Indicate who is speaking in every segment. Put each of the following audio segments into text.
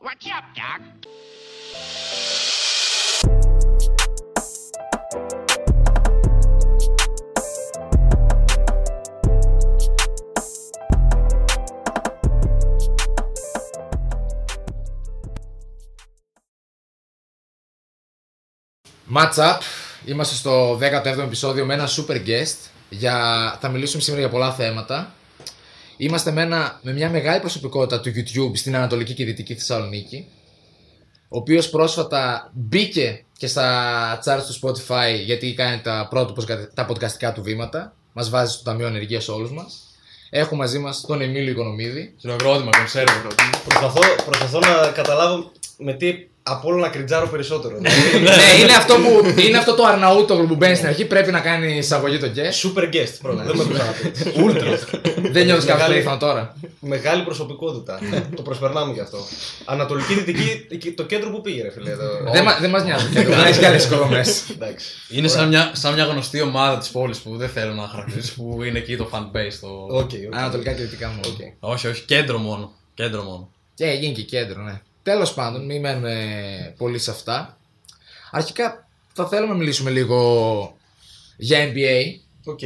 Speaker 1: What's up, Doc?
Speaker 2: Match up. Είμαστε στο 17ο επεισόδιο με ένα super guest. Για... Θα μιλήσουμε σήμερα για πολλά θέματα. Είμαστε με, ένα... με μια μεγάλη προσωπικότητα του YouTube στην Ανατολική και Δυτική Θεσσαλονίκη. Ο οποίος πρόσφατα μπήκε και στα charts του Spotify γιατί κάνει τα πρώτα προσκα- τα podcastικά του βήματα. Μας βάζει στο Ταμείο Ενεργείας όλους μας. Έχω μαζί μας τον Εμίλιο Οικονομίδη.
Speaker 3: Στην αγρότημα, τον ξέρω.
Speaker 4: Προσπαθώ, προσπαθώ να καταλάβω με τι από όλα να κριτζάρω περισσότερο. Δηλαδή,
Speaker 2: ναι, είναι αυτό, που... είναι αυτό το Αρναούτογλου που μπαίνει στην αρχή. Πρέπει να κάνει εισαγωγή το guest.
Speaker 4: Super guest πρώτα. Δεν με
Speaker 3: Ναι.
Speaker 4: ξαναπεί.
Speaker 2: Δεν νιώθεις κάποιο
Speaker 4: Μεγάλη-
Speaker 2: περήφανο τώρα.
Speaker 4: Μεγάλη προσωπικότητα. το προσπερνάμε γι' αυτό. Ανατολική, δυτική, εκεί- το κέντρο που πήγε, ρε φίλε. Το...
Speaker 2: Δεν, μα- δεν μας νοιάζει. Δεν έχει καλές οικοδομές.
Speaker 4: Εντάξει.
Speaker 3: Είναι σαν μια, σαν μια γνωστή ομάδα της πόλης που δεν θέλω να χαρακτηρίσω που είναι εκεί το fan base. Το...
Speaker 4: Οκ, οκ.
Speaker 2: Ανατολικά και δυτικά μου.
Speaker 4: Οκ.
Speaker 3: όχι, όχι, κέντρο μόνο. Κέντρο μόνο.
Speaker 2: Και γίνει και κέντρο, ναι. Τέλος πάντων, μην μένουμε πολύ σε αυτά. Αρχικά θα θέλουμε να μιλήσουμε λίγο για NBA.
Speaker 3: Ναι.
Speaker 4: Οκ.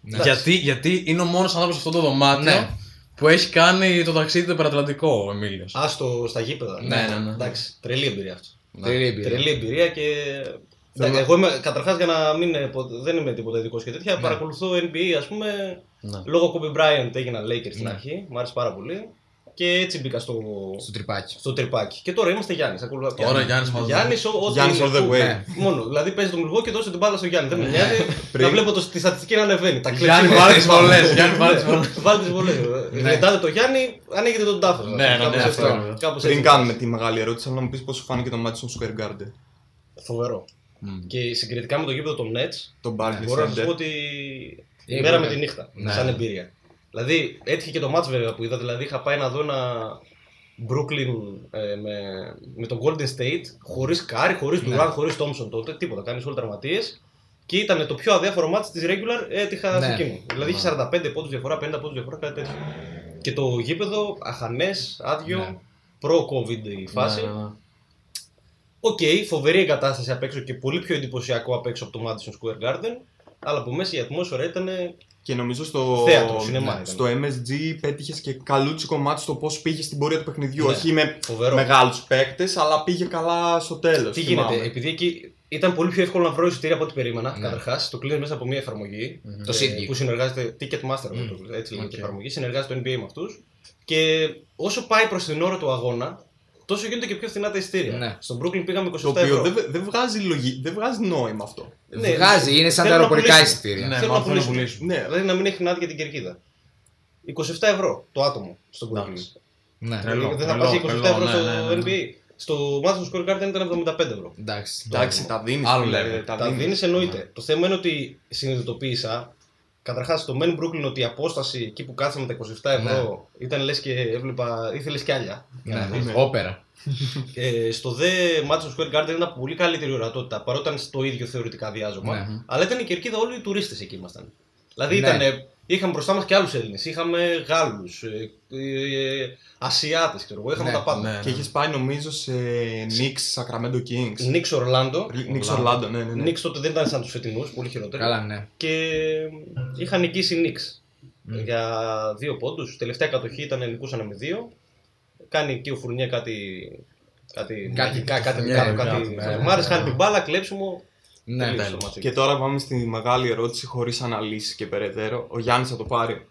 Speaker 4: Ναι.
Speaker 3: Γιατί, γιατί είναι ο μόνος άνθρωπος σε αυτό το δωμάτιο
Speaker 2: Ναι.
Speaker 3: που έχει κάνει το ταξίδι το υπερατλαντικό ο Εμίλιος.
Speaker 4: Α στο στα γήπεδα.
Speaker 3: Ναι, ναι, ναι.
Speaker 4: Εντάξει. Τρελή εμπειρία αυτό.
Speaker 2: Τρελή εμπειρία.
Speaker 4: Τρελή εμπειρία και. Εντάξει, Εγώ είμαι, καταρχάς για να μην, είναι πο- δεν είμαι τίποτα ειδικός και
Speaker 2: Ναι.
Speaker 4: τέτοια, παρακολουθώ NBA ας πούμε.
Speaker 3: Ναι.
Speaker 4: Λόγω Kobe Bryant έγινα Lakers στην
Speaker 2: Ναι.
Speaker 4: αρχή, μου άρεσε πάρα πολύ. Και έτσι μπήκα στο,
Speaker 2: Στο τρυπάκι.
Speaker 4: στο τρυπάκι. Και τώρα είμαστε Γιάννης. Ακολουθώ.
Speaker 3: Τώρα Γιάννης ε. Παπαδόπουλος.
Speaker 4: Γιάννη, ό,τι.
Speaker 5: Γιάννης
Speaker 4: είναι
Speaker 5: all the
Speaker 4: cool.
Speaker 5: way.
Speaker 2: Ναι.
Speaker 4: Μόνο. Δηλαδή παίζει τον Μιλγό και δώσε την μπάλα στο Γιάννη. Δεν με νοιάζει. Να
Speaker 5: Πριν.
Speaker 4: βλέπω το, τη στατιστική να ανεβαίνει. Τα κλέψει. Ναι,
Speaker 3: Γιάννη, βάλε τις βολές. Γιάννη, βάλε τις βολές.
Speaker 4: Βάλτε τις βολές.
Speaker 2: Ναι.
Speaker 4: Μετά το Γιάννη, ανοίγετε τον τάφο.
Speaker 3: Ναι, ναι, ναι,
Speaker 4: Κάπως
Speaker 3: αυτό.
Speaker 4: έτσι. Κάπως
Speaker 5: Πριν
Speaker 4: έτσι.
Speaker 5: κάνουμε τη μεγάλη ερώτηση, θέλω να μου πεις πώς σου φάνηκε το μάτι στον Square Garden.
Speaker 4: Φοβερό. Και συγκριτικά με το γήπεδο των Nets,
Speaker 5: Το Barclays
Speaker 4: μπορώ να σου πω
Speaker 5: Center.
Speaker 4: ότι
Speaker 2: Ε,
Speaker 4: η μέρα
Speaker 2: βέβαια.
Speaker 4: με τη νύχτα,
Speaker 2: Ναι.
Speaker 4: σαν εμπειρία. Δηλαδή, έτυχε και το μάτς βέβαια που είδα, δηλαδή είχα πάει να δω ένα Brooklyn ε, με, με το Golden State, χωρίς Κάρι, χωρίς
Speaker 2: Ναι.
Speaker 4: Durant, χωρίς Thompson τότε, τίποτα, κάνεις όλοι τραυματίες. Και ήταν το πιο αδιάφορο μάτς της regular, έτυχα
Speaker 2: Ναι.
Speaker 4: στο κίνημα. Δηλαδή είχε 45 πόντους διαφορά, 50 πόντους διαφορά, κάτι τέτοιο. Και το γήπεδο, αχανές, άδειο,
Speaker 2: Ναι.
Speaker 4: προ-COVID η φάση.
Speaker 3: Ναι, ναι, ναι.
Speaker 4: Οκ, φοβερή εγκατάσταση απ' έξω και πολύ πιο εντυπωσιακό απ' έξω από το Madison Square Garden. Αλλά από μέσα η ατμόσφαιρα ήταν.
Speaker 5: Και νομίζω στο,
Speaker 4: Θέατρο, σινεμά ήταν.
Speaker 5: στο MSG πέτυχες και καλούτσικο μάτι στο πώς πήγε στην πορεία του παιχνιδιού.
Speaker 4: Ναι.
Speaker 5: Όχι με
Speaker 4: Φοβερό.
Speaker 5: μεγάλους παίκτες, αλλά πήγε καλά στο τέλος.
Speaker 4: Τι γίνεται, ε, επειδή εκεί ήταν πολύ πιο εύκολο να βρω εισιτήρια από ό,τι περίμενα.
Speaker 2: Ναι.
Speaker 4: Καταρχάς, το κλείνεις μέσα από μια εφαρμογή.
Speaker 2: Το
Speaker 4: ε,
Speaker 2: Sidgwick.
Speaker 4: Που συνεργάζεται. Ticketmaster, με το- έτσι λέγεται
Speaker 3: Οκ.
Speaker 4: η εφαρμογή. Συνεργάζεται το NBA με αυτούς. Και όσο πάει προς την ώρα του αγώνα, τόσο γίνονται και πιο φθηνά τα εισιτήρια.
Speaker 2: Ναι.
Speaker 4: Στον Brooklyn πήγαμε 27
Speaker 5: Το
Speaker 4: ευρώ.
Speaker 5: οποίο δεν δεν βγάζει, λογι... δεν βγάζει νόημα αυτό.
Speaker 4: Ναι,
Speaker 2: Βγάζει, είναι σαν τα
Speaker 4: θέλω να
Speaker 2: αεροπορικά
Speaker 4: πουλήσω.
Speaker 2: εισιτήρια.
Speaker 3: Ναι.
Speaker 4: Θέλω
Speaker 3: μάλλον
Speaker 4: να
Speaker 3: θέλουν να
Speaker 4: πουλήσουν.
Speaker 3: πουλήσουν.
Speaker 4: Ναι, δηλαδή να μην έχει άδεια για την κερκίδα. 27 ευρώ το άτομο στον Brooklyn.
Speaker 3: Εντάξει.
Speaker 2: Ναι.
Speaker 3: Τρελό,
Speaker 4: Δηλαδή, δεν θα
Speaker 3: τρελό,
Speaker 4: πας 27
Speaker 3: τρελό,
Speaker 4: ευρώ
Speaker 3: ναι, ναι, ναι,
Speaker 4: στο
Speaker 3: ναι.
Speaker 4: NBA. Στο Madison Square Garden ήταν 75 ευρώ.
Speaker 2: Εντάξει.
Speaker 5: Εντάξει, τα δίνεις.
Speaker 3: Άλλο level.
Speaker 4: Τα δίνει
Speaker 3: Ναι.
Speaker 4: εννοείται. Το θέμα είναι ότι συνειδητοποίησα καταρχάς το Men Brooklyn ότι η απόσταση εκεί που κάτσαμε τα 27 ευρώ
Speaker 3: Ναι.
Speaker 4: ήταν λες και έβλεπα, ήθελες κι άλλα.
Speaker 2: Ναι.
Speaker 5: Ναι.
Speaker 2: Όπερα.
Speaker 4: Ε, στο δε Madison Square Garden ήταν πολύ καλύτερη ορατότητα παρότι ήταν στο ίδιο θεωρητικά διάζωμα.
Speaker 2: Ναι.
Speaker 4: Αλλά ήταν η κερκίδα όλοι οι τουρίστες εκεί ήμασταν. Δηλαδή
Speaker 2: Ναι.
Speaker 4: ήτανε, είχαμε μπροστά μας και άλλους Έλληνες, είχαμε Γάλλους, ε, ε, Ασιάτες, ξέρω εγώ, είχαμε
Speaker 2: Ναι,
Speaker 4: τα πάντα.
Speaker 3: Ναι,
Speaker 5: Και είχες πάει νομίζω σε Knicks, Sacramento Kings.
Speaker 4: Νίξ Ορλάντο.
Speaker 5: Knicks Orlando, ναι, ναι. ναι.
Speaker 4: Νίξ τότε δεν ήταν σαν τους φετινούς, πολύ χειρότερα.
Speaker 2: Καλά, ναι.
Speaker 4: Και είχαν νικήσει οι Νίξ για δύο πόντους. Τελευταία κατοχή ήταν νικούσαν με δύο. Κάνει εκεί ο Φουρνιέ κάτι. Κάτι
Speaker 2: Κάτι
Speaker 4: μαγικά,
Speaker 2: του
Speaker 4: κάτι
Speaker 2: Φουρνιέ,
Speaker 4: μεγάλο,
Speaker 2: ναι,
Speaker 4: κάτι.
Speaker 2: ναι, ναι,
Speaker 4: Μάρε,
Speaker 2: ναι.
Speaker 4: χάνει την μπάλα, κλέψιμο.
Speaker 2: Ναι.
Speaker 4: τελείωσε το
Speaker 3: τέλος.
Speaker 4: μάτς εκεί.
Speaker 5: Και τώρα πάμε στη μεγάλη ερώτηση χωρίς αναλύσεις και περαιτέρω. Ο Γιάννης θα το πάρει.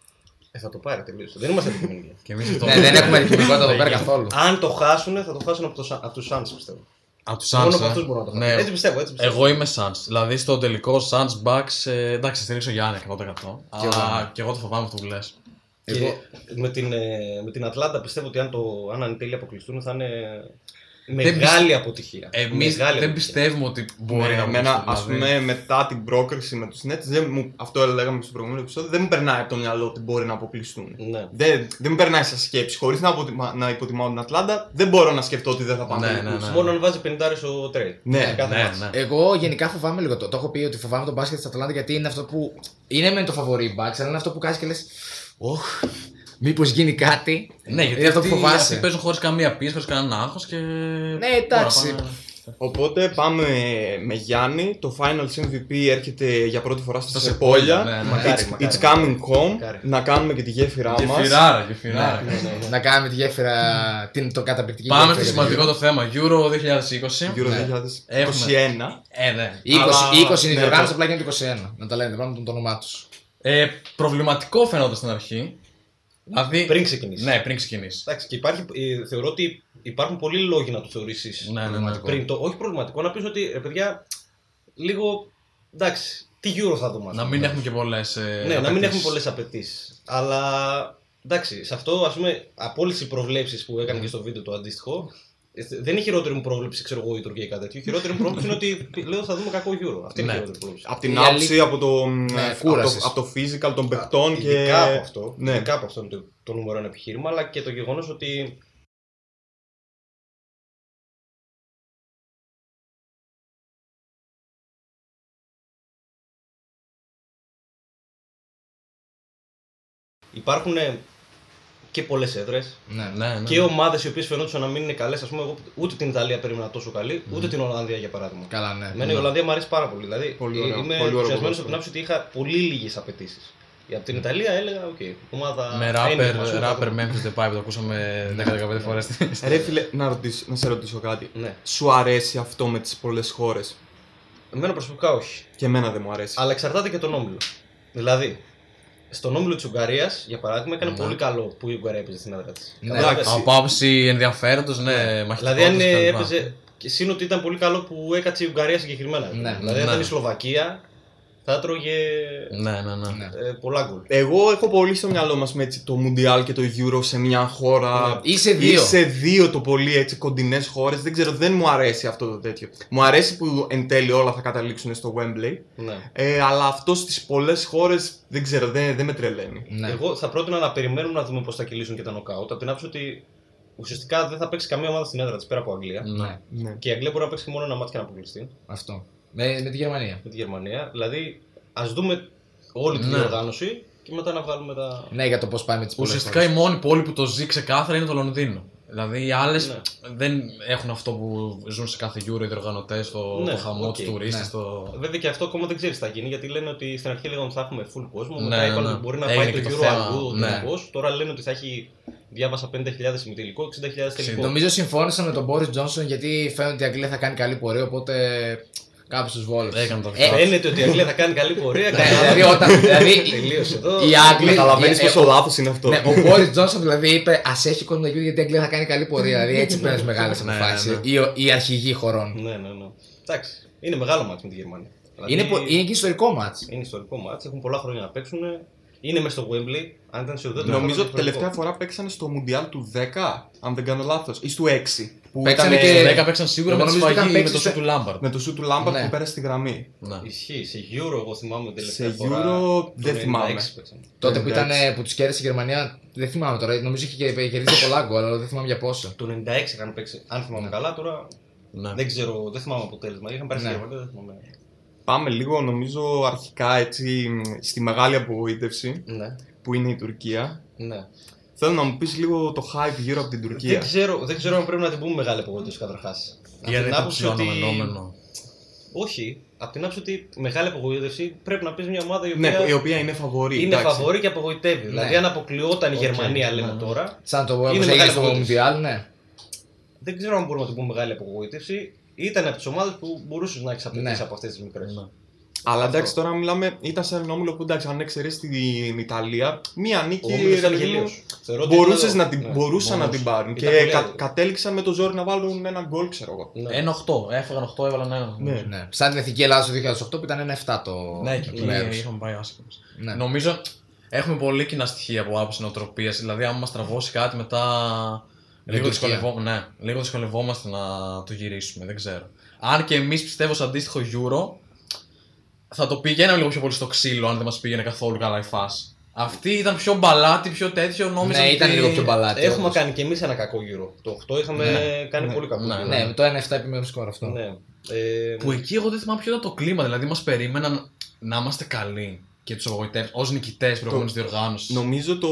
Speaker 4: Ε, θα το πάρει, τελείωσε. Δεν είμαστε αντικειμενικοί.
Speaker 3: Και εμείς αυτό-
Speaker 2: Ναι, δεν έχουμε αντικειμενικότητα εδώ πέρα καθόλου.
Speaker 4: Αν το χάσουν, θα το χάσουν από, το, Σα- από τους Suns, πιστεύω.
Speaker 3: Από τους
Speaker 4: Μόνο από αυτούς μπορούν να το χάσουν. Έτσι πιστεύω, έτσι πιστεύω.
Speaker 3: ε. Ναι. Εγώ είμαι Suns. Δηλαδή στο τελικό Suns Bucks. ε, εντάξει, στηρίξω Γιάννη 100%.
Speaker 2: εγώ.
Speaker 3: Αλλά και εγώ το φοβάμαι αυτό που λες.
Speaker 4: Και
Speaker 2: Εγώ-
Speaker 4: με, την, ε, με την Ατλάντα πιστεύω ότι αν, το, αν αν τέλει αποκλειστούν θα είναι
Speaker 3: πιστεύω-
Speaker 4: μεγάλη αποτυχία.
Speaker 3: Εμείς
Speaker 4: Μεγάλη
Speaker 3: δεν
Speaker 4: αποτυχία.
Speaker 3: πιστεύουμε ότι μπορεί
Speaker 5: Ναι,
Speaker 3: να
Speaker 5: εμένα,
Speaker 3: αποκλειστούν,
Speaker 5: ας
Speaker 3: δηλαδή.
Speaker 5: πούμε, μετά την πρόκριση με τους Nets, δεν μου, αυτό λέγαμε στο προηγούμενο επεισόδιο, δεν μου περνάει από το μυαλό ότι μπορεί να αποκλειστούν.
Speaker 4: Ναι.
Speaker 5: Δεν, δεν μου περνάει σαν σκέψη. Χωρίς να, αποτιμα- να υποτιμάω την Ατλάντα, δεν μπορώ να σκεφτώ ότι δεν θα πάνε
Speaker 3: Ναι,
Speaker 5: τελικούς.
Speaker 3: ναι, ναι.
Speaker 4: Μόνο αν βάζει 50 ο τρέι.
Speaker 5: Ναι,
Speaker 4: Σε κάθε
Speaker 3: Ναι,
Speaker 4: μάτς.
Speaker 3: ναι.
Speaker 2: Εγώ γενικά φοβάμαι λίγο το. Το έχω πει ότι φοβάμαι τον μπάσκετ της Ατλάντα γιατί είναι αυτό που. Είναι με το φαβορή μπαξ, αλλά είναι αυτό που κάνει και λες. Οχ, Μήπως γίνει κάτι.
Speaker 3: Ναι, γιατί
Speaker 2: είναι Ε, αυτό που
Speaker 3: αυτοί- αυτοί
Speaker 2: φοβάσαι.
Speaker 3: παίζουν χωρίς καμία πίεση, χωρί κανένα άγχος και. Ναι,
Speaker 2: εντάξει.
Speaker 5: Οπότε πάμε με Γιάννη. Το Finals MVP έρχεται για πρώτη φορά στα
Speaker 3: Στα
Speaker 5: Σεπόλια.
Speaker 3: Σεπόλια, ναι, ναι.
Speaker 4: Μακάρι,
Speaker 5: It's,
Speaker 4: μακάρι.
Speaker 5: it's coming home.
Speaker 4: Μακάρι.
Speaker 5: Να κάνουμε και τη γέφυρά μα.
Speaker 3: Γεφυράρα, γεφυράρα.
Speaker 4: Ναι,
Speaker 2: Να κάνουμε τη γέφυρα, την το καταπληκτική
Speaker 3: Πάμε
Speaker 2: γέφυρα δηλαδή.
Speaker 3: στο
Speaker 2: του
Speaker 3: σημαντικό
Speaker 2: Euro.
Speaker 3: το θέμα. Euro 2020.
Speaker 5: Euro 2021.
Speaker 3: Ε, ναι.
Speaker 2: 20,
Speaker 3: Αλλά-
Speaker 2: 20 είναι η
Speaker 5: ναι,
Speaker 2: διοργάνωση,
Speaker 5: το-
Speaker 2: απλά γίνεται το 21. Να τα λένε, πάμε με το όνομά τους.
Speaker 3: Ε, προβληματικό φαινόταν στην αρχή. Δηλαδή.
Speaker 4: Πριν ξεκινήσει.
Speaker 3: Ναι, πριν ξεκινήσει.
Speaker 4: Εντάξει, και υπάρχει, ε, θεωρώ ότι υπάρχουν πολλοί λόγοι να το θεωρήσεις.
Speaker 3: Ναι, ναι, ναι.
Speaker 2: Προβληματικό.
Speaker 4: Πριν το, όχι προβληματικό, να πεις ότι ρε παιδιά, λίγο. Εντάξει, τι γύρω θα δούμε. ας
Speaker 3: Να
Speaker 4: πούμε.
Speaker 3: μην έχουμε και ε, πολλέ.
Speaker 4: Ναι, να μην έχουμε πολλές απαιτήσεις. Αλλά εντάξει, σε αυτό ας πούμε, από όλες οι προβλέψεις που έκανε και στο βίντεο το αντίστοιχο, ε, δεν είναι η χειρότερη μου πρόβλεψη, ξέρω εγώ, η Τουρκία ή κάτι τέτοιο. Η χειρότερη μου πρόβλεψη είναι ότι λέω θα δούμε κακό γύρο. Αυτή είναι η
Speaker 3: Ναι.
Speaker 4: χειρότερη πρόβλεψη.
Speaker 5: Από την
Speaker 2: Η
Speaker 5: άποψη,
Speaker 2: αλήθεια-
Speaker 5: από το, μ,
Speaker 2: Ναι,
Speaker 5: από το,
Speaker 2: κούρασης.
Speaker 5: από το physical των παικτών και.
Speaker 4: Ειδικά από αυτό,
Speaker 5: Ναι.
Speaker 4: ειδικά από αυτό είναι το, το νούμερο ένα επιχείρημα, αλλά και το γεγονός ότι. Υπάρχουν ε, και πολλές έδρες
Speaker 2: Ναι, ναι.
Speaker 3: Ναι, ναι.
Speaker 4: και ομάδες οι οποίες φαινόντουσαν να μην είναι καλές. Ας πούμε, εγώ ούτε την Ιταλία περίμενα τόσο καλή,
Speaker 5: Ναι.
Speaker 4: ούτε την Ολλανδία για παράδειγμα.
Speaker 2: Καλά, ναι.
Speaker 4: Εμένα η Ολλανδία μου αρέσει πάρα πολύ. Δηλαδή
Speaker 5: Πολύ ωραίο,
Speaker 4: είμαι
Speaker 5: πολύ ωραίο
Speaker 4: ενθουσιασμένος από
Speaker 5: ποδόσφαιρο.
Speaker 4: την άποψη ότι είχα πολύ λίγες απαιτήσεις. Από
Speaker 5: Ναι.
Speaker 4: την Ιταλία έλεγα, οκ, ομάδα.
Speaker 3: Με
Speaker 4: ένιγμα,
Speaker 3: rapper,
Speaker 4: ας πούμε, Ναι.
Speaker 3: rapper
Speaker 4: θα-
Speaker 3: Memphis Depay που το ακούσαμε 10-15 φορέ.
Speaker 5: Ρε φίλε, να, ρωτήσω, να σε ρωτήσω κάτι.
Speaker 4: Ναι.
Speaker 5: Σου αρέσει αυτό με τις πολλές χώρες.
Speaker 4: Εμένα προσωπικά όχι.
Speaker 5: Και εμένα δεν μου αρέσει.
Speaker 4: Αλλά εξαρτάται και τον όμιλο. Δηλαδή, στον όμιλο της Ουγγαρίας, για παράδειγμα, έκανε πολύ καλό που η Ουγγαρία έπαιζε στην έδρα της.
Speaker 2: Ναι.
Speaker 3: Ναι. Από άποψη ενδιαφέροντος, ναι, μαχητικό.
Speaker 4: Δηλαδή, αν ε, έπαιζε. Και σύν ότι ήταν πολύ καλό που έκατσε η Ουγγαρία συγκεκριμένα.
Speaker 2: Ναι,
Speaker 4: δηλαδή, αν
Speaker 3: ναι.
Speaker 4: ήταν η Σλοβακία, θα έτρωγε
Speaker 3: Ναι, ναι, ναι.
Speaker 2: Ναι.
Speaker 4: ε, πολλά γκολ.
Speaker 5: Εγώ έχω πολύ στο μυαλό μας με έτσι το Mundial και το Euro σε μια χώρα.
Speaker 2: Ή σε Ε, δύο.
Speaker 5: Ή σε δύο το πολύ έτσι κοντινές χώρες. Δεν ξέρω, δεν μου αρέσει αυτό το τέτοιο. Μου αρέσει που εν τέλει όλα θα καταλήξουν στο Wembley.
Speaker 4: Ναι.
Speaker 5: Ε, αλλά αυτός στις πολλές χώρες δεν ξέρω, δεν, δεν με τρελαίνει.
Speaker 2: Ναι.
Speaker 4: Εγώ θα πρότεινα να περιμένουμε να δούμε πώς θα κυλήσουν και τα νοκάουτ. Από την άποψη ότι ουσιαστικά δεν θα παίξει καμία ομάδα στην έδρα της πέρα από Αγγλία.
Speaker 3: Ναι.
Speaker 5: Ναι.
Speaker 4: Και η Αγγλία μπορεί να παίξει μόνο ένα μάτι και να αποκλειστεί
Speaker 2: Αυτό. Με, με τη Γερμανία.
Speaker 4: με τη Γερμανία. Δηλαδή, ας δούμε όλη την
Speaker 3: Ναι.
Speaker 4: διοργάνωση και μετά να βγάλουμε τα.
Speaker 2: Ναι, για το πώς πάμε τις πολλές
Speaker 3: Ουσιαστικά η μόνη πόλη που το ζει ξεκάθαρα είναι το Λονδίνο. Δηλαδή οι άλλες
Speaker 4: Ναι.
Speaker 3: δεν έχουν αυτό που ζουν σε κάθε Euro οι διοργανωτές, το,
Speaker 4: Ναι,
Speaker 3: το χαμό,
Speaker 4: οκ,
Speaker 3: τους τουρίστες.
Speaker 2: ναι.
Speaker 3: Το...
Speaker 4: Βέβαια και αυτό ακόμα δεν ξέρεις τι θα γίνει γιατί λένε ότι στην αρχή λέγανε ότι θα έχουμε full κόσμο.
Speaker 3: Ναι,
Speaker 4: μετά είπαν
Speaker 3: ναι.
Speaker 4: ότι μπορεί να
Speaker 3: Έγινε
Speaker 4: πάει
Speaker 3: και
Speaker 4: το
Speaker 3: το
Speaker 4: γύρο
Speaker 3: θέμα,
Speaker 4: αργού
Speaker 3: ναι.
Speaker 4: ναι. Τώρα λένε ότι θα έχει διάβασα 50.000 συμμετελικό, 60.000 τελικό.
Speaker 2: Νομίζω συμφώνησαν με τον Μπόρι Τζόνσον γιατί φαίνεται ότι η Αγγλία θα κάνει καλή πορεία, οπότε κάπου του βόλευε.
Speaker 3: Έκανε τα
Speaker 2: ε,
Speaker 3: δικά. του.
Speaker 4: Φαίνεται ότι η Αγγλία θα κάνει καλή πορεία.
Speaker 2: Ναι,
Speaker 4: καλά.
Speaker 2: δηλαδή, όταν, δηλαδή
Speaker 4: Τελείωσε εδώ.
Speaker 2: οι Άγγλοι.
Speaker 5: Καταλαβαίνεις
Speaker 2: ε, ε,
Speaker 5: πόσο λάθος είναι αυτό.
Speaker 2: ναι, ο Μπόρις Τζόνσον δηλαδή είπε Ας έχει κόσμο να γίνει γιατί η Αγγλία θα κάνει καλή πορεία. Δηλαδή έτσι παίρνει μεγάλες
Speaker 3: Ναι, ναι,
Speaker 2: αποφάσεις.
Speaker 3: ναι.
Speaker 2: Ή ο- οι αρχηγοί χωρών.
Speaker 4: Ναι, ναι, ναι. Εντάξει, είναι μεγάλο μάτι με τη Γερμανία.
Speaker 3: ναι.
Speaker 4: Δηλαδή,
Speaker 2: Είναι, πο- είναι και ιστορικό μάτ.
Speaker 3: Ε,
Speaker 4: είναι ιστορικό μάτι, έχουν πολλά χρόνια να παίξουν. Είναι μες στο Wembley. Αν ήταν σε ουδέτερο.
Speaker 5: Ε, Νομίζω
Speaker 4: ήταν
Speaker 5: ότι τελευταία
Speaker 4: διαφορετικό.
Speaker 5: φορά παίξανε στο Μουντιάλ του 10, αν δεν κάνω λάθος, ή του 6. Που
Speaker 2: Παίξανε
Speaker 4: Ναι.
Speaker 5: ήταν
Speaker 2: και-
Speaker 3: Οι 10 παίξαν σίγουρα
Speaker 2: Εγώ
Speaker 3: με τη
Speaker 2: νομίζω ότι
Speaker 3: σφαγή
Speaker 2: είχαν
Speaker 3: με το
Speaker 2: παίξεις
Speaker 3: σου του Λάμπαρτ.
Speaker 5: με το σου του Λάμπαρτ
Speaker 2: Ναι.
Speaker 5: που πέρασε τη γραμμή.
Speaker 3: Ναι.
Speaker 4: Ισχύει, σε Euro εγώ θυμάμαι τελευταία
Speaker 5: Σε
Speaker 4: φορά.
Speaker 5: Euro
Speaker 4: το
Speaker 5: δεν
Speaker 4: 96
Speaker 5: θυμάμαι.
Speaker 4: παίξαμε.
Speaker 2: Τότε που, ήταν,
Speaker 5: Εντάξει.
Speaker 2: ε, που τους κέρδισε η Γερμανία, δεν θυμάμαι τώρα. Νομίζω είχε κε- κερδίσει πολλά γκολ, αλλά δεν θυμάμαι για πόσο.
Speaker 4: Το 96 είχαν παίξει, αν θυμάμαι καλά, τώρα
Speaker 3: Ναι.
Speaker 4: δεν ξέρω, δεν θυμάμαι αποτέλεσμα. Είχαν πάρει
Speaker 2: Ναι.
Speaker 4: στη Γερμανία, δεν θυμάμαι.
Speaker 5: Πάμε λίγο, νομίζω, αρχικά έτσι στη μεγάλη απογοήτευση
Speaker 4: Ναι,
Speaker 5: που είναι η Τουρκία.
Speaker 4: ναι.
Speaker 5: Θέλω να μου πεις λίγο το hype γύρω από την
Speaker 4: Δεν
Speaker 5: Τουρκία.
Speaker 4: ξέρω, δεν ξέρω αν πρέπει να την πούμε μεγάλη απογοήτευση καταρχάς.
Speaker 3: Γιατί ήταν ψηλό αναμενόμενο.
Speaker 4: Όχι, από την άποψη ότι μεγάλη απογοήτευση πρέπει να πεις μια ομάδα η
Speaker 5: ναι,
Speaker 4: οποία
Speaker 5: η οποία είναι φαβορή.
Speaker 4: είναι
Speaker 5: εντάξει.
Speaker 4: φαβορή και απογοητεύει. Δηλαδή, αν αποκλειόταν η Γερμανία, λέμε
Speaker 5: ναι.
Speaker 4: τώρα,
Speaker 2: Σαν το που
Speaker 4: Είναι
Speaker 2: έγινε
Speaker 4: μεγάλη
Speaker 2: στο
Speaker 4: απογοήτευση.
Speaker 2: Μουντιάλ, ναι.
Speaker 4: δεν ξέρω αν μπορούμε να την πούμε μεγάλη απογοήτευση. Ήταν από τις ομάδες που μπορούσες να έχεις απαιτήσει
Speaker 2: Ναι.
Speaker 4: από αυτές τις μικρές.
Speaker 3: Ναι.
Speaker 5: Αλλά εντάξει, τώρα μιλάμε, ήταν σε έναν όμιλο που εντάξει, αν εξαιρέσει την Ιταλία, μία
Speaker 4: Ο
Speaker 5: νίκη
Speaker 4: Όμιλος
Speaker 5: ρε
Speaker 4: ήταν
Speaker 5: παιδί μου,
Speaker 4: γελίος. Θεωρώ ότι
Speaker 5: μπορούσες
Speaker 4: ήταν-
Speaker 5: να την,
Speaker 4: ναι.
Speaker 5: μπορούσαν να
Speaker 3: μπορούσε.
Speaker 5: την πάρουν.
Speaker 4: Ήταν
Speaker 5: Και
Speaker 4: πολύ
Speaker 5: κα-
Speaker 4: άδικο.
Speaker 5: κατέληξαν με το ζόρι να βάλουν ένα γκολ, ξέρω εγώ.
Speaker 4: Ναι.
Speaker 3: Ένα 8. Έφαγαν 8, έβαλαν ένα.
Speaker 5: Ναι.
Speaker 2: ναι. Σαν την Εθνική Ελλάδα το 2008 που ήταν ένα 7 το
Speaker 3: Ναι, και εκεί
Speaker 2: μέρος.
Speaker 3: είχαμε πάει άσχημα.
Speaker 2: Ναι.
Speaker 3: Νομίζω έχουμε πολύ κοινά στοιχεία από άποψη νοοτροπίας. Δηλαδή, άμα μας τραβώσει κάτι μετά.
Speaker 2: Με
Speaker 3: Λίγο,
Speaker 2: Τουρκία.
Speaker 3: δυσκολευό... ναι, λίγο δυσκολευόμαστε να το γυρίσουμε, δεν ξέρω. Αν και εμείς πιστεύω σε αντίστοιχο Euro, θα το πηγαίναμε λίγο πιο πολύ στο ξύλο, αν δεν μας πήγαινε καθόλου καλά η φάση. Αυτή ήταν πιο μπαλάτη, πιο τέτοιο, νόμιζα.
Speaker 2: Ναι, ήταν λίγο πιο μπαλάτι.
Speaker 4: Έχουμε
Speaker 2: όντως.
Speaker 4: κάνει κι εμείς ένα κακό γύρο. Το 8 είχαμε κάνει
Speaker 5: Ναι.
Speaker 4: πολύ κακό
Speaker 3: Ναι,
Speaker 4: γύρο.
Speaker 2: Ναι, με το 1-7 επιμέρου σκορ αυτό.
Speaker 4: Ναι. Ε,
Speaker 3: Που εκεί εγώ δεν θυμάμαι ποιο ήταν το κλίμα. Δηλαδή, μας περίμεναν να είμαστε καλοί. και τους απογοητεύσει ως νικητές προηγούμενης διοργάνωσης.
Speaker 5: Νομίζω το,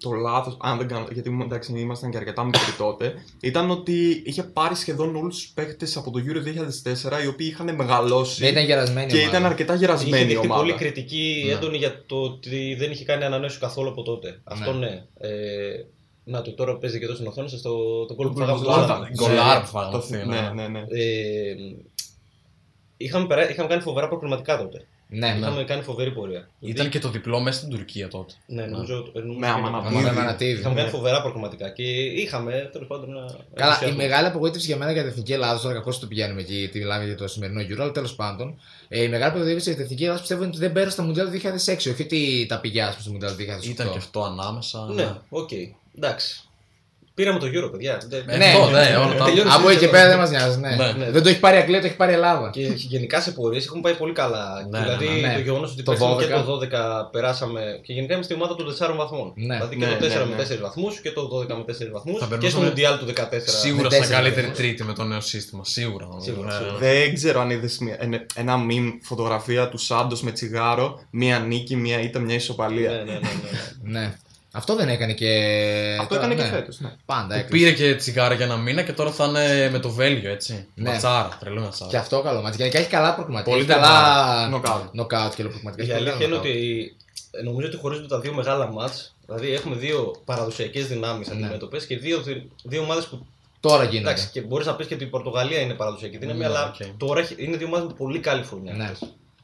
Speaker 5: το λάθος, αν δεν κάνω. Γιατί μου- εντάξει, ήμασταν και αρκετά μικροί τότε, ήταν ότι είχε πάρει σχεδόν όλους τους παίκτες από το Euro 2004 οι οποίοι είχαν μεγαλώσει
Speaker 2: Δεν Ναι, ήταν γερασμένη.
Speaker 5: και
Speaker 2: η ομάδα.
Speaker 5: ήταν αρκετά
Speaker 4: Είχε
Speaker 5: γερασμένοι η
Speaker 4: δεχτεί
Speaker 5: ομάδα.
Speaker 4: πολύ κριτική
Speaker 2: Ναι.
Speaker 4: έντονη για το ότι δεν είχε κάνει ανανέωση καθόλου από τότε. Αυτό ναι. Ε, να το τώρα παίζει και εδώ στην οθόνη σας το, το κόλπο που φάγαμε
Speaker 5: Γκολ-
Speaker 4: το
Speaker 5: Γκολ-
Speaker 3: Γκολάρ που
Speaker 5: Το-
Speaker 3: φάγαμε.
Speaker 5: Ναι, ναι, ναι.
Speaker 4: ε, είχαμε, περά- είχαμε κάνει φοβερά προκριματικά τότε.
Speaker 2: Ναι, ναι.
Speaker 4: Είχαμε κάνει φοβερή πορεία.
Speaker 3: Ήταν και το διπλό μέσα στην Τουρκία τότε.
Speaker 4: Ναι, νομίζω ότι. νομίζω
Speaker 5: Με
Speaker 4: ότι-
Speaker 5: αμανατίδη.
Speaker 2: Ομάδα με ένα τίδι.
Speaker 4: Είχαμε
Speaker 5: Ναι.
Speaker 4: κάνει φοβερά προκριματικά και είχαμε τέλος πάντων ένα.
Speaker 2: Καλά, η
Speaker 4: ενθουσιασμό.
Speaker 2: μεγάλη απογοήτευση για μένα για την εθνική Ελλάδα, τώρα κακώς το πηγαίνουμε εκεί, γιατί μιλάμε για το σημερινό Euro, αλλά τέλος πάντων. Ε, η μεγάλη απογοήτευση για την εθνική Ελλάδα πιστεύω είναι ότι δεν πέρασε στα Μουντιάλ του 2006, όχι ότι τα πηγιά στο Μουντιάλ του 2008.
Speaker 3: Ήταν και αυτό ανάμεσα.
Speaker 4: Ναι, οκ. Εντάξει. Πήραμε το γύρο, παιδιά. Δεν-
Speaker 3: Ε,
Speaker 2: Ναι.
Speaker 3: αυτό, ναι, όλα τα-
Speaker 4: Τελειώνει.
Speaker 2: Από εκεί και πέρα δεν μας νοιάζει, ναι.
Speaker 3: Ναι.
Speaker 4: Ναι.
Speaker 2: Δεν το έχει πάρει η Αγγλία, το έχει πάρει η Ελλάδα.
Speaker 4: Και γενικά σε πορείες έχουμε πάει πολύ καλά.
Speaker 3: Ναι,
Speaker 4: δηλαδή
Speaker 2: ναι, ναι.
Speaker 4: το γεγονός ότι
Speaker 2: Το
Speaker 4: παίξαμε
Speaker 2: 12.
Speaker 4: και το 12 περάσαμε. Και γενικά είμαστε η ομάδα των 4 βαθμών.
Speaker 2: Ναι.
Speaker 4: δηλαδή και
Speaker 5: Ναι,
Speaker 4: το 4
Speaker 5: ναι,
Speaker 4: με
Speaker 5: ναι.
Speaker 4: 4 βαθμούς και το 12 με 4
Speaker 3: Θα
Speaker 4: βαθμού. Και στο
Speaker 3: περνούσαμε
Speaker 4: Μουντιάλ του 14.
Speaker 3: Σίγουρα
Speaker 2: τέσσερα
Speaker 3: σαν καλύτερη
Speaker 2: βαθμούς.
Speaker 3: τρίτη με το νέο σύστημα. Σίγουρα.
Speaker 4: Σίγουρα,
Speaker 3: Ναι, ναι.
Speaker 4: σίγουρα.
Speaker 5: Δεν ξέρω αν είδες ένα μιμ φωτογραφία του Σάντος με τσιγάρο, μία νίκη, μία ήττα, μία
Speaker 4: Ναι,
Speaker 5: ισοπαλία.
Speaker 4: ναι, ναι. ναι.
Speaker 2: Ναι. Αυτό δεν έκανε και.
Speaker 5: Αυτό
Speaker 2: τώρα,
Speaker 5: έκανε και
Speaker 2: ναι.
Speaker 5: φέτος. Ναι.
Speaker 2: Πάντα
Speaker 3: Που
Speaker 2: έκανε.
Speaker 3: πήρε και τσιγάρα για ένα μήνα και τώρα θα είναι με το Βέλγιο, έτσι.
Speaker 2: Ναι.
Speaker 3: Ματσάρα, τρελό
Speaker 2: Και
Speaker 3: ματσάρα.
Speaker 2: αυτό καλό μάτς. Γενικά έχει καλά προκριματικά.
Speaker 3: Πολύ
Speaker 2: Έχει καλά
Speaker 5: Νοκάουτ.
Speaker 2: νοκάουτ και προκριματικά.
Speaker 4: Η αλήθεια είναι ότι νομίζω ότι χωρίζονται τα δύο μεγάλα μάτ. Δηλαδή έχουμε δύο παραδοσιακές δυνάμεις
Speaker 2: Ναι.
Speaker 4: αντιμέτωπες και δύο, δύο ομάδες που
Speaker 2: Τώρα γίνεται.
Speaker 4: Εντάξει, και μπορείς να πεις και ότι η Πορτογαλία είναι παραδοσιακή δύναμη,
Speaker 3: Ναι,
Speaker 4: αλλά
Speaker 3: οκ.
Speaker 4: τώρα έχει- είναι δύο ομάδες με πολύ καλή χρονιά.
Speaker 2: Ναι.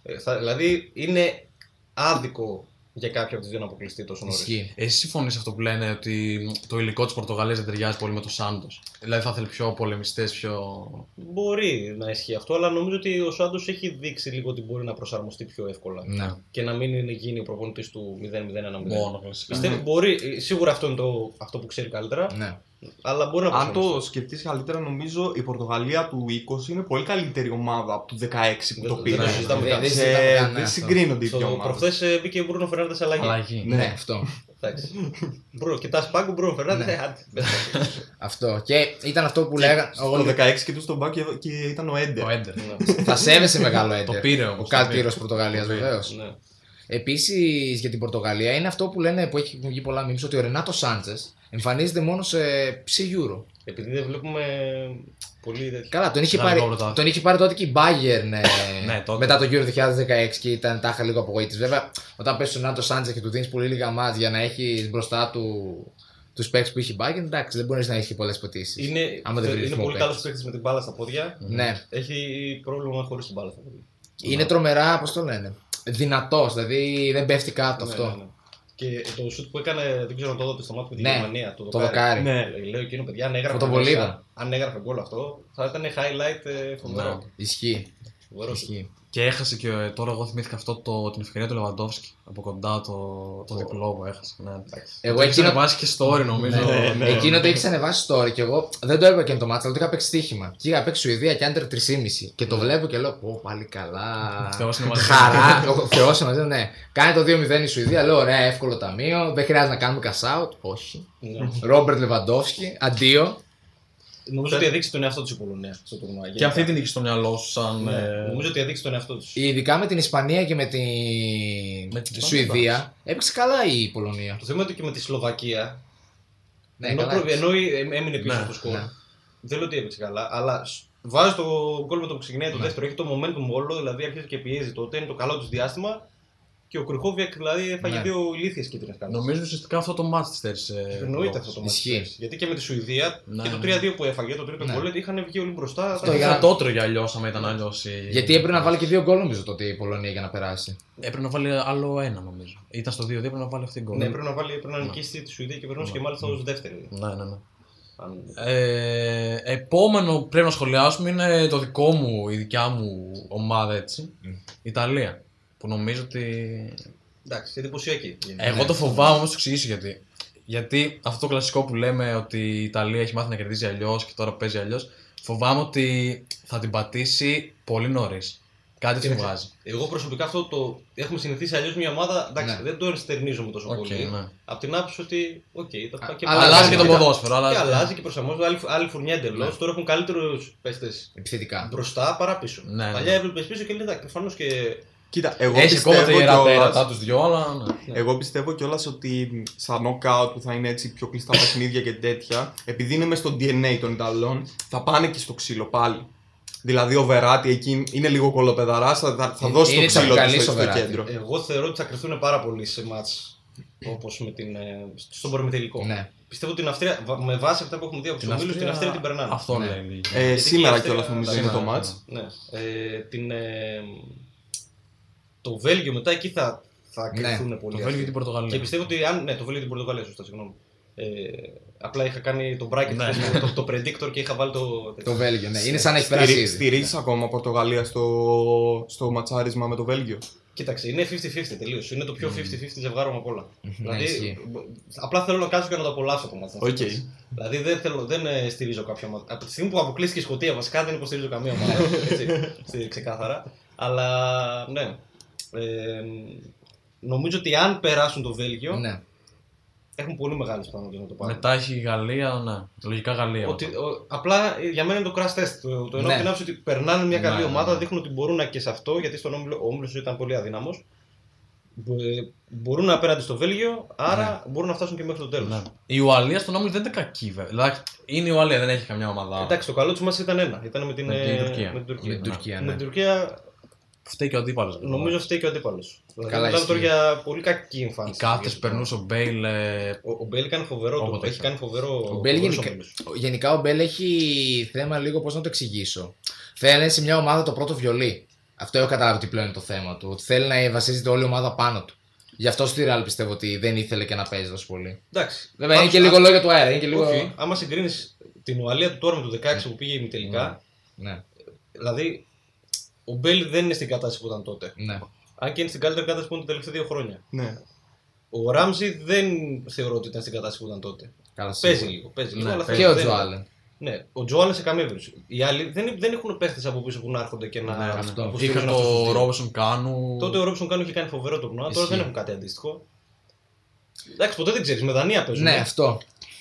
Speaker 4: Ε, θα- δηλαδή είναι άδικο για κάποια από τι δύο να αποκλειστεί τόσο νωρίς.
Speaker 2: Ισχύει.
Speaker 3: Εσύ συμφωνείς αυτό που λένε ότι το υλικό της Πορτογαλίας δεν ταιριάζει πολύ με το Σάντος. Δηλαδή θα θέλει πιο πολεμιστές, πιο.
Speaker 4: Μπορεί να ισχύει αυτό, αλλά νομίζω ότι ο Σάντος έχει δείξει λίγο ότι μπορεί να προσαρμοστεί πιο εύκολα
Speaker 2: Ναι.
Speaker 4: και να μην είναι- γίνει ο προπονητής του 0-0-1-0.
Speaker 3: Μόνο κλασικά.
Speaker 4: Ναι.
Speaker 3: Ναι.
Speaker 4: Πιστεύω μπορεί, ε, σίγουρα αυτό είναι το, αυτό που ξέρει καλύτερα,
Speaker 2: ναι.
Speaker 4: αλλά μπορεί να
Speaker 5: Αν
Speaker 4: προσαρμοστεί.
Speaker 5: το σκεφτείς καλύτερα, νομίζω η Πορτογαλία του 20 είναι πολύ καλύτερη ομάδα από του 16 που το
Speaker 4: Δεν-
Speaker 5: πήρε.
Speaker 4: δεν το συζητάμε
Speaker 2: Δεν-
Speaker 4: καν.
Speaker 2: δεν
Speaker 5: Σε-
Speaker 2: συζητάμε καν, ναι,
Speaker 5: Δεν
Speaker 2: αυτό.
Speaker 5: συγκρίνονται οι δύο
Speaker 4: Στο
Speaker 5: ομάδες.
Speaker 4: προχθές ε, μπήκε ο Μπρούνο Φερνάνδε αλλαγή.
Speaker 3: Αλλαγή.
Speaker 2: Ναι, αυτό.
Speaker 4: Εντάξει. Μπρο, κοιτάς πάγκο, Μπρούνο ε,
Speaker 2: Ναι.
Speaker 4: Φερνάνδε.
Speaker 2: αυτό. Και ήταν αυτό που λέγανε.
Speaker 5: Το 16 και του στον μπακ και- και ήταν ο Έντερ.
Speaker 4: ναι.
Speaker 3: Το Έντερ.
Speaker 2: Θα σέβεσαι μεγάλο
Speaker 3: Το
Speaker 2: έντερ.
Speaker 3: πήρε
Speaker 2: Ο
Speaker 3: όμω.
Speaker 2: κάλτηρο Πορτογαλίας,
Speaker 3: Το πήρε.
Speaker 2: βεβαίως.
Speaker 4: Ναι.
Speaker 2: Επίσης για την Πορτογαλία είναι αυτό που λένε που έχει βγει πολλά μήνυμα ότι ο Ρενάτο Σάντζε εμφανίζεται μόνο σε ψη Euro.
Speaker 4: Επειδή δεν βλέπουμε πολύ τέτοιο.
Speaker 2: Καλά, τον είχε,
Speaker 3: Γαλλικό
Speaker 2: πάρει,
Speaker 3: πρωτάθλημα.
Speaker 2: τον είχε πάρει τότε και η Bayern ε,
Speaker 3: Ναι, τότε.
Speaker 2: μετά το Euro 2016 και ήταν τάχα λίγο απογοήτευση. Βέβαια, όταν πέσει στον Ρενάτο Σάντζες και του δίνεις πολύ λίγα μάτ για να έχεις μπροστά του τους παίκτες που είχε η Bayern, εντάξει, δεν μπορείς να έχεις πολλέ πετήσει.
Speaker 4: Είναι,
Speaker 2: Άμα δεν βρει
Speaker 4: είναι
Speaker 2: ρυθμό
Speaker 4: πολύ
Speaker 2: παίκτης.
Speaker 4: καλός παίκτης με την μπάλα στα πόδια.
Speaker 2: Ναι.
Speaker 4: Έχει πρόβλημα χωρίς την μπάλα στα πόδια.
Speaker 2: Είναι τρομερά, πώς το λένε. Δυνατός, δηλαδή δεν πέφτει κάτω
Speaker 4: Ναι,
Speaker 2: αυτό.
Speaker 4: ναι, ναι. Και το σουτ που έκανε, δεν ξέρω αν το είδατε στο μάτι με τη
Speaker 2: Ναι,
Speaker 4: Γερμανία. Το,
Speaker 2: Το δοκάρι.
Speaker 4: δοκάρι.
Speaker 5: Ναι.
Speaker 4: Ε, Λέω εκείνο, παιδιά, αν έγραφε,
Speaker 2: Φωτοβολίδα.
Speaker 4: μέσα, αν έγραφε γκολ αυτό, θα ήταν highlight ε, φοβερό.
Speaker 3: Ναι.
Speaker 2: Ισχύει.
Speaker 4: Φοβερό.
Speaker 2: Ισχύει.
Speaker 3: Και έχασε και ε, τώρα εγώ θυμήθηκα αυτό το, την ευκαιρία του Λεβαντόφσκι από κοντά το, το διπλό που έχασε. Ναι.
Speaker 4: Εντάξει.
Speaker 2: Εγώ
Speaker 3: το έχεις
Speaker 2: εκείνο,
Speaker 3: ξαναβάσει και story νομίζω.
Speaker 5: Ναι, ναι.
Speaker 2: εκείνο το έχεις ανεβάσει τώρα και εγώ δεν το έβλεπα και το μάτσα, αλλά το είχα παίξει στοίχημα. Και είχα παίξει Σουηδία και άντερ 3,5. Και
Speaker 3: Ναι.
Speaker 2: το βλέπω και λέω: Πω, πάλι καλά.
Speaker 3: Θεός είναι μαζί.
Speaker 2: Χαρά. Ο Θεός μαζί, ναι. Κάνει το 2-0 η Σουηδία. Λέω: Ωραία, εύκολο ταμείο. Δεν χρειάζεται να κάνουμε cash out. Όχι.
Speaker 4: Ναι.
Speaker 2: Ρόμπερτ Λεβαντόφσκι, αντίο.
Speaker 4: Νομίζω ότι έδειξε τον εαυτό τους η Πολωνία στο τουρνουά.
Speaker 3: Και
Speaker 4: γενικά.
Speaker 3: αυτή την είχε στο μυαλό σου σαν.
Speaker 4: Ναι,
Speaker 3: ε,
Speaker 4: Νομίζω ότι έδειξε τον εαυτό τους.
Speaker 2: Ειδικά με την Ισπανία και με την,
Speaker 3: Με την
Speaker 2: Σουηδία. Έπαιξε καλά η Πολωνία.
Speaker 4: Το θέμα είναι ότι και με τη Σλοβακία.
Speaker 2: Ναι,
Speaker 4: ενώ,
Speaker 2: καλά
Speaker 4: προ-
Speaker 2: έπαιξε.
Speaker 4: ενώ ε- έμεινε πίσω
Speaker 3: Ναι,
Speaker 4: στο σκορ.
Speaker 2: ναι.
Speaker 4: Δεν λέω ότι έπαιξε καλά, αλλά σ- βάζεις το γκολ με το που ξεκινάει το
Speaker 2: Ναι.
Speaker 4: δεύτερο. Έχει το momentum όλο, δηλαδή αρχίζει και πιέζει τότε. Είναι το καλό του διάστημα. Και ο Κρυχόβιακ δηλαδή έφαγε
Speaker 2: Ναι.
Speaker 4: δύο ηλίθιες κίτρινες κάρτες.
Speaker 3: Νομίζω ουσιαστικά αυτό το μάτι τη θέρισε.
Speaker 4: Εννοείται αυτό το
Speaker 2: Ισχύει.
Speaker 4: μάτι. Γιατί και με τη Σουηδία
Speaker 3: Ναι,
Speaker 4: και το
Speaker 3: ναι.
Speaker 4: 3-2 που έφαγε, το τρίτο
Speaker 2: Ναι.
Speaker 4: γκολ, είχαν βγει όλοι μπροστά.
Speaker 2: Αυτό
Speaker 4: τα-
Speaker 2: για
Speaker 3: Θα το έτρωγε αλλιώς, άμα
Speaker 4: Ναι.
Speaker 3: ήταν αλλιώς. Η...
Speaker 2: Γιατί έπρεπε να βάλει και δύο γκολ νομίζω τότε η Πολωνία για να περάσει.
Speaker 3: Έπρεπε να βάλει άλλο ένα, νομίζω. Ήταν στο 2-2, έπρεπε να βάλει αυτή την
Speaker 4: Ναι,
Speaker 3: κόμμα.
Speaker 4: πρέπει να, βάλει, πρέπει να
Speaker 3: Ναι.
Speaker 4: νικήσει τη Σουηδία και περνούσε
Speaker 3: Ναι.
Speaker 4: και μάλιστα ως δεύτερη.
Speaker 3: Ναι, ναι, ναι.
Speaker 4: Αν-
Speaker 3: Ε, επόμενο που πρέπει να σχολιάσουμε είναι το δικό μου, η δικιά μου ομάδα έτσι. Ιταλία. Που νομίζω ότι
Speaker 4: Εντάξει, εντυπωσιακή.
Speaker 3: Ε, Εγώ το
Speaker 4: ναι.
Speaker 3: φοβάμαι όμως, το εξηγήσω γιατί. Γιατί αυτό το κλασικό που λέμε ότι η Ιταλία έχει μάθει να κερδίζει αλλιώς και τώρα παίζει αλλιώς, φοβάμαι ότι θα την πατήσει πολύ νωρίς. Κάτι τη
Speaker 4: Κοίταξε,
Speaker 3: βγάζει.
Speaker 4: Εγώ προσωπικά αυτό το έχουμε συνηθίσει αλλιώς μια ομάδα. Εντάξει,
Speaker 2: Ναι.
Speaker 4: δεν το ενστερνίζομαι τόσο
Speaker 3: Οκ,
Speaker 4: πολύ.
Speaker 3: ναι.
Speaker 4: Απ' την άποψη ότι. Οκ, τα πάει και
Speaker 2: Αλλά
Speaker 4: πάλι.
Speaker 3: Αλλάζει και το
Speaker 2: κοίτα,
Speaker 3: ποδόσφαιρο.
Speaker 4: Και
Speaker 3: Αλλάζει.
Speaker 4: αλλάζει και προσαρμόζεται. Άλλη, άλλη φουρνιά εντελώς.
Speaker 2: Ναι.
Speaker 4: Τώρα έχουν καλύτερους παίχτε
Speaker 2: Επιθετικά.
Speaker 4: μπροστά παρά πίσω.
Speaker 3: Ναι, ναι.
Speaker 4: Παλιά έβλεπε πίσω και λέει εντάξει, προφανώς και
Speaker 5: Κοίτα, εγώ
Speaker 3: Έχει ακόμα τα
Speaker 5: πιστεύω
Speaker 3: ιερά
Speaker 5: κιόλας-
Speaker 3: πέρατα τους δυο, αλλά. ναι.
Speaker 5: Εγώ πιστεύω κιόλας ότι στα knockout που θα είναι έτσι πιο κλειστά παιχνίδια και τέτοια, επειδή είναι μες στο DNA των Ιταλών, θα πάνε και στο ξύλο πάλι. Δηλαδή ο Βεράτη εκεί είναι λίγο κολοπεδαράς, θα, θα- θα
Speaker 2: Είναι-
Speaker 5: δώσει
Speaker 2: είναι
Speaker 5: το ξύλο του
Speaker 2: τσακαλής
Speaker 5: στο,
Speaker 2: ο
Speaker 5: στο
Speaker 2: Βεράτη.
Speaker 5: κέντρο.
Speaker 4: Εγώ θεωρώ ότι θα κρυφθούν πάρα πολύ σε μάτς όπως με την, ε, στον προμηθελικό.
Speaker 2: Ναι.
Speaker 4: Πιστεύω ότι την Αυστρία, βα- με βάση αυτά που έχουμε δει από τους
Speaker 3: Την
Speaker 4: ομίλους, την
Speaker 3: Αυστρία-
Speaker 4: Αυστρία την περνάνε.
Speaker 3: Αυτό
Speaker 2: Ναι.
Speaker 3: λέει.
Speaker 5: Ε,
Speaker 4: Γιατί
Speaker 5: σήμερα
Speaker 4: και η
Speaker 5: κιόλα
Speaker 4: Αυστρία-
Speaker 5: νομίζω είναι το
Speaker 3: σήμερα,
Speaker 5: match.
Speaker 3: ναι.
Speaker 4: Ναι. Ε, την, ε, το Βέλγιο μετά εκεί θα, θα
Speaker 2: Ναι,
Speaker 4: κρυφθούν
Speaker 3: Το
Speaker 4: πολύ.
Speaker 3: Βέλγιο
Speaker 4: αυτοί.
Speaker 3: και την Πορτογαλία.
Speaker 4: Και πιστεύω ότι αν. Ναι, το Βέλγιο και την Πορτογαλία, σωστά, συγγνώμη. Ε, απλά είχα κάνει το bracket,
Speaker 3: Ναι.
Speaker 4: το, το, το predictor και είχα βάλει το.
Speaker 2: Το Βέλγιο, ναι. Είναι σαν να έχει περάσει
Speaker 5: Στηρί,
Speaker 2: ήδη.
Speaker 5: στηρίζεις ακόμα Πορτογαλία στο, στο ματσάρισμα με το Βέλγιο.
Speaker 4: Κοίταξε, είναι 50-50 τελείως. Είναι το πιο 50-50 ζευγάρο από όλα. δηλαδή,
Speaker 2: ισχύει.
Speaker 4: μπο- απλά θέλω να κάτσω και να το απολαύσω το μάτι.
Speaker 5: Οκ.
Speaker 4: Δηλαδή, δεν, θέλω, δεν ε, στηρίζω κάποια ομάδα. Από τη στιγμή που αποκλείστηκε η Σκωτία, βασικά δεν υποστηρίζω καμία ομάδα. έτσι, στη- ξεκάθαρα. Αλλά ναι. Ε, νομίζω ότι αν περάσουν το Βέλγιο,
Speaker 2: Ναι.
Speaker 4: έχουν πολύ μεγάλες πιθανότητες να το πάρουν.
Speaker 3: Μετά έχει η Γαλλία, ναι. Λογικά Γαλλία.
Speaker 4: Ότι,
Speaker 3: μετά.
Speaker 4: ο- απλά ε, για μένα είναι το crash test. Το, το εννοώ
Speaker 2: Ναι.
Speaker 4: την άποψη ότι περνάνε μια καλή
Speaker 3: Ναι, ναι,
Speaker 4: ομάδα,
Speaker 3: ναι.
Speaker 4: δείχνουν ότι μπορούν να και σε αυτό, γιατί στον όμιλο, ο όμιλος ήταν πολύ αδύναμος. Μπορούν απέναντι στο Βέλγιο, άρα μπορούν να φτάσουν και μέχρι το τέλος.
Speaker 3: Ναι. Η Ουαλία στον όμιλο δεν ήταν κακή, βέβαια. Δηλαδή, Είναι η Ουαλία, δεν έχει καμιά ομάδα.
Speaker 4: Εντάξει, το καλό του μας ήταν ένα. Ήταν με την,
Speaker 3: Με την
Speaker 4: ε,
Speaker 3: Τουρκία.
Speaker 4: Με
Speaker 2: Με
Speaker 4: την Τουρκία.
Speaker 2: την Τουρκία,
Speaker 4: Με
Speaker 2: ναι.
Speaker 4: την Τουρκία
Speaker 3: Φταίει και ο αντίπαλος.
Speaker 4: νομίζω φταίει και ο αντίπαλος. Δηλαδή,
Speaker 2: Καλά,
Speaker 4: μιλάμε τώρα
Speaker 2: ισχύει.
Speaker 4: για πολύ κακή
Speaker 3: Οι
Speaker 4: εμφάνιση.
Speaker 3: κάθετε περνούσε ο Μπέιλ. ε,
Speaker 4: Ο, ο Μπέλ κάνει φοβερό.
Speaker 3: Όποτε
Speaker 4: Το, έχει
Speaker 3: έχει.
Speaker 4: κάνει φοβερό.
Speaker 2: Ο Μπέλ
Speaker 4: φοβερός
Speaker 2: γενικά-
Speaker 4: όμιλος.
Speaker 2: Γενικά ο Μπέλ έχει θέμα λίγο πώς να το εξηγήσω. Θέλει σε μια ομάδα το πρώτο βιολί. Αυτό έχω καταλάβει ότι πλέον είναι το θέμα του. Ότι θέλει να βασίζεται όλη η ομάδα πάνω του. Γι' αυτό στη Ρεάλ πιστεύω ότι δεν ήθελε και να παίζει τόσο πολύ.
Speaker 4: Εντάξει.
Speaker 2: Βέβαια είναι
Speaker 4: Πάντως,
Speaker 2: και λίγο λόγια του αέρα. Είναι και λίγο.
Speaker 4: Όχι, άμα συγκρίνεις την Ουαλία του τώρα με το 16 που πήγε ημιτελικά,
Speaker 2: Ναι,
Speaker 4: δηλαδή ο Μπέλ δεν είναι στην κατάσταση που ήταν τότε.
Speaker 2: ναι.
Speaker 4: Αν και είναι στην καλύτερη κατάσταση που είναι τα τελευταία δύο χρόνια.
Speaker 5: Ναι.
Speaker 4: Ο Ράμζι δεν θεωρώ ότι ήταν στην κατάσταση που ήταν τότε.
Speaker 2: Καλά,
Speaker 4: Παίζει
Speaker 2: σίγουρα.
Speaker 4: λίγο, παίζει λίγο.
Speaker 3: Ναι,
Speaker 4: αλλά
Speaker 3: παίζει.
Speaker 2: Και ο
Speaker 4: δεν-
Speaker 2: Τζο Άλεν.
Speaker 4: Ναι, ο Τζοάλεν σε καμία περίπτωση. Οι άλλοι δεν, δεν έχουν παίχτες από πίσω που να έρχονται και να.
Speaker 3: ναι,
Speaker 2: αυτό.
Speaker 3: ναι.
Speaker 4: αποστηρίζουν
Speaker 3: Είχα
Speaker 4: αυτό το
Speaker 3: το
Speaker 4: στυλ.
Speaker 3: Ρόμπερσον Κάνου.
Speaker 4: Τότε ο Ρόμπσον Κάνου είχε κάνει φοβερό τουρνουά, τώρα
Speaker 2: Ισχύει.
Speaker 4: δεν έχουν κάτι αντίστοιχο. Εντάξει, ποτέ δεν ξέρεις. Με Δανία παίζουν.
Speaker 2: Ναι, αυτό.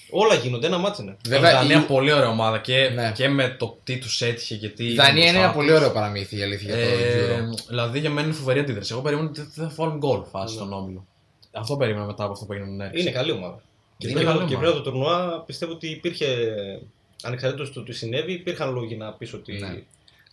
Speaker 4: Όλα γίνονται, ένα μάτσο είναι.
Speaker 3: Βέβαια, η Δανία
Speaker 2: η-
Speaker 3: πολύ ωραία ομάδα και,
Speaker 2: Ναι.
Speaker 3: και με το τι τους έτυχε. Γιατί
Speaker 2: η
Speaker 3: ήταν
Speaker 2: Δανία είναι ένα
Speaker 3: μπροστά
Speaker 2: πολύ
Speaker 3: τους.
Speaker 2: ωραίο παραμύθι η αλήθεια για το
Speaker 3: Ε,
Speaker 2: Euro.
Speaker 3: δηλαδή για μένα είναι φοβερή αντίδραση. Εγώ περίμενα ότι δεν θα βάλουν γκολ φάση
Speaker 4: Ναι.
Speaker 3: στον όμιλο. Αυτό περίμενα μετά από αυτό που έγινε. Ναι.
Speaker 4: Είναι καλή ομάδα. Και
Speaker 3: Είναι
Speaker 4: πριν,
Speaker 3: καλή
Speaker 4: και
Speaker 3: ομάδα.
Speaker 4: πριν από το τουρνουά πιστεύω ότι υπήρχε. Ανεξαρτήτως του τι συνέβη, υπήρχαν λόγοι να πει ότι.
Speaker 2: Ναι.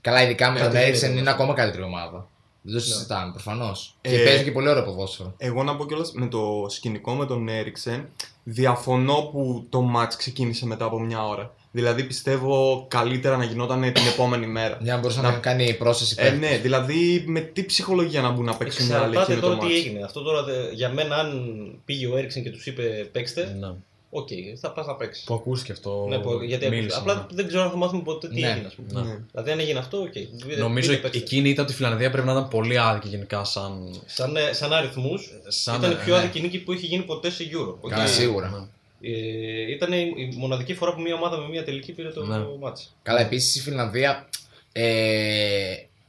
Speaker 2: Καλά, ειδικά με
Speaker 4: Κάτι
Speaker 2: τον
Speaker 4: γίνεται
Speaker 2: Έριξεν
Speaker 4: εδώ.
Speaker 2: είναι ακόμα καλύτερη ομάδα. Δεν το συζητάμε προφανώς. Και
Speaker 5: Ε,
Speaker 2: παίζει και πολύ ωραίο ποδόσφαιρο.
Speaker 5: Εγώ να πω κιόλας με το σκηνικό με τον Έριξεν, διαφωνώ που το μάτς ξεκίνησε μετά από μια ώρα. Δηλαδή πιστεύω καλύτερα να γινόταν την επόμενη μέρα.
Speaker 2: Μια μπορούσε
Speaker 5: να-
Speaker 2: να, κάνει πρόσθεση
Speaker 5: Ε,
Speaker 2: παίκτης.
Speaker 5: ναι, δηλαδή με τι ψυχολογία να μπουν να παίξουν οι άλλοι
Speaker 4: Εξαρτάται
Speaker 5: εκείνο το
Speaker 4: τώρα τι
Speaker 5: μάτς.
Speaker 4: έγινε. Αυτό τώρα δε- για μένα, αν πήγε ο Έριξεν και τους είπε παίξτε,
Speaker 3: Ναι.
Speaker 4: οκ, θα πας να παίξεις.
Speaker 3: Που ακούστηκε αυτό.
Speaker 4: Ναι, που- γιατί
Speaker 3: μίλησαν,
Speaker 4: απλά
Speaker 3: ναι.
Speaker 4: δεν ξέρω αν θα μάθουμε ποτέ τι
Speaker 2: Ναι.
Speaker 4: έγινε. Ας πούμε.
Speaker 3: Ναι.
Speaker 5: Ναι.
Speaker 4: Δηλαδή, αν έγινε αυτό, οκ. Μπείτε-
Speaker 3: Νομίζω
Speaker 4: μπείτε, παίξτε.
Speaker 3: εκείνη ήταν ότι η Φιλανδία πρέπει να ήταν πολύ άδικη γενικά σαν.
Speaker 4: Σαν, ε, σαν αριθμούς,
Speaker 3: σαν
Speaker 4: ήταν η πιο
Speaker 3: ναι.
Speaker 4: άδικη νίκη που είχε γίνει ποτέ σε Euro. Οκ.
Speaker 2: Καλά, σίγουρα.
Speaker 3: Ναι.
Speaker 4: Ε, ήταν η, η μοναδική φορά που μια ομάδα με μια τελική πήρε το
Speaker 3: Ναι.
Speaker 4: μάτς.
Speaker 2: Καλά, επίσης η Φιλανδία. Ε,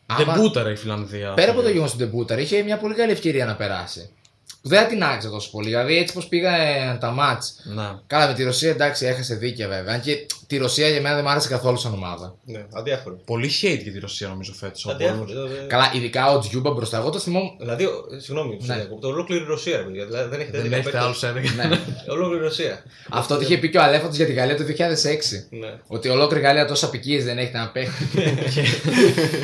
Speaker 2: άμα-
Speaker 3: Δεν μπούταρε η Φιλανδία. Ναι.
Speaker 2: πέρα από το γεγονός του Ντεμπούταρ, είχε μια πολύ καλή ευκαιρία να περάσει. Που δεν θα την άξιζε τόσο πολύ. Δηλαδή, έτσι πώ πήγαν τα μάτ.
Speaker 3: Ναι.
Speaker 2: Καλά, με τη Ρωσία εντάξει, έχασε δίκαια βέβαια. Αν και τη Ρωσία για μένα δεν μου άρεσε καθόλου σαν ομάδα.
Speaker 4: Ναι, αδιάφορο.
Speaker 3: Πολύ hate για τη Ρωσία νομίζω φέτος.
Speaker 4: Αδιάφορο. δηλαδή-
Speaker 2: Καλά, ειδικά ο Τζιούμπα μπροστά. Εγώ το θυμόμουν.
Speaker 4: Δηλαδή, ο- ε, συγγνώμη,
Speaker 2: Ναι.
Speaker 4: ναι. το ολόκληρη Ρωσία, ρε παιδιά. Δηλαδή,
Speaker 2: Ε,
Speaker 4: δεν έχετε
Speaker 3: Δεν
Speaker 4: δέκα
Speaker 3: έχετε
Speaker 4: παίκτες.
Speaker 3: άλλου 11.
Speaker 2: ναι.
Speaker 4: Ολόκληρη Ρωσία.
Speaker 2: Αυτό το είχε πει και ο Αλέφαντος για τη Γαλλία το 2006.
Speaker 4: Ναι.
Speaker 2: Ότι ολόκληρη Γαλλία τόσο απικίες δεν έχετε να παίχτη.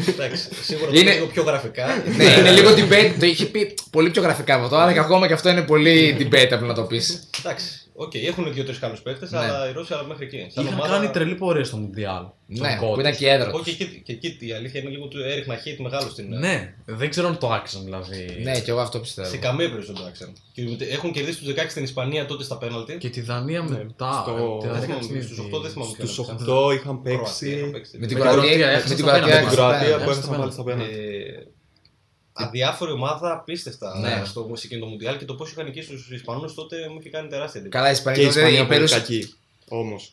Speaker 4: Εντάξει, σίγουρα
Speaker 2: Είναι-
Speaker 4: είναι λίγο πιο γραφικά.
Speaker 2: ναι, είναι λίγο debate. Το είχε πει πολύ πιο γραφικά από αυτό, αλλά και ακόμα και αυτό είναι πολύ debatable να το πεις.
Speaker 4: Εντάξει, οκ, έχουν δύο-τρει καλούς παίκτες,
Speaker 2: Ναι.
Speaker 4: αλλά η Ρώσια αλλά μέχρι εκεί. Σαν
Speaker 3: Είχαν
Speaker 4: ομάδα-
Speaker 3: κάνει τρελή πορεία στο Μουντιάλ. τον
Speaker 2: ναι,
Speaker 3: κότο.
Speaker 2: που ήταν και η έδρα.
Speaker 4: Εγώ
Speaker 2: τους.
Speaker 4: και εκεί, και εκεί η αλήθεια είναι λίγο του έριχνα χίτ μεγάλο στην.
Speaker 3: Ναι, δεν ξέρω αν το άξιζαν δηλαδή.
Speaker 2: Ναι, και εγώ αυτό πιστεύω.
Speaker 4: Σε καμία περίπτωση δεν το άξιζαν. Και μετά- Έχουν κερδίσει τους 16 στην Ισπανία τότε στα πέναλτι.
Speaker 3: Και τη Δανία μετά. ε,
Speaker 5: στο-
Speaker 3: τη Δανία
Speaker 4: Δεν θυμάμαι,
Speaker 3: ξυπνήθηκε.
Speaker 4: στους οκτώ δεν θυμάμαι
Speaker 5: Στους
Speaker 4: ποιον έπαιξαν.
Speaker 5: 8 είχαν
Speaker 4: Κροατία, είχαν
Speaker 5: παίξει
Speaker 4: παίξει.
Speaker 2: Με την
Speaker 3: Με την Κροατία
Speaker 2: Κροατία,
Speaker 3: έχασαν
Speaker 2: με την
Speaker 3: στα
Speaker 2: Κροατία
Speaker 5: την
Speaker 3: πέναλτι.
Speaker 2: έχασαν
Speaker 5: Κροατία
Speaker 2: τα
Speaker 5: που
Speaker 3: έχασαν
Speaker 5: έχασαν πάλι
Speaker 3: πέναλτι.
Speaker 5: στα πέναντι.
Speaker 4: Ε, Αδιάφορη ομάδα απίστευτα
Speaker 2: Ναι.
Speaker 4: στο εκείνο το Μουντιάλ και το πώς είχαν εκεί στου Ισπανούς τότε μου είχε κάνει τεράστια εντύπωση.
Speaker 2: Καλά, η
Speaker 5: Και η
Speaker 2: Ισπανία τότε
Speaker 5: Ισπανία πολύ
Speaker 2: υπέρουσε
Speaker 5: κακή όμως.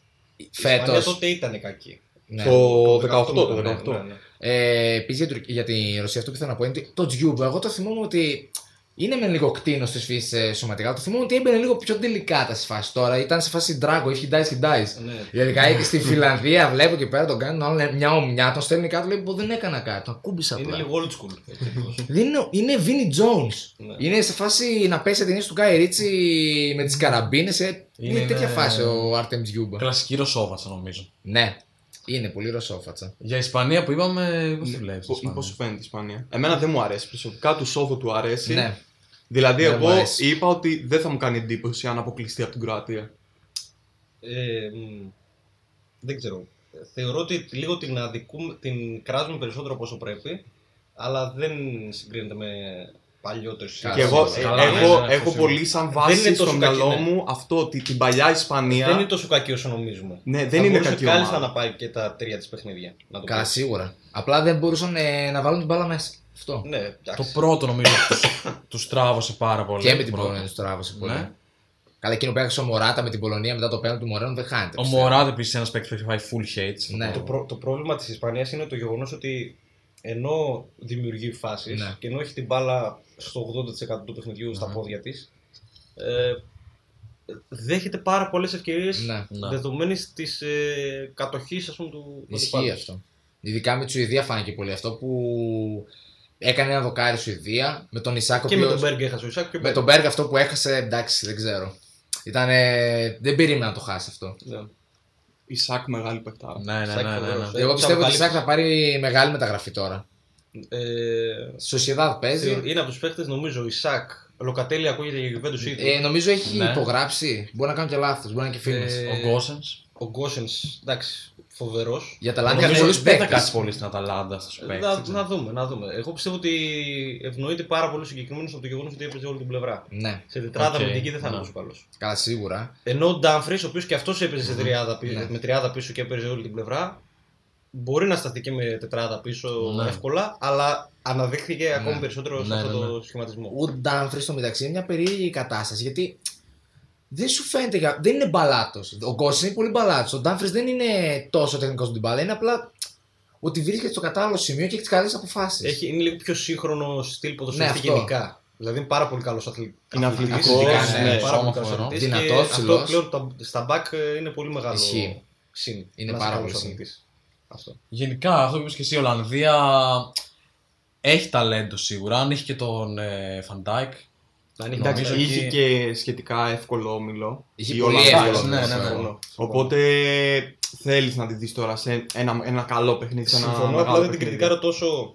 Speaker 4: Η
Speaker 2: φέτο.
Speaker 4: Ισπανία τότε ήταν κακή.
Speaker 2: Ναι.
Speaker 5: Το 18 το
Speaker 4: Ναι,
Speaker 5: 18.
Speaker 4: ναι, ναι.
Speaker 2: Ε, Επίσης για, την Τουρκ- για τη Ρωσία, αυτό που ήθελα να πω είναι ότι το Τζιούμπα. Εγώ το θυμόμουν ότι είναι με λίγο κτίνος στις φύσεις ε, σωματικά. Το θυμόμουν ότι έμπαινε λίγο πιο τελικά τα φάσει τώρα. Ήταν σε φάση ντράγκο, if he dies, he dies.
Speaker 4: Ναι.
Speaker 2: Γενικά ε, στη Φιλανδία βλέπω και πέρα τον κάνει τον άλλο μια ομιά, τον στέλνει κάτω, λέει πω δεν έκανα κάτι, τον ακούμπησα
Speaker 4: Είναι
Speaker 2: απλά.
Speaker 4: λίγο old school. έτσι, ακριβώς.
Speaker 2: Δεν είναι, είναι Vinnie Jones.
Speaker 4: Ναι.
Speaker 2: Είναι σε φάση να πέσει την του Γκάι Ρίτσι με
Speaker 4: Ναι.
Speaker 2: τις καραμπίνες. Είναι,
Speaker 3: Είναι-
Speaker 2: τέτοια φάση ο Artem Dziuba.
Speaker 3: Κλασική ρωσόβατσα νομίζω.
Speaker 2: Ναι, είναι πολύ ρωσόφατσα.
Speaker 3: Για Ισπανία που είπαμε, πώς τη βλέπεις.
Speaker 5: Πώς πώς σου φαίνεται η Ισπανία. Εμένα δεν μου αρέσει. Προσωπικά του Σόβο του αρέσει.
Speaker 2: Ναι.
Speaker 5: Δηλαδή,
Speaker 2: Δεν μου
Speaker 5: εγώ
Speaker 2: αρέσει.
Speaker 5: είπα ότι δεν θα μου κάνει εντύπωση αν αποκλειστεί από την Κροατία.
Speaker 4: Ε, μ, δεν ξέρω. Θεωρώ ότι λίγο την, αδικούμε, την κράζουμε περισσότερο από όσο πρέπει, αλλά δεν συγκρίνεται με παλιότερες
Speaker 2: Καλά,
Speaker 5: Και εγώ, ε,
Speaker 3: καλά,
Speaker 5: εγώ
Speaker 3: ναι, ναι,
Speaker 5: έχω
Speaker 3: σίγουρα.
Speaker 5: πολύ σαν
Speaker 4: Δεν είναι
Speaker 5: βάση στο
Speaker 4: τόσο κακή,
Speaker 5: μυαλό
Speaker 4: ναι.
Speaker 5: μου αυτό ότι την παλιά Ισπανία.
Speaker 4: Δεν είναι τόσο κακή όσο νομίζουμε.
Speaker 5: Ναι,
Speaker 4: Θα
Speaker 5: δεν είναι
Speaker 4: μπορούσε
Speaker 5: κακή
Speaker 4: κάλλιστα
Speaker 5: ομάδα.
Speaker 4: να πάει και τα τρία της παιχνίδια. Να το
Speaker 2: Καλά,
Speaker 4: πω.
Speaker 2: σίγουρα. Απλά δεν μπορούσαν ε, να βάλουν την μπάλα μέσα. Αυτό.
Speaker 4: Ναι, εντάξει.
Speaker 3: Το πρώτο νομίζω τους- τους τράβωσε πάρα πολύ.
Speaker 2: Και με την
Speaker 3: το πρώτο.
Speaker 2: Πολωνία τους τράβωσε πολύ.
Speaker 3: Ναι.
Speaker 2: Καλά, εκείνο που έχασε ο Μωράτα με την Πολωνία μετά το πέραν του Μωρένου δεν χάνεται.
Speaker 3: Ο
Speaker 2: πιστεύω.
Speaker 3: Μωράδ επίση ένας παίκτης που έχει φάει full hate.
Speaker 2: Ναι.
Speaker 4: Το, πρό- το πρόβλημα της Ισπανίας είναι το γεγονός ότι ενώ δημιουργεί φάσεις
Speaker 2: Ναι.
Speaker 4: και ενώ έχει την μπάλα στο 80% του παιχνιδιου στα
Speaker 2: Ναι.
Speaker 4: πόδια της, ε, δέχεται πάρα πολλές ευκαιρίες
Speaker 2: Ναι.
Speaker 3: Ναι.
Speaker 4: δεδομένης της ε, κατοχής του του
Speaker 2: Ισχύει
Speaker 4: αντιπάλου.
Speaker 2: αυτό. Ειδικά με τη Σουηδία φάνηκε πολύ αυτό που έκανε ένα δοκάρι η Σουηδία με τον Ισάκο
Speaker 4: Και με τον Μπέργκ έχασε ο Ισάκ και ο
Speaker 2: Με τον Μπέργκ αυτό που έχασε, εντάξει, δεν ξέρω. Ήτανε... Δεν περίμενα να το χάσει αυτό.
Speaker 4: Μπέργκ. Ναι.
Speaker 5: Η Σάκ μεγάλη παιχτάρα.
Speaker 3: Ναι, ναι,
Speaker 4: Σάκη
Speaker 3: ναι, ναι, ναι.
Speaker 4: φοβερός.
Speaker 2: Εγώ
Speaker 4: θα
Speaker 2: πιστεύω ότι η Σάκ
Speaker 4: βγάλει-
Speaker 2: θα πάρει μεγάλη μεταγραφή τώρα.
Speaker 4: Ε,
Speaker 2: Στη Σοσιαδάδ παίζει.
Speaker 4: είναι από τους παίχτες, νομίζω, ο Ισάκ. Λοκατέλη ακούγεται για κυβέρνηση ήδη.
Speaker 2: Ε, νομίζω έχει
Speaker 3: Ναι.
Speaker 2: υπογράψει. Μπορεί να κάνω και λάθος, μπορεί να είναι και φίλο.
Speaker 4: Ε,
Speaker 3: Ο Γκόσεν.
Speaker 4: Ο Γκόσεν, εντάξει, φοβερός.
Speaker 2: Για τα λάθη είναι πολλού
Speaker 3: δεν θα
Speaker 2: παίκτε.
Speaker 3: κάτσει πολύ στην Αταλάντα στους
Speaker 4: Ε, Να,
Speaker 3: παίκτες.
Speaker 4: να δούμε, να δούμε. Εγώ πιστεύω ότι ευνοείται πάρα πολύ συγκεκριμένος από το γεγονός ότι έπαιζε όλη την πλευρά.
Speaker 2: Ναι,
Speaker 4: Σε τετράδα
Speaker 3: Οκ,
Speaker 4: okay. αμυντική δεν θα είναι
Speaker 3: ναι.
Speaker 4: τόσο καλό.
Speaker 2: καλά, σίγουρα.
Speaker 4: Ενώ ο Ντάμφρις, ο οποίος και αυτός έπαιζε σε τριάδα, πι-
Speaker 2: Ναι.
Speaker 4: με τριάδα πίσω και έπαιζε όλη την πλευρά, μπορεί να σταθεί και με τετράδα πίσω
Speaker 3: Ναι.
Speaker 4: εύκολα, αλλά αναδείχθηκε ακόμη
Speaker 2: Ναι.
Speaker 4: περισσότερο σε
Speaker 3: Ναι,
Speaker 4: αυτό
Speaker 3: ναι,
Speaker 4: το σχηματισμό.
Speaker 2: Ο Ντάμφρις στο μεταξύ είναι μια περίεργη κατάσταση γιατί δεν σου φαίνεται. για- Δεν είναι μπαλάτος. Ο Γκόσιν είναι πολύ μπαλάτος. Ο Ντάμφρις δεν είναι τόσο τεχνικός με την μπάλα. Είναι απλά ότι βρίσκεται στο κατάλληλο σημείο και έχει τις καλέ αποφάσεις.
Speaker 4: Έχει, είναι λίγο πιο σύγχρονο στυλ
Speaker 2: Ναι,
Speaker 4: ποδοσφαιριστή
Speaker 2: αυτό.
Speaker 4: γενικά. Δηλαδή είναι πάρα πολύ καλός αθλητή.
Speaker 5: Είναι αθλητικός,
Speaker 2: ναι,
Speaker 4: πάρα
Speaker 3: σώμα
Speaker 4: πολύ καλός
Speaker 3: φοβερό.
Speaker 4: αθλητής και
Speaker 2: Δυνατός,
Speaker 4: Αυτό
Speaker 2: ψηλός.
Speaker 4: πλέον τα- στα back ε, είναι πολύ μεγάλο.
Speaker 2: Ισχύει.
Speaker 4: Συν,
Speaker 2: Είναι
Speaker 4: να είσαι
Speaker 2: πάρα
Speaker 4: καλός
Speaker 2: πολύ συν.
Speaker 4: αθλητής. Αυτό.
Speaker 3: Γενικά, αυτό που είπες και εσύ, η Ολλανδία έχει ταλέντο σίγουρα. Αν έχει και τον ε, Φαντάικ.
Speaker 2: Ναι,
Speaker 4: Αν έχει
Speaker 5: Εντάξει,
Speaker 3: Νομίζω
Speaker 5: είχε
Speaker 3: εκεί-
Speaker 5: και σχετικά εύκολο όμιλο.
Speaker 2: Είχε
Speaker 5: Η
Speaker 2: πολύ
Speaker 5: Ολλανδία.
Speaker 2: εύκολο
Speaker 5: Ναι,
Speaker 2: όμιλο,
Speaker 5: ναι, ναι.
Speaker 2: συμφωνώ.
Speaker 5: Οπότε θέλεις να τη δεις τώρα σε ένα, ένα καλό παιχνίδι. Σε ένα
Speaker 4: Συμφωνώ, απλά
Speaker 5: μεγάλο
Speaker 4: δεν την
Speaker 5: παιχνίδι.
Speaker 4: κριτικάρω τόσο.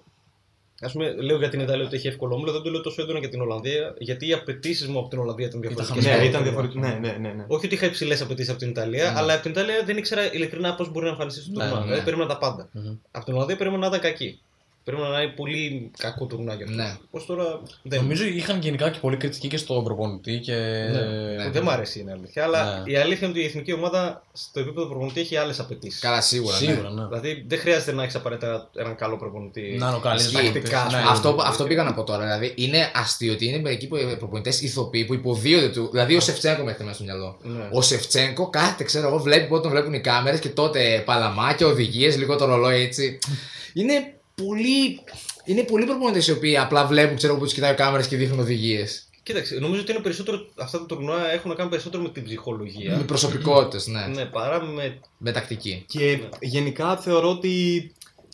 Speaker 4: Ας πούμε, λέω για την Ιταλία ότι έχει εύκολο όμιλο, δεν το λέω τόσο έντονα για την Ολλανδία, γιατί οι απαιτήσεις μου από την Ολλανδία ήταν διαφορετικές.
Speaker 5: Ναι, ήταν διαφορετικό. Ναι, ναι, ναι. ναι.
Speaker 4: Όχι ότι είχα υψηλές απαιτήσεις από την Ιταλία,
Speaker 2: Ναι.
Speaker 4: αλλά από την Ιταλία δεν ήξερα ειλικρινά πώς μπορεί να εμφανιστεί στο
Speaker 3: Ναι,
Speaker 4: τουρνουά.
Speaker 2: ναι.
Speaker 4: Δηλαδή περίμενα τα πάντα.
Speaker 3: Μμμ.
Speaker 4: Από την Ολλανδία περίμενα να ήταν κακή. Περίμενα να είναι πολύ κακό τουρνουά για αυτό.
Speaker 2: Ναι.
Speaker 4: Ω τώρα δεν.
Speaker 3: Νομίζω είχαν γενικά και πολύ κριτική και στον προπονητή. Και...
Speaker 4: Ναι,
Speaker 2: ναι.
Speaker 4: Δεν μου αρέσει είναι αλήθεια, αλλά
Speaker 3: Ναι.
Speaker 4: η αλήθεια είναι ότι η εθνική ομάδα στο επίπεδο προπονητή έχει άλλες απαιτήσεις.
Speaker 2: Καλά, σίγουρα. ναι.
Speaker 3: Σίγουρα, ναι.
Speaker 4: Δηλαδή δεν χρειάζεται να έχεις απαραίτητα έναν καλό προπονητή.
Speaker 3: Να είναι ο καλύτερος
Speaker 2: Ισχύει.
Speaker 3: παίκτης, ναι.
Speaker 2: Αυτό, αυτό πήγα να πω τώρα. Δηλαδή, είναι αστείο ότι είναι μερικοί προπονητές ηθοποιοί που υποδίονται του. Δηλαδή, ο Σεφτσέγκο με έχετε μέσα στο μυαλό.
Speaker 4: Ναι.
Speaker 2: Ο Σεφτσέγκο κάθεται, ξέρω εγώ, βλέπει πότε τον βλέπουν οι κάμερες και τότε παλαμάκια, οδηγίες, λίγο το ρολόι έτσι. Είναι πολύ. Είναι πολλοί προπονητές οι οποίοι απλά βλέπουν, ξέρω εγώ, που του κοιτάει ο κάμερες και δείχνουν οδηγίες.
Speaker 4: Κοίταξε, νομίζω ότι είναι περισσότερο, αυτά τα τουρνουά έχουν να κάνουν περισσότερο με την
Speaker 2: Με
Speaker 4: ψυχολογία.
Speaker 2: προσωπικότητες, ναι.
Speaker 4: ναι, παρά με.
Speaker 2: Με τακτική.
Speaker 5: Και γενικά θεωρώ ότι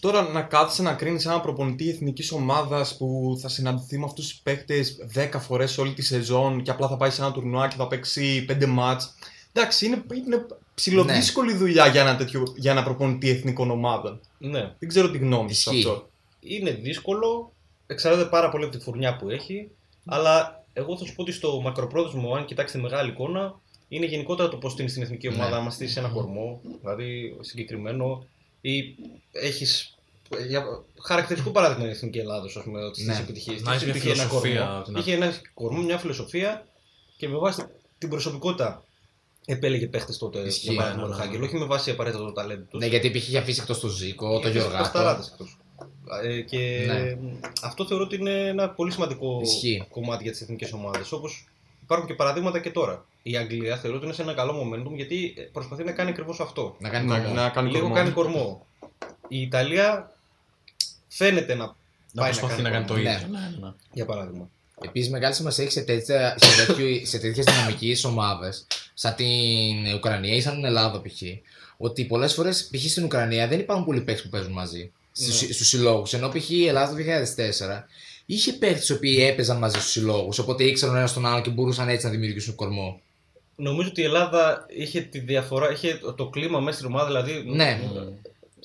Speaker 5: τώρα να κάθεσαι να κρίνεις έναν προπονητή εθνικής ομάδας που θα συναντηθεί με αυτούς τους παίχτε 10 φορές όλη τη σεζόν και απλά θα πάει σε ένα τουρνουά και θα παίξει 5 μάτ. Εντάξει, είναι, είναι
Speaker 2: Ναι.
Speaker 5: ψηλοδύσκολη δουλειά για ένα, τέτοιο, για ένα προπονητή εθνικών ομάδων.
Speaker 4: Ναι.
Speaker 5: Δεν ξέρω τι γνώμη σου σε
Speaker 2: Ισχύει.
Speaker 5: αυτό.
Speaker 4: Είναι δύσκολο, εξαρτάται πάρα πολύ από τη φουρνιά που έχει, αλλά εγώ θα σου πω ότι στο μακροπρόθεσμο, αν κοιτάξει τη μεγάλη εικόνα, είναι γενικότερα το πώς στείνει την εθνική
Speaker 2: Ναι.
Speaker 4: ομάδα. Αν στήσει ένα κορμό, δηλαδή συγκεκριμένο, ή έχεις. Χαρακτηριστικό παράδειγμα είναι η Εθνική Ελλάδα, ας πούμε, ότι στις
Speaker 2: Ναι.
Speaker 4: επιτυχίες
Speaker 3: Να έχει μια φιλοσοφία, να-
Speaker 4: Είχε ένα κορμό, μια φιλοσοφία και με βάση την προσωπικότητα επέλεγε παίχτες τότε
Speaker 2: Ισχύει,
Speaker 4: για παράδειγμα
Speaker 3: ναι, ναι,
Speaker 4: τον
Speaker 3: ναι.
Speaker 4: Χάγκελ, όχι με βάση απαραίτητα το ταλέντο τους.
Speaker 2: Ναι, γιατί π.χ. είχε αφήσει εκτός το Ζήκο, το Γιωργάτο.
Speaker 4: Πασταράδες εκτός. Ε, και
Speaker 2: Ναι.
Speaker 4: αυτό θεωρώ ότι είναι ένα πολύ σημαντικό
Speaker 2: Ισχύει.
Speaker 4: κομμάτι για τις εθνικές ομάδες. Όπως υπάρχουν και παραδείγματα και τώρα. Η Αγγλία θεωρώ ότι είναι σε ένα καλό momentum γιατί προσπαθεί να κάνει ακριβώς αυτό.
Speaker 2: Να κάνει
Speaker 5: Να,
Speaker 2: κορμό.
Speaker 5: να κάνει
Speaker 4: Λίγο
Speaker 5: κορμό.
Speaker 4: κάνει κορμό. Η Ιταλία φαίνεται να,
Speaker 3: Να
Speaker 4: πάει
Speaker 3: προσπαθεί να κάνει το
Speaker 4: κορμό,
Speaker 2: Ναι.
Speaker 3: ίδιο. Ναι, ναι, ναι.
Speaker 4: Για παράδειγμα.
Speaker 2: Επίσης, μεγάλη σημασία έχει σε, τέτοια, σε, τέτοιου- σε τέτοιες δυναμικές ομάδες, σαν την Ουκρανία ή σαν την Ελλάδα π.χ., ότι πολλές φορές π.χ. στην Ουκρανία δεν υπάρχουν πολλοί παίκτες που παίζουν μαζί
Speaker 3: Ναι.
Speaker 2: στους συλλόγους. Ενώ π.χ. η Ελλάδα το 2004 είχε παίκτες οι οποίοι έπαιζαν μαζί στους συλλόγους, οπότε ήξεραν ένας τον άλλο και μπορούσαν έτσι να δημιουργήσουν κορμό.
Speaker 4: Νομίζω ότι η Ελλάδα είχε τη διαφορά, είχε το- το κλίμα μέσα στην ομάδα. Δηλαδή,
Speaker 2: Ναι.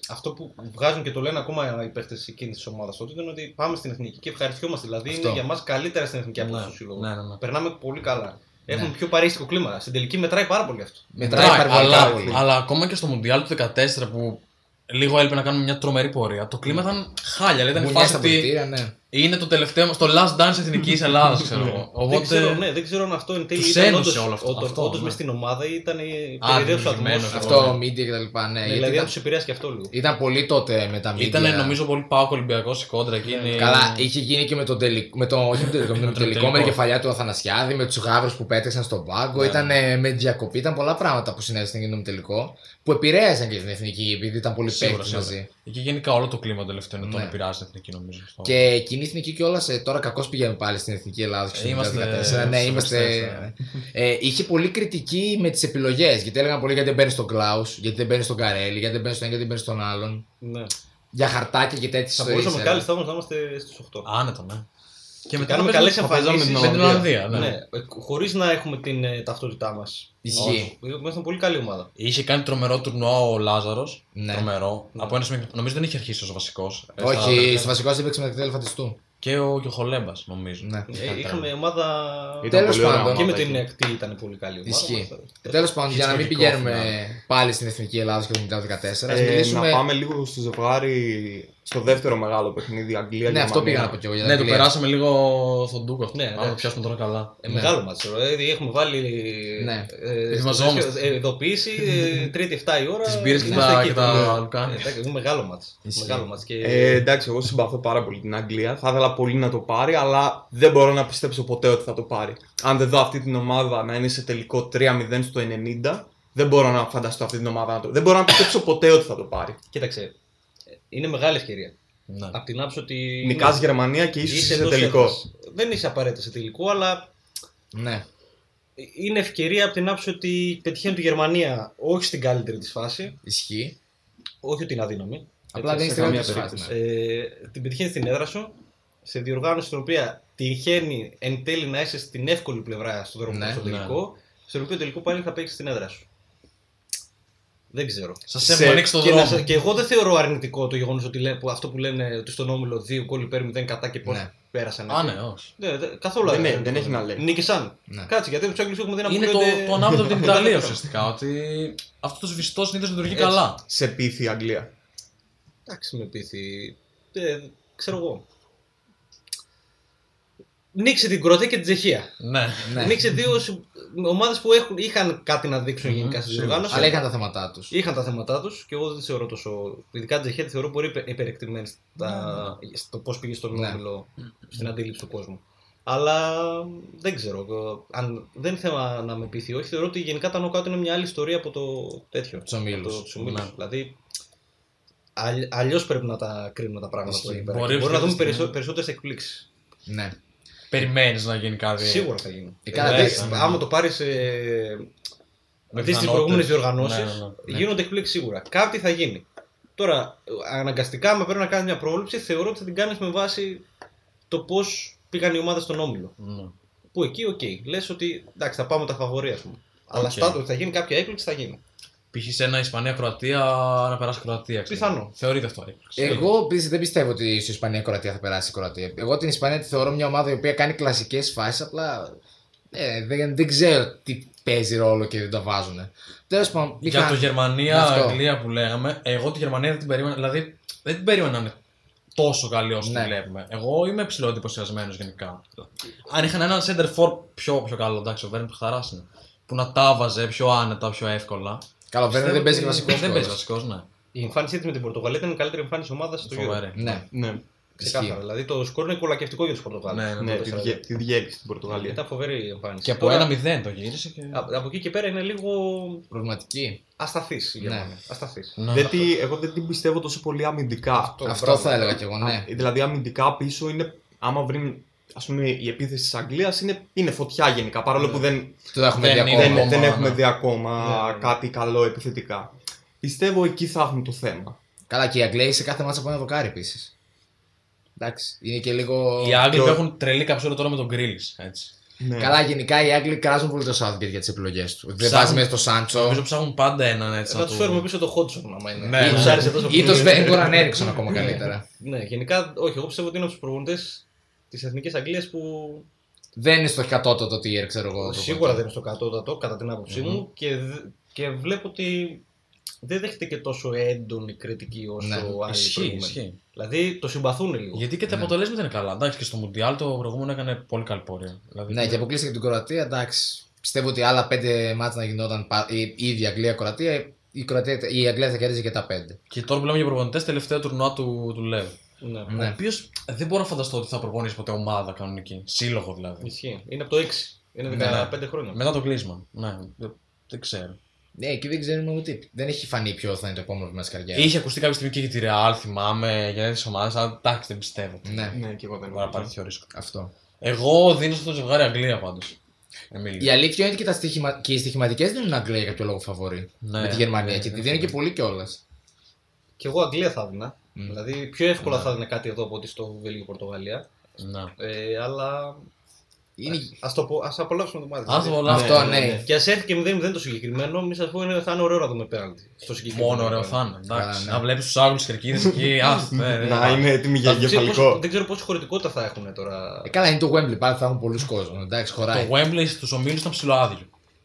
Speaker 4: αυτό που βγάζουν και το λένε ακόμα οι παίχτε εκείνης της ομάδας τότε ήταν ότι πάμε στην εθνική και ευχαριστιόμαστε. Δηλαδή,
Speaker 2: Αυτό.
Speaker 4: είναι για μας καλύτερα στην εθνική από
Speaker 3: Ναι,
Speaker 4: του συλλόγου.
Speaker 3: ναι, ναι, ναι.
Speaker 4: Περνάμε πολύ καλά. Έχουμε
Speaker 2: Ναι.
Speaker 4: πιο παρίστικο κλίμα. Στην τελική μετράει πάρα πολύ αυτό.
Speaker 2: Μετράει
Speaker 3: Ναι,
Speaker 2: υπερβολικά
Speaker 3: αλλά,
Speaker 2: πολύ.
Speaker 3: αλλά ακόμα και στο Μουντιάλ του 2014 που λίγο έλειπε να κάνουμε μια τρομερή πορεία, το κλίμα ήταν χάλια. Δηλαδή ήταν η
Speaker 2: Μπουνιά
Speaker 3: φάση
Speaker 2: στα
Speaker 3: ότι
Speaker 2: πολιτήρια, ναι.
Speaker 3: είναι το τελευταίο, στο last dance εθνικής Ελλάδας, ξέρω εγώ.
Speaker 4: Δεν ξέρω,
Speaker 3: Οπότε.
Speaker 4: ναι, δεν ξέρω αν αυτό εν τέλει
Speaker 3: τους
Speaker 4: ήταν
Speaker 3: ένωσε
Speaker 4: όντως-
Speaker 3: όλο αυτό.
Speaker 4: όταν-
Speaker 3: Αυτό,
Speaker 4: όντως
Speaker 3: ναι.
Speaker 4: μες στην ομάδα ήταν η
Speaker 3: Α,
Speaker 4: περιραίωση
Speaker 3: δημιουργημένο
Speaker 4: ατμόσφαιρα.
Speaker 3: αυτό.
Speaker 2: Αυτό, media κτλ. Ναι,
Speaker 4: Ναι,
Speaker 2: γιατί
Speaker 4: δηλαδή αν
Speaker 2: ήταν,
Speaker 4: τους επηρεάσει και αυτό λίγο.
Speaker 2: ήταν πολύ τότε με τα media.
Speaker 3: Ήταν νομίζω πολύ πάω Ολυμπιακό η κόντρα εκείνη.
Speaker 2: Καλά, είχε γίνει και με τον τελικό. Με το, όχι με τον τελικό, με τον
Speaker 3: τον
Speaker 2: τελικό, με
Speaker 3: τελικό.
Speaker 2: την κεφαλιά του Αθανασιάδη, με τους γάβρους που πέταξαν στον πάγκο.
Speaker 3: Ναι.
Speaker 2: Ήταν ε, με διακοπή, ήταν πολλά πράγματα που συνέβησαν εκείνο με τελικό. Που επηρέασαν και την εθνική, επειδή ήταν πολύ
Speaker 3: Σίγουρα,
Speaker 2: παίκτη
Speaker 3: σίγουρα.
Speaker 2: μαζί.
Speaker 3: Εκεί γενικά όλο το κλίμα τελευταίο είναι το
Speaker 2: Ναι.
Speaker 3: να πειράζει την εθνική νομίζω. Ε, αυτό.
Speaker 2: Και εκείνη η εθνική κιόλας, τώρα κακώς πηγαίνουμε πάλι στην εθνική Ελλάδα. και στο
Speaker 3: Ε, Είμαστε-
Speaker 2: 2014. Ναι,
Speaker 3: στο
Speaker 2: είμαστε.
Speaker 3: 24,
Speaker 2: ε, είχε πολύ κριτική με τις επιλογές. Γιατί έλεγαν πολύ γιατί δεν παίρνεις τον Κλάους, γιατί δεν παίρνεις τον Καρέλη, γιατί δεν παίρνεις τον ένα, γιατί δεν παίρνεις τον άλλον.
Speaker 4: Ναι.
Speaker 2: Για χαρτάκια και ε. τέτοιες
Speaker 4: Θα μπορούσαμε κάλλιστα όμως να είμαστε στου 8.
Speaker 3: Άνετα, ναι. Και μετά
Speaker 4: Κάνουμε
Speaker 3: παίζαμε-
Speaker 4: καλέ
Speaker 5: θα παίζαμε
Speaker 4: εμφανίσει.
Speaker 5: με
Speaker 3: την Ολλανδία, ναι.
Speaker 4: Χωρί Ε, να έχουμε την ε, ταυτότητά μας.
Speaker 2: Ισχύει.
Speaker 4: Ήμασταν πολύ καλή ομάδα.
Speaker 3: Είχε κάνει τρομερό τουρνουά ο Λάζαρος.
Speaker 2: Ναι.
Speaker 3: Τρομερό. Από ένα σημείο, νομίζω δεν είχε αρχίσει ως βασικός.
Speaker 2: Όχι, στο βασικό έπαιξε με την Ελφαντιστού.
Speaker 3: Και ο, και ο Χολέμπας, νομίζω.
Speaker 2: Ναι.
Speaker 4: Ε, Είχαμε ομάδα.
Speaker 5: Ήταν
Speaker 2: Τέλος
Speaker 5: πολύ ωραία
Speaker 2: πάντων.
Speaker 4: Και με
Speaker 5: ομάδα
Speaker 4: την
Speaker 5: εκεί.
Speaker 4: ΕΚΤ ήταν πολύ καλή ομάδα.
Speaker 2: Ισχύει.
Speaker 4: Μάλιστα.
Speaker 2: Τέλος πάντων, για να μην
Speaker 3: Ιστορικό
Speaker 2: πηγαίνουμε
Speaker 3: φινάλε.
Speaker 2: πάλι στην εθνική Ελλάδα και το 2014, ας
Speaker 5: Ε,
Speaker 2: μιλήσουμε.
Speaker 5: Να πάμε λίγο στο ζευγάρι, στο δεύτερο μεγάλο παιχνίδι, Αγγλία
Speaker 2: Ναι, αυτό πήγα να πω
Speaker 5: πω.
Speaker 2: κι εγώ. για την
Speaker 3: Ναι, το
Speaker 2: Αγγλίας.
Speaker 3: περάσαμε λίγο στον Ντούκο.
Speaker 4: Ναι,
Speaker 3: Αν
Speaker 4: ναι.
Speaker 3: το πιάσουμε τώρα καλά.
Speaker 4: Ε,
Speaker 2: Ναι.
Speaker 4: Μεγάλο μάτσο. Δηλαδή έχουμε βάλει.
Speaker 2: Ναι.
Speaker 4: Ε,
Speaker 3: Ετοιμαζόμαστε.
Speaker 4: στο- ε, Ειδοποίηση, ε, Τρίτη 7 η ώρα.
Speaker 3: Τις μπύρες και
Speaker 4: είμαστε
Speaker 3: τα-
Speaker 4: εκεί.
Speaker 3: και τα
Speaker 4: Ναι.
Speaker 3: λουκάνια.
Speaker 4: Ε, εντάξει, είναι Μεγάλο μάτσο.
Speaker 2: Ισχύει.
Speaker 4: Μεγάλο μάτσο. Και...
Speaker 5: Ε, εντάξει, εγώ συμπαθώ πάρα πολύ την Αγγλία. Θα ήθελα πολύ να το πάρει, αλλά δεν μπορώ να πιστέψω ποτέ ότι θα το πάρει. Αν δεν δω αυτή την ομάδα να είναι σε τελικό 3-0 στο 90, δεν μπορώ να φανταστώ αυτή την ομάδα να το. Δεν μπορώ να πιστέψω ποτέ ότι θα το πάρει.
Speaker 4: Κοίταξε. ε, Είναι μεγάλη ευκαιρία.
Speaker 3: Ναι.
Speaker 4: Απ' την άποψη ότι.
Speaker 5: Νικά
Speaker 4: ναι,
Speaker 5: Γερμανία και ίσω σε
Speaker 4: εντός
Speaker 5: τελικό.
Speaker 4: έδρας. Δεν είσαι απαραίτητα σε τελικό, αλλά
Speaker 2: Ναι.
Speaker 4: είναι ευκαιρία από την άποψη ότι πετυχαίνει τη Γερμανία όχι στην καλύτερη της φάση.
Speaker 2: Ισχύει.
Speaker 4: Όχι ότι είναι αδύναμη.
Speaker 2: Απλά
Speaker 4: Έτσι,
Speaker 2: δεν είστε
Speaker 4: σε καμία
Speaker 2: καμία
Speaker 4: περίπτωση.
Speaker 2: φάση.
Speaker 4: Ε, την πετυχαίνει στην έδρα σου, σε διοργάνωση στην οποία τυχαίνει εν τέλει να είσαι στην εύκολη πλευρά στο δρόμο
Speaker 2: Ναι,
Speaker 4: στο
Speaker 3: ναι.
Speaker 4: τελικό, στο οποίο τελικό πάλι θα παίξεις στην έδρα σου. Δεν ξέρω.
Speaker 3: Σας έχουμε ανοίξει τον
Speaker 4: Και, να
Speaker 3: δρόμο.
Speaker 4: σας- και εγώ δεν θεωρώ αρνητικό το γεγονός ότι λέ- που αυτό που λένε ότι στον όμιλο 2 γκολ υπέρ 0 κατά και πώς
Speaker 2: Ναι.
Speaker 4: πέρασαν.
Speaker 3: Α, ναι, όχι.
Speaker 4: Ναι, δε- καθόλου
Speaker 5: Δεν-
Speaker 4: αρνητικό.
Speaker 5: ναι, δεν έχει να λέει.
Speaker 4: Νίκησαν.
Speaker 2: Ναι.
Speaker 4: Κάτσε, γιατί τους Άγγλους έχουμε δει να
Speaker 3: Είναι το,
Speaker 4: αποκλείονται-
Speaker 3: το ανάποδο από την Ιταλία ουσιαστικά. Ότι αυτός το σβηστός συνήθως λειτουργεί
Speaker 4: Έτσι.
Speaker 3: καλά.
Speaker 5: Σε πείθει η Αγγλία.
Speaker 4: Εντάξει, με πείθει. Ε, ξέρω εγώ. Νίξε την Κροατία και την Τσεχία.
Speaker 3: Ναι.
Speaker 2: Ναι.
Speaker 4: Νίξε δύο ομάδες που έχουν, είχαν κάτι να δείξουν
Speaker 3: Μμμ,
Speaker 4: γενικά στη
Speaker 3: σίγουρα.
Speaker 4: διοργάνωση.
Speaker 2: Αλλά είχαν τα θέματά τους.
Speaker 4: Είχαν τα θέματα τους και εγώ δεν τη θεωρώ τόσο. Ειδικά την Τσεχία τη θεωρώ πολύ υπε- υπερεκτιμένη στα... στο πώς πήγε στον
Speaker 2: Ναι.
Speaker 4: όμιλο, στην αντίληψη του κόσμου. Αλλά δεν ξέρω. ε, Αν δεν είναι θέμα να με πείθει ή όχι, θεωρώ ότι γενικά τα νοκάουτ είναι μια άλλη ιστορία από το τέτοιο.
Speaker 2: Τους ομίλους.
Speaker 4: από το- τους ομίλους.
Speaker 3: Ναι.
Speaker 4: Δηλαδή αλλιώς πρέπει να τα κρίνουμε τα πράγματα
Speaker 2: Ισχύει.
Speaker 4: τώρα. εκεί πέρα.
Speaker 3: Μπορεί
Speaker 4: Και Μπορούμε να δούμε
Speaker 3: οποιαδήποτε στιγμή.
Speaker 4: περισσότερες εκπλήξεις.
Speaker 2: Ναι.
Speaker 3: Περιμένεις να γίνει κάτι.
Speaker 4: Σίγουρα θα γίνει.
Speaker 2: Ε, καλά,
Speaker 4: Δηλαδή,
Speaker 2: εντάξει, ναι.
Speaker 4: άμα το πάρεις ε,
Speaker 3: Με
Speaker 4: Δεις τις
Speaker 3: πιθανότητες.
Speaker 4: προηγούμενες διοργανώσεις,
Speaker 3: Ναι, ναι,
Speaker 2: ναι.
Speaker 4: γίνονται εκπλήξεις σίγουρα. Κάτι θα γίνει. Τώρα, αναγκαστικά, άμα πρέπει να κάνει μια πρόβλεψη, θεωρώ ότι θα την κάνεις με βάση το πώς πήγαν οι ομάδες στον όμιλο.
Speaker 3: ναι. Ναι.
Speaker 4: Που εκεί, οκ, okay, λες ότι εντάξει, θα πάμε τα φαβορή, ας πούμε. Αλλά
Speaker 3: Οκ.
Speaker 4: στα το ότι θα γίνει κάποια έκπληξη, θα γίνει.
Speaker 3: Π.χ. σε ένα Ισπανία-Κροατία να περάσει η Κροατία. ξέρω.
Speaker 4: Πιθανό.
Speaker 3: Θεωρείται αυτό έκπληξη.
Speaker 2: Εγώ πι- δεν πιστεύω ότι στο Ισπανία η Κροατία θα περάσει η Κροατία. Εγώ την Ισπανία τη θεωρώ μια ομάδα η οποία κάνει κλασικές φάσεις, απλά ε, δεν, δεν ξέρω τι παίζει ρόλο και δεν τα βάζουν. Τέλος πάντων,
Speaker 3: Για
Speaker 2: είχαν-
Speaker 3: το
Speaker 2: Αυτό.
Speaker 3: Γερμανία-Αγγλία που λέγαμε, εγώ τη Γερμανία δεν την περίμενα. Δηλαδή δεν την περίμενα να είναι τόσο καλή όσο
Speaker 2: Ναι.
Speaker 3: τη βλέπουμε. Εγώ είμαι ψηλό εντυπωσιασμένος γενικά. Αν είχαν έναν center for πιο, πιο καλό, εντάξει, ο Βέρνερ που χαράς είναι. Που να τα βάζε πιο άνετα, πιο εύκολα.
Speaker 2: Καλά, βέβαια δεν
Speaker 3: Πιστεύω
Speaker 2: παίζει και
Speaker 3: ότι-
Speaker 2: βασικός.
Speaker 3: Δεν παίζει
Speaker 2: σκόρερ.
Speaker 3: βασικός, ναι.
Speaker 4: Η εμφάνισή τη με την Πορτογαλία ήταν η καλύτερη εμφάνιση ομάδας στο Euro.
Speaker 3: Φοβερή.
Speaker 2: Ναι,
Speaker 5: Ναι,
Speaker 4: Ξεκάθαρα.
Speaker 2: Ισχύει.
Speaker 4: Δηλαδή το σκορ είναι κολακευτικό για τους Πορτογάλους.
Speaker 3: Ναι, ναι,
Speaker 5: ναι, τη, διέ, τη διέλυσε την Πορτογαλία.
Speaker 4: Ήταν φοβερή η εμφάνιση.
Speaker 3: Και από
Speaker 4: Τώρα,
Speaker 3: ένα μηδέν το γύρισε και.
Speaker 4: α- Από εκεί και πέρα είναι λίγο
Speaker 2: προβληματική.
Speaker 4: ασταθής η
Speaker 2: Ναι.
Speaker 4: Γερμανία. Ασταθής.
Speaker 3: Ναι.
Speaker 5: Δεν τη- εγώ δεν την πιστεύω τόσο πολύ αμυντικά.
Speaker 4: Το
Speaker 2: Αυτό
Speaker 4: μπράβο.
Speaker 2: θα έλεγα κι εγώ, ναι.
Speaker 5: Δηλαδή αμυντικά πίσω είναι, άμα βρει ας πούμε, η επίθεση της Αγγλίας είναι, είναι φωτιά γενικά, παρόλο που δεν,
Speaker 2: Το έχουμε
Speaker 3: Δεν
Speaker 2: δει
Speaker 3: είναι,
Speaker 5: δεν,
Speaker 2: ακόμα.
Speaker 5: δεν
Speaker 3: ναι.
Speaker 5: έχουμε δει ακόμα
Speaker 4: Ναι, ναι.
Speaker 5: κάτι καλό επιθετικά. Πιστεύω εκεί θα έχουν το θέμα.
Speaker 2: Καλά, και οι Αγγλέοι σε κάθε μάτσα από ένα δοκάρι επίσης. Εντάξει, είναι και λίγο.
Speaker 3: Οι Άγγλοι που
Speaker 5: το-
Speaker 3: έχουν τρελή καψούρα τώρα με τον Γκρίλ. Έτσι.
Speaker 5: Ναι.
Speaker 2: Καλά, γενικά οι Άγγλοι κράζουν πολύ το Southgate για τις επιλογές του. Δεν βάζει μέσα το
Speaker 3: Νομίζω
Speaker 2: Σάντσο.
Speaker 3: ψάχνουν πάντα έναν έτσι.
Speaker 4: Ε, Θα του φέρουμε πίσω το Χόντσον άμα είναι.
Speaker 3: Ναι,
Speaker 4: Τους
Speaker 3: ναι.
Speaker 4: άρεσε τόσο
Speaker 2: Ή
Speaker 4: πολύ.
Speaker 2: το Sven Goran Eriksson ακόμα καλύτερα.
Speaker 4: Ναι, γενικά, όχι, εγώ πιστεύω ότι είναι από τους προπονητές τη Εθνική Αγγλία που
Speaker 2: Δεν είναι στο κατώτατο tier, ξέρω εγώ. το
Speaker 4: Σίγουρα
Speaker 2: πρώτο.
Speaker 4: δεν είναι στο κατώτατο, κατά την άποψή μου. Και, δε- και βλέπω ότι δεν δέχεται και τόσο έντονη κριτική όσο
Speaker 2: Ναι,
Speaker 4: άλλοι
Speaker 3: Ισχύει,
Speaker 4: προηγούμενοι.
Speaker 3: ισχύει.
Speaker 4: Δηλαδή το συμπαθούν λίγο.
Speaker 3: Γιατί και τα
Speaker 2: Ναι.
Speaker 3: αποτελέσματα είναι καλά. Εντάξει, και στο Μουντιάλ το προηγούμενο έκανε πολύ καλή πορεία. Δηλαδή,
Speaker 2: Ναι, και αποκλείστηκε την Κροατία, εντάξει. Πιστεύω ότι άλλα πέντε μάτς να γινόταν πα- η η ίδια Αγγλία-Κροατία, η, Κροατία, η Αγγλία θα κέρδιζε και τα πέντε.
Speaker 3: και τώρα που λέμε για προπονητές, τελευταίο τουρνουά του, του Λεύ.
Speaker 4: Ναι.
Speaker 3: Ο
Speaker 2: Ναι.
Speaker 3: οποίος δεν μπορώ να φανταστώ ότι θα προπονήσει ποτέ ομάδα κανονική. Σύλλογο δηλαδή.
Speaker 4: Ισχύει. Είναι από το 6.
Speaker 3: Ναι,
Speaker 4: Είναι
Speaker 3: ναι.
Speaker 4: 15 χρόνια.
Speaker 3: Μετά το κλείσμα. Ναι, δεν, δεν ξέρω.
Speaker 2: Ναι, και δεν ξέρουμε ούτε. Δεν έχει φανεί ποιο θα είναι το επόμενο βήμα της καριέρας.
Speaker 3: Είχε ακουστεί κάποια στιγμή και για τη Ρεάλ, θυμάμαι, για τις ομάδες, αλλά εντάξει, δεν πιστεύω.
Speaker 2: Ναι,
Speaker 5: Ναι, και εγώ δεν
Speaker 3: Δεν μπορεί να
Speaker 5: νομίζω.
Speaker 3: πάρει τέτοιο ρίσκο.
Speaker 2: αυτό.
Speaker 3: Εγώ δίνω στο ζευγάρι Αγγλία Ε, πάντω.
Speaker 2: Η αλήθεια είναι και, τα στοιχημα... και οι στοιχηματικές δεν είναι Αγγλία για κάποιο λόγο φαβορή.
Speaker 3: Ναι,
Speaker 2: με τη Γερμανία
Speaker 3: ναι,
Speaker 2: και τη
Speaker 3: ναι,
Speaker 2: δίνει
Speaker 3: ναι.
Speaker 2: και πολύ κιόλας.
Speaker 4: Και εγώ Αγγλία θα έδινα.
Speaker 2: Μμ.
Speaker 4: Δηλαδή πιο εύκολα
Speaker 2: Ναι.
Speaker 4: θα έδινα κάτι εδώ από ότι στο Βέλγιο-Πορτογαλία.
Speaker 3: Να.
Speaker 4: Ε, αλλά
Speaker 3: Ναι.
Speaker 2: Είναι...
Speaker 4: ας, το πω, ας απολαύσουμε το μάτι.
Speaker 3: Ας το απολαύσουμε.
Speaker 2: αυτό,
Speaker 5: ναι,
Speaker 2: ναι.
Speaker 5: ναι.
Speaker 4: Και ας έρθει και 0-0 το συγκεκριμένο, μη σας πω είναι, θα είναι ωραίο να δούμε πέναλτι. Στο συγκεκριμένο.
Speaker 3: Μόνο ωραίο
Speaker 4: πέναλτι.
Speaker 3: θα είναι.
Speaker 2: Καλά,
Speaker 3: Εντάξει.
Speaker 2: ναι.
Speaker 3: Να βλέπεις τους Άγγλου κερκίδες εκεί. Άστε. ναι,
Speaker 5: Να
Speaker 3: ναι.
Speaker 5: είναι έτοιμοι για
Speaker 4: Δεν ξέρω πόσο-
Speaker 5: εγκεφαλικό.
Speaker 4: Δεν ξέρω πόση χωρητικότητα θα έχουν τώρα.
Speaker 2: Ε, καλά, είναι το Wembley πάλι, θα έχουν πολλούς κόσμος. Εντάξει, χωράει.
Speaker 3: Το Wembley στους ομίλους ήταν ψηλό άδειο.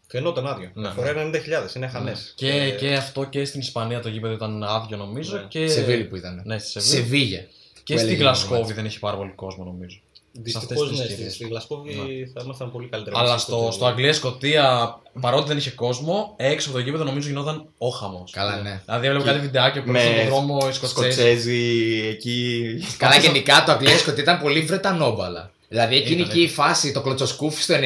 Speaker 4: Φαινόταν άδειο.
Speaker 3: Ναι.
Speaker 4: Φοράει 90.000, είναι Ε, χανέ.
Speaker 2: Ε,
Speaker 3: Και, και αυτό και στην Ισπανία το γήπεδο ήταν άδειο νομίζω.
Speaker 4: Ναι.
Speaker 3: Και...
Speaker 2: Σεβίλη που ήταν.
Speaker 3: Ναι, στη Σεβίλη.
Speaker 2: Σεβίγια.
Speaker 3: Και
Speaker 2: που
Speaker 3: στην
Speaker 2: έλεγε
Speaker 3: Γλασκόβη
Speaker 2: νομίζω.
Speaker 3: δεν είχε πάρα πολύ κόσμο νομίζω.
Speaker 4: Δυστυχώ
Speaker 3: αυτές τις
Speaker 4: ναι,
Speaker 3: ευκαιρίες. Ναι.
Speaker 4: στη- στη Γλασκόβη θα ήμασταν πολύ καλύτερα.
Speaker 3: Αλλά
Speaker 4: Στη
Speaker 3: στο,
Speaker 4: Σκοτία.
Speaker 3: στο Αγγλία-Σκοτία, παρότι δεν είχε κόσμο, έξω από το γήπεδο νομίζω γινόταν ο χαμός.
Speaker 2: Καλά, ναι.
Speaker 3: Δηλαδή έβλεπα
Speaker 5: Και-
Speaker 3: κάτι βιντεάκι που
Speaker 5: με
Speaker 3: στον δρόμο οι Σκοτσέζοι.
Speaker 5: Σκοτσέζοι εκεί.
Speaker 2: Καλά, γενικά το Αγγλία Σκοτία ήταν πολύ βρετανόμπαλα. Δηλαδή εκείνη
Speaker 3: Ήταν,
Speaker 2: εκεί η φάση, το κλωτσοσκούφι στο 90.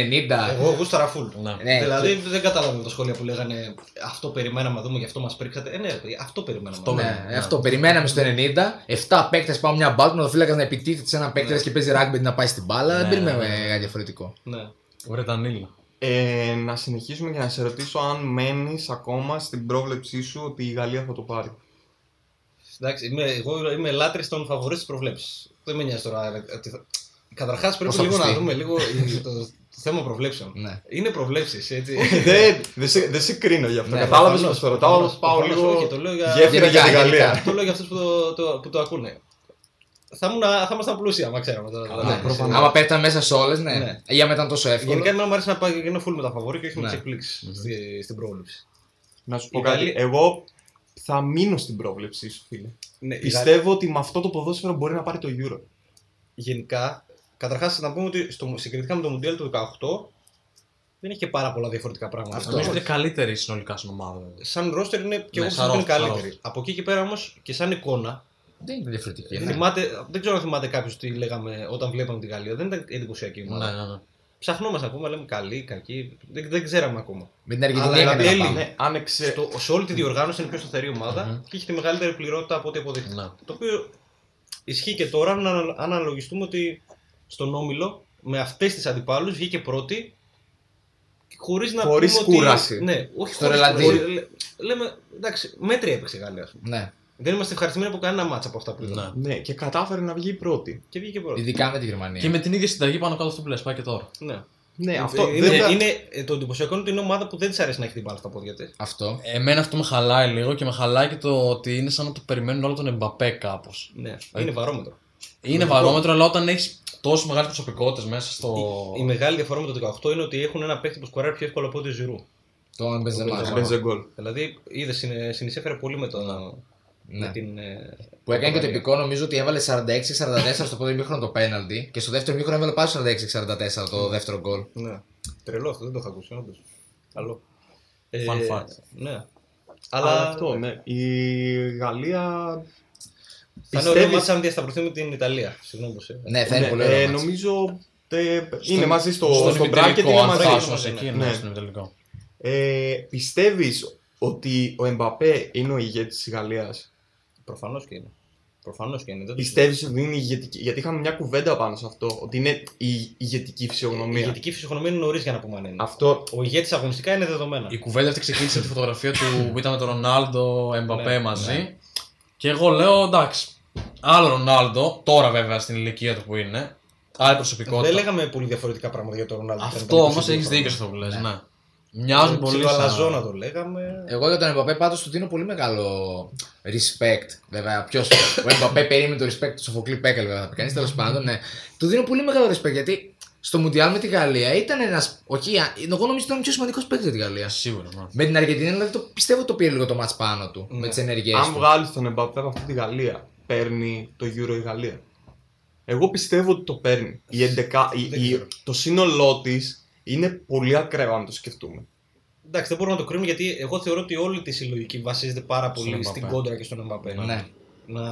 Speaker 4: Εγώ γούσταρα φουλ.
Speaker 3: Ναι.
Speaker 2: Ναι,
Speaker 4: δηλαδή δεν καταλάβαμε τα σχόλια που λέγανε Αυτό περιμέναμε να δούμε, γι' αυτό μας πρίξατε. Ε, ναι, ρε παιδιά, αυτό περιμέναμε.
Speaker 3: Αυτό
Speaker 4: να δούμε.
Speaker 2: Ναι,
Speaker 3: Ναι.
Speaker 2: αυτό. Περιμέναμε στο 90. 7 παίκτες πάω μια μπάλα. Ο φύλακας να επιτίθεται σε έναν παίκτη
Speaker 4: Ναι.
Speaker 2: και παίζει rugby να πάει στην μπάλα.
Speaker 3: Ναι,
Speaker 2: Δεν περιμέναμε
Speaker 3: ναι, ναι.
Speaker 2: κάτι διαφορετικό.
Speaker 4: Ναι.
Speaker 3: Βρετανίλα.
Speaker 5: Ε, να συνεχίσουμε και να σε ρωτήσω αν μένεις ακόμα στην πρόβλεψή σου ότι η Γαλλία θα το πάρει.
Speaker 4: Εντάξει, είμαι, εγώ είμαι λάτρης των φαβορή της προβλέψης. Δεν με νοιάζει τώρα. ε, τι θα- Καταρχάς πρέπει
Speaker 2: θα
Speaker 4: λίγο να
Speaker 2: ακουστεί.
Speaker 4: δούμε λίγο ε, το, το θέμα προβλέψεων.
Speaker 2: Ναι.
Speaker 4: Είναι προβλέψεις, έτσι. Ε,
Speaker 5: Δεν δε σε, δε σε κρίνω γι' αυτό.
Speaker 2: Ναι,
Speaker 5: Κατάλαβες
Speaker 4: Προφανώς,
Speaker 5: πώς το ρωτάω, αλλά
Speaker 4: προφανώς,
Speaker 5: σου πάω
Speaker 4: προφανώς, όχι,
Speaker 5: λίγο.
Speaker 4: το λέω για-
Speaker 5: Γέφυρα για την
Speaker 2: γενικά,
Speaker 5: Γαλλία.
Speaker 2: γενικά.
Speaker 4: Το λέω για αυτούς που, το- το- που το ακούνε. Θα, ήμουν, θα ήμασταν πλούσια, άμα ξέραμε τώρα.
Speaker 5: Καλά,
Speaker 4: Δηλαδή,
Speaker 2: Ναι.
Speaker 5: προφανώς.
Speaker 2: Άμα πέφτανε μέσα σε όλες, ναι.
Speaker 4: Ναι.
Speaker 2: Για μετά ήταν τόσο εύκολο.
Speaker 4: Γενικά, εμένα μου αρέσει να πάει- γίνω full με τα φαβόρη και όχι με
Speaker 2: Ναι.
Speaker 4: τι εκπλήξει στη, στην πρόβλεψη.
Speaker 5: Να σου πω
Speaker 4: Η
Speaker 5: κάτι.
Speaker 4: Γαλλία-
Speaker 5: Εγώ θα μείνω στην πρόβλεψή σου, φίλε.
Speaker 4: Ναι,
Speaker 5: Πιστεύω ότι με αυτό το ποδόσφαιρο μπορεί να πάρει το Euro.
Speaker 4: Γενικά, καταρχάς να πούμε ότι στο, συγκριτικά με το Μουντιάλ του 18 δεν είχε και πάρα πολλά διαφορετικά πράγματα.
Speaker 2: Αυτό.
Speaker 3: Νομίζω ότι είναι καλύτερη συνολικά στην ομάδα. δηλαδή.
Speaker 4: Σαν ρόστερ είναι και
Speaker 3: Ναι,
Speaker 4: εγώ
Speaker 3: σαν
Speaker 4: πιστεύω ότι είναι
Speaker 3: roster, σαν
Speaker 4: καλύτερη. Από εκεί και πέρα όμως και σαν εικόνα.
Speaker 2: Δεν είναι διαφορετική. ναι.
Speaker 4: Θυμάται, δεν ξέρω αν θυμάται κάποιος τι λέγαμε όταν βλέπαμε τη Γαλλία. Δεν ήταν εντυπωσιακή η ομάδα.
Speaker 3: Ναι, ναι, ναι.
Speaker 4: Ψαχνόμαστε ακόμα, λέμε καλή, κακή. Δεν, δεν ξέραμε ακόμα.
Speaker 2: Με την
Speaker 4: Αλλά
Speaker 2: Αργεντινή έκανε
Speaker 4: Ραμπέλη.
Speaker 2: να πάμε.
Speaker 5: Ναι, αν εξε...
Speaker 4: Στο, σε όλη τη διοργάνωση είναι πιο σταθερή ομάδα
Speaker 3: Μμμ.
Speaker 4: και έχει τη μεγαλύτερη πληρότητα από ό,τι αποδείχθηκε.
Speaker 3: Ναι.
Speaker 4: Το οποίο ισχύει και τώρα αν, ανα- αν αναλογιστούμε ότι στον Όμιλο με αυτές τις αντιπάλους βγήκε πρώτη. Χωρίς να
Speaker 5: Χωρίς
Speaker 4: πούμε
Speaker 5: κούραση.
Speaker 4: Ότι, ναι, όχι
Speaker 2: Στο
Speaker 4: χωρίς
Speaker 2: ρελαντί.
Speaker 4: κούραση. Λέ- Λέμε, εντάξει, μέτρια έπαιξε η Γαλλία. ας πούμε.
Speaker 2: Ναι.
Speaker 4: Δεν είμαστε ευχαριστημένοι από κανένα μάτσα από αυτά που είδαμε.
Speaker 3: Ναι.
Speaker 5: ναι, και κατάφερε να βγει πρώτη.
Speaker 4: Και βγήκε πρώτη.
Speaker 2: Ειδικά με τη Γερμανία.
Speaker 3: Και με την ίδια συνταγή πάνω κάτω αυτό που λε, πάει και τώρα.
Speaker 4: Ναι.
Speaker 5: Ναι,
Speaker 4: Ε,
Speaker 5: αυτό
Speaker 4: είναι,
Speaker 5: δεν θα-
Speaker 4: είναι- ε, το εντυπωσιακό είναι ότι είναι ομάδα που δεν της αρέσει να έχει την μπάλα στα πόδια της.
Speaker 2: Αυτό.
Speaker 3: Εμένα αυτό με χαλάει λίγο και με χαλάει και το ότι είναι σαν να το περιμένουν όλο τον Εμπαπέ κάπως.
Speaker 4: Ναι, είναι βαρόμετρο.
Speaker 3: Είναι βαρόμετρο, αλλά όταν έχεις τόσο μεγάλες προσωπικότητες μέσα στο.
Speaker 4: Η, η μεγάλη διαφορά με το 18 είναι ότι έχουν ένα παίχτη που σκοράρει πιο εύκολα από ό,τι ο Ζηρού.
Speaker 2: Το Μπενζεμά.
Speaker 5: Ο Μπενζεγκόλ.
Speaker 4: Δηλαδή, είδες, συνεισέφερε πολύ με, το, με
Speaker 2: Ναι.
Speaker 4: την. ε,
Speaker 2: Που έκανε και το
Speaker 4: Πορτογαλία.
Speaker 2: επικό, νομίζω ότι έβαλε 46-44 στο πρώτο μήχρονο το πέναλτι και στο δεύτερο μήχρονο έβαλε πάλι 46-44 το δεύτερο γκολ.
Speaker 4: Ναι. Τρελό αυτό, δεν το είχα ακούσει, όντως. Καλό.
Speaker 3: Fun fact.
Speaker 4: Ε, Ναι.
Speaker 5: Αλλά
Speaker 4: Αλλά
Speaker 5: αυτό, ναι. Η Γαλλία.
Speaker 4: θα είναι ωραίο
Speaker 5: Πιστεύεις-
Speaker 4: μάτς αν διασταυρωθεί με την Ιταλία. Συγγνώμη που σε.
Speaker 2: Ναι, θα είναι
Speaker 5: Ναι,
Speaker 2: πολύ
Speaker 5: ε,
Speaker 2: ωραίο. μάτς.
Speaker 5: νομίζω ε, είναι μαζί στο,
Speaker 3: στον
Speaker 5: στο
Speaker 3: ημιτελικό,
Speaker 5: bracket, είναι
Speaker 3: αν
Speaker 5: μαζί.
Speaker 3: φτάσουν σε εκεί,
Speaker 5: Ναι.
Speaker 3: ναι, στον ημιτελικό.
Speaker 5: Ε, Πιστεύεις ότι ο Εμπαπέ είναι ο ηγέτης της Γαλλίας.
Speaker 4: Προφανώς και είναι. Προφανώς και είναι. δεν το συζητάω.
Speaker 5: Πιστεύεις ότι είναι ηγετική. Γιατί είχαμε μια κουβέντα πάνω σε αυτό. Ότι είναι η ηγετική
Speaker 4: Η
Speaker 5: φυσιογνωμία.
Speaker 4: ηγετική φυσιογνωμία είναι νωρίς για να πούμε αν είναι.
Speaker 5: Αυτό.
Speaker 4: Ο ηγέτης αγωνιστικά είναι δεδομένα.
Speaker 3: Η κουβέντα αυτή ξεκίνησε με τη φωτογραφία του που ήταν με τον Ρονάλντο, Εμπαπέ
Speaker 4: Ναι,
Speaker 3: μαζί.
Speaker 4: ναι.
Speaker 3: Και εγώ λέω εντάξει. Άλλο Ρονάλντο, τώρα βέβαια στην ηλικία του που είναι. Άλλη προσωπικότητα.
Speaker 4: Δεν λέγαμε πολύ διαφορετικά πράγματα για τον Ρονάλντο.
Speaker 3: Αυτό όμως έχεις δίκιο σε αυτό που λες. Ναι. Μοιάζουν πολύ.
Speaker 4: Το
Speaker 3: σαν-
Speaker 4: αλαζόνα το λέγαμε.
Speaker 2: Εγώ για τον Εμπαπέ πάντως του δίνω πολύ μεγάλο respect. Βέβαια, ποιος. ο Εμπαπέ περίμενε το respect του Σοφοκλή Πέκαλ, βέβαια, θα πει κανείς. Τέλος πάντων, ναι. Του δίνω πολύ μεγάλο respect γιατί στο Μουντιάλ με τη Γαλλία ήταν ένας. Όχι, α- εγώ νομίζω ότι ήταν ο πιο σημαντικός παίκτης για τη Γαλλία.
Speaker 3: Σίγουρα. ναι.
Speaker 2: Με την Αργεντινή, δηλαδή, το, πιστεύω ότι το πήρε λίγο το μάτς πάνω του
Speaker 4: Ναι.
Speaker 2: με τις ενεργέ
Speaker 5: Αν
Speaker 2: του.
Speaker 5: βγάλεις τον Εμπαπέ από αυτή τη Γαλλία, παίρνει το Euro η Γαλλία. Εγώ πιστεύω ότι το παίρνει. Η 11, η-
Speaker 4: Δεν
Speaker 5: η-
Speaker 4: ξέρω.
Speaker 5: το σύνολό της είναι πολύ ακραίο αν το σκεφτούμε.
Speaker 4: Εντάξει, δεν μπορούμε να το κρίνουμε γιατί εγώ θεωρώ ότι όλη τη συλλογική βασίζεται πάρα
Speaker 3: Στον
Speaker 4: πολύ
Speaker 3: Εμπαπέ.
Speaker 4: στην κόντρα και στον Εμπαπέ.
Speaker 2: Ναι.
Speaker 4: Να,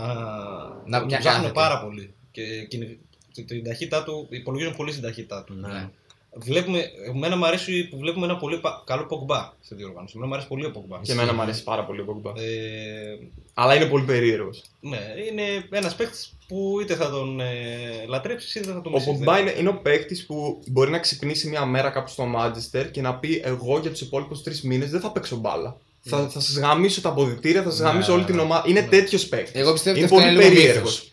Speaker 2: Να-
Speaker 4: τον
Speaker 2: μια
Speaker 4: ψάχνουν
Speaker 2: κάθετη.
Speaker 4: πάρα πολύ. Και, κινη- την- την ταχύτητά του, υπολογίζουν πολύ στην ταχύτητά του.
Speaker 3: Ναι.
Speaker 4: Βλέπουμε, εμένα μου αρέσει που βλέπουμε ένα πολύ πα- καλό Πογμπά στη διοργάνωση. Εμένα μου αρέσει πολύ ο Πογμπά.
Speaker 5: Και εμένα μου αρέσει πάρα πολύ ο Πογμπά.
Speaker 4: Ε,
Speaker 5: Αλλά είναι πολύ περίεργος.
Speaker 4: ναι, είναι ένας παίκτης που είτε θα τον ε, λατρέψεις είτε θα τον
Speaker 5: Ο
Speaker 4: μισείς.
Speaker 5: Πογμπά
Speaker 4: Δεν-
Speaker 5: είναι, είναι ο παίκτης που μπορεί να ξυπνήσει μια μέρα κάπου στο Μάντζεστερ και να πει: Εγώ για τους υπόλοιπους τρεις μήνες δεν θα παίξω μπάλα. Θα, θα σας γαμίσω τα αποδητήρια, θα σας
Speaker 2: Ναι,
Speaker 5: γαμίσω όλη
Speaker 2: ναι,
Speaker 5: την
Speaker 2: ναι.
Speaker 5: ομάδα. Είναι
Speaker 2: Ναι.
Speaker 5: τέτοιος παίκτης.
Speaker 2: Εγώ πιστεύω ότι
Speaker 5: Είναι
Speaker 2: αυτό είναι
Speaker 5: πολύ
Speaker 2: λίγο
Speaker 5: περίεργος.
Speaker 2: μύθος.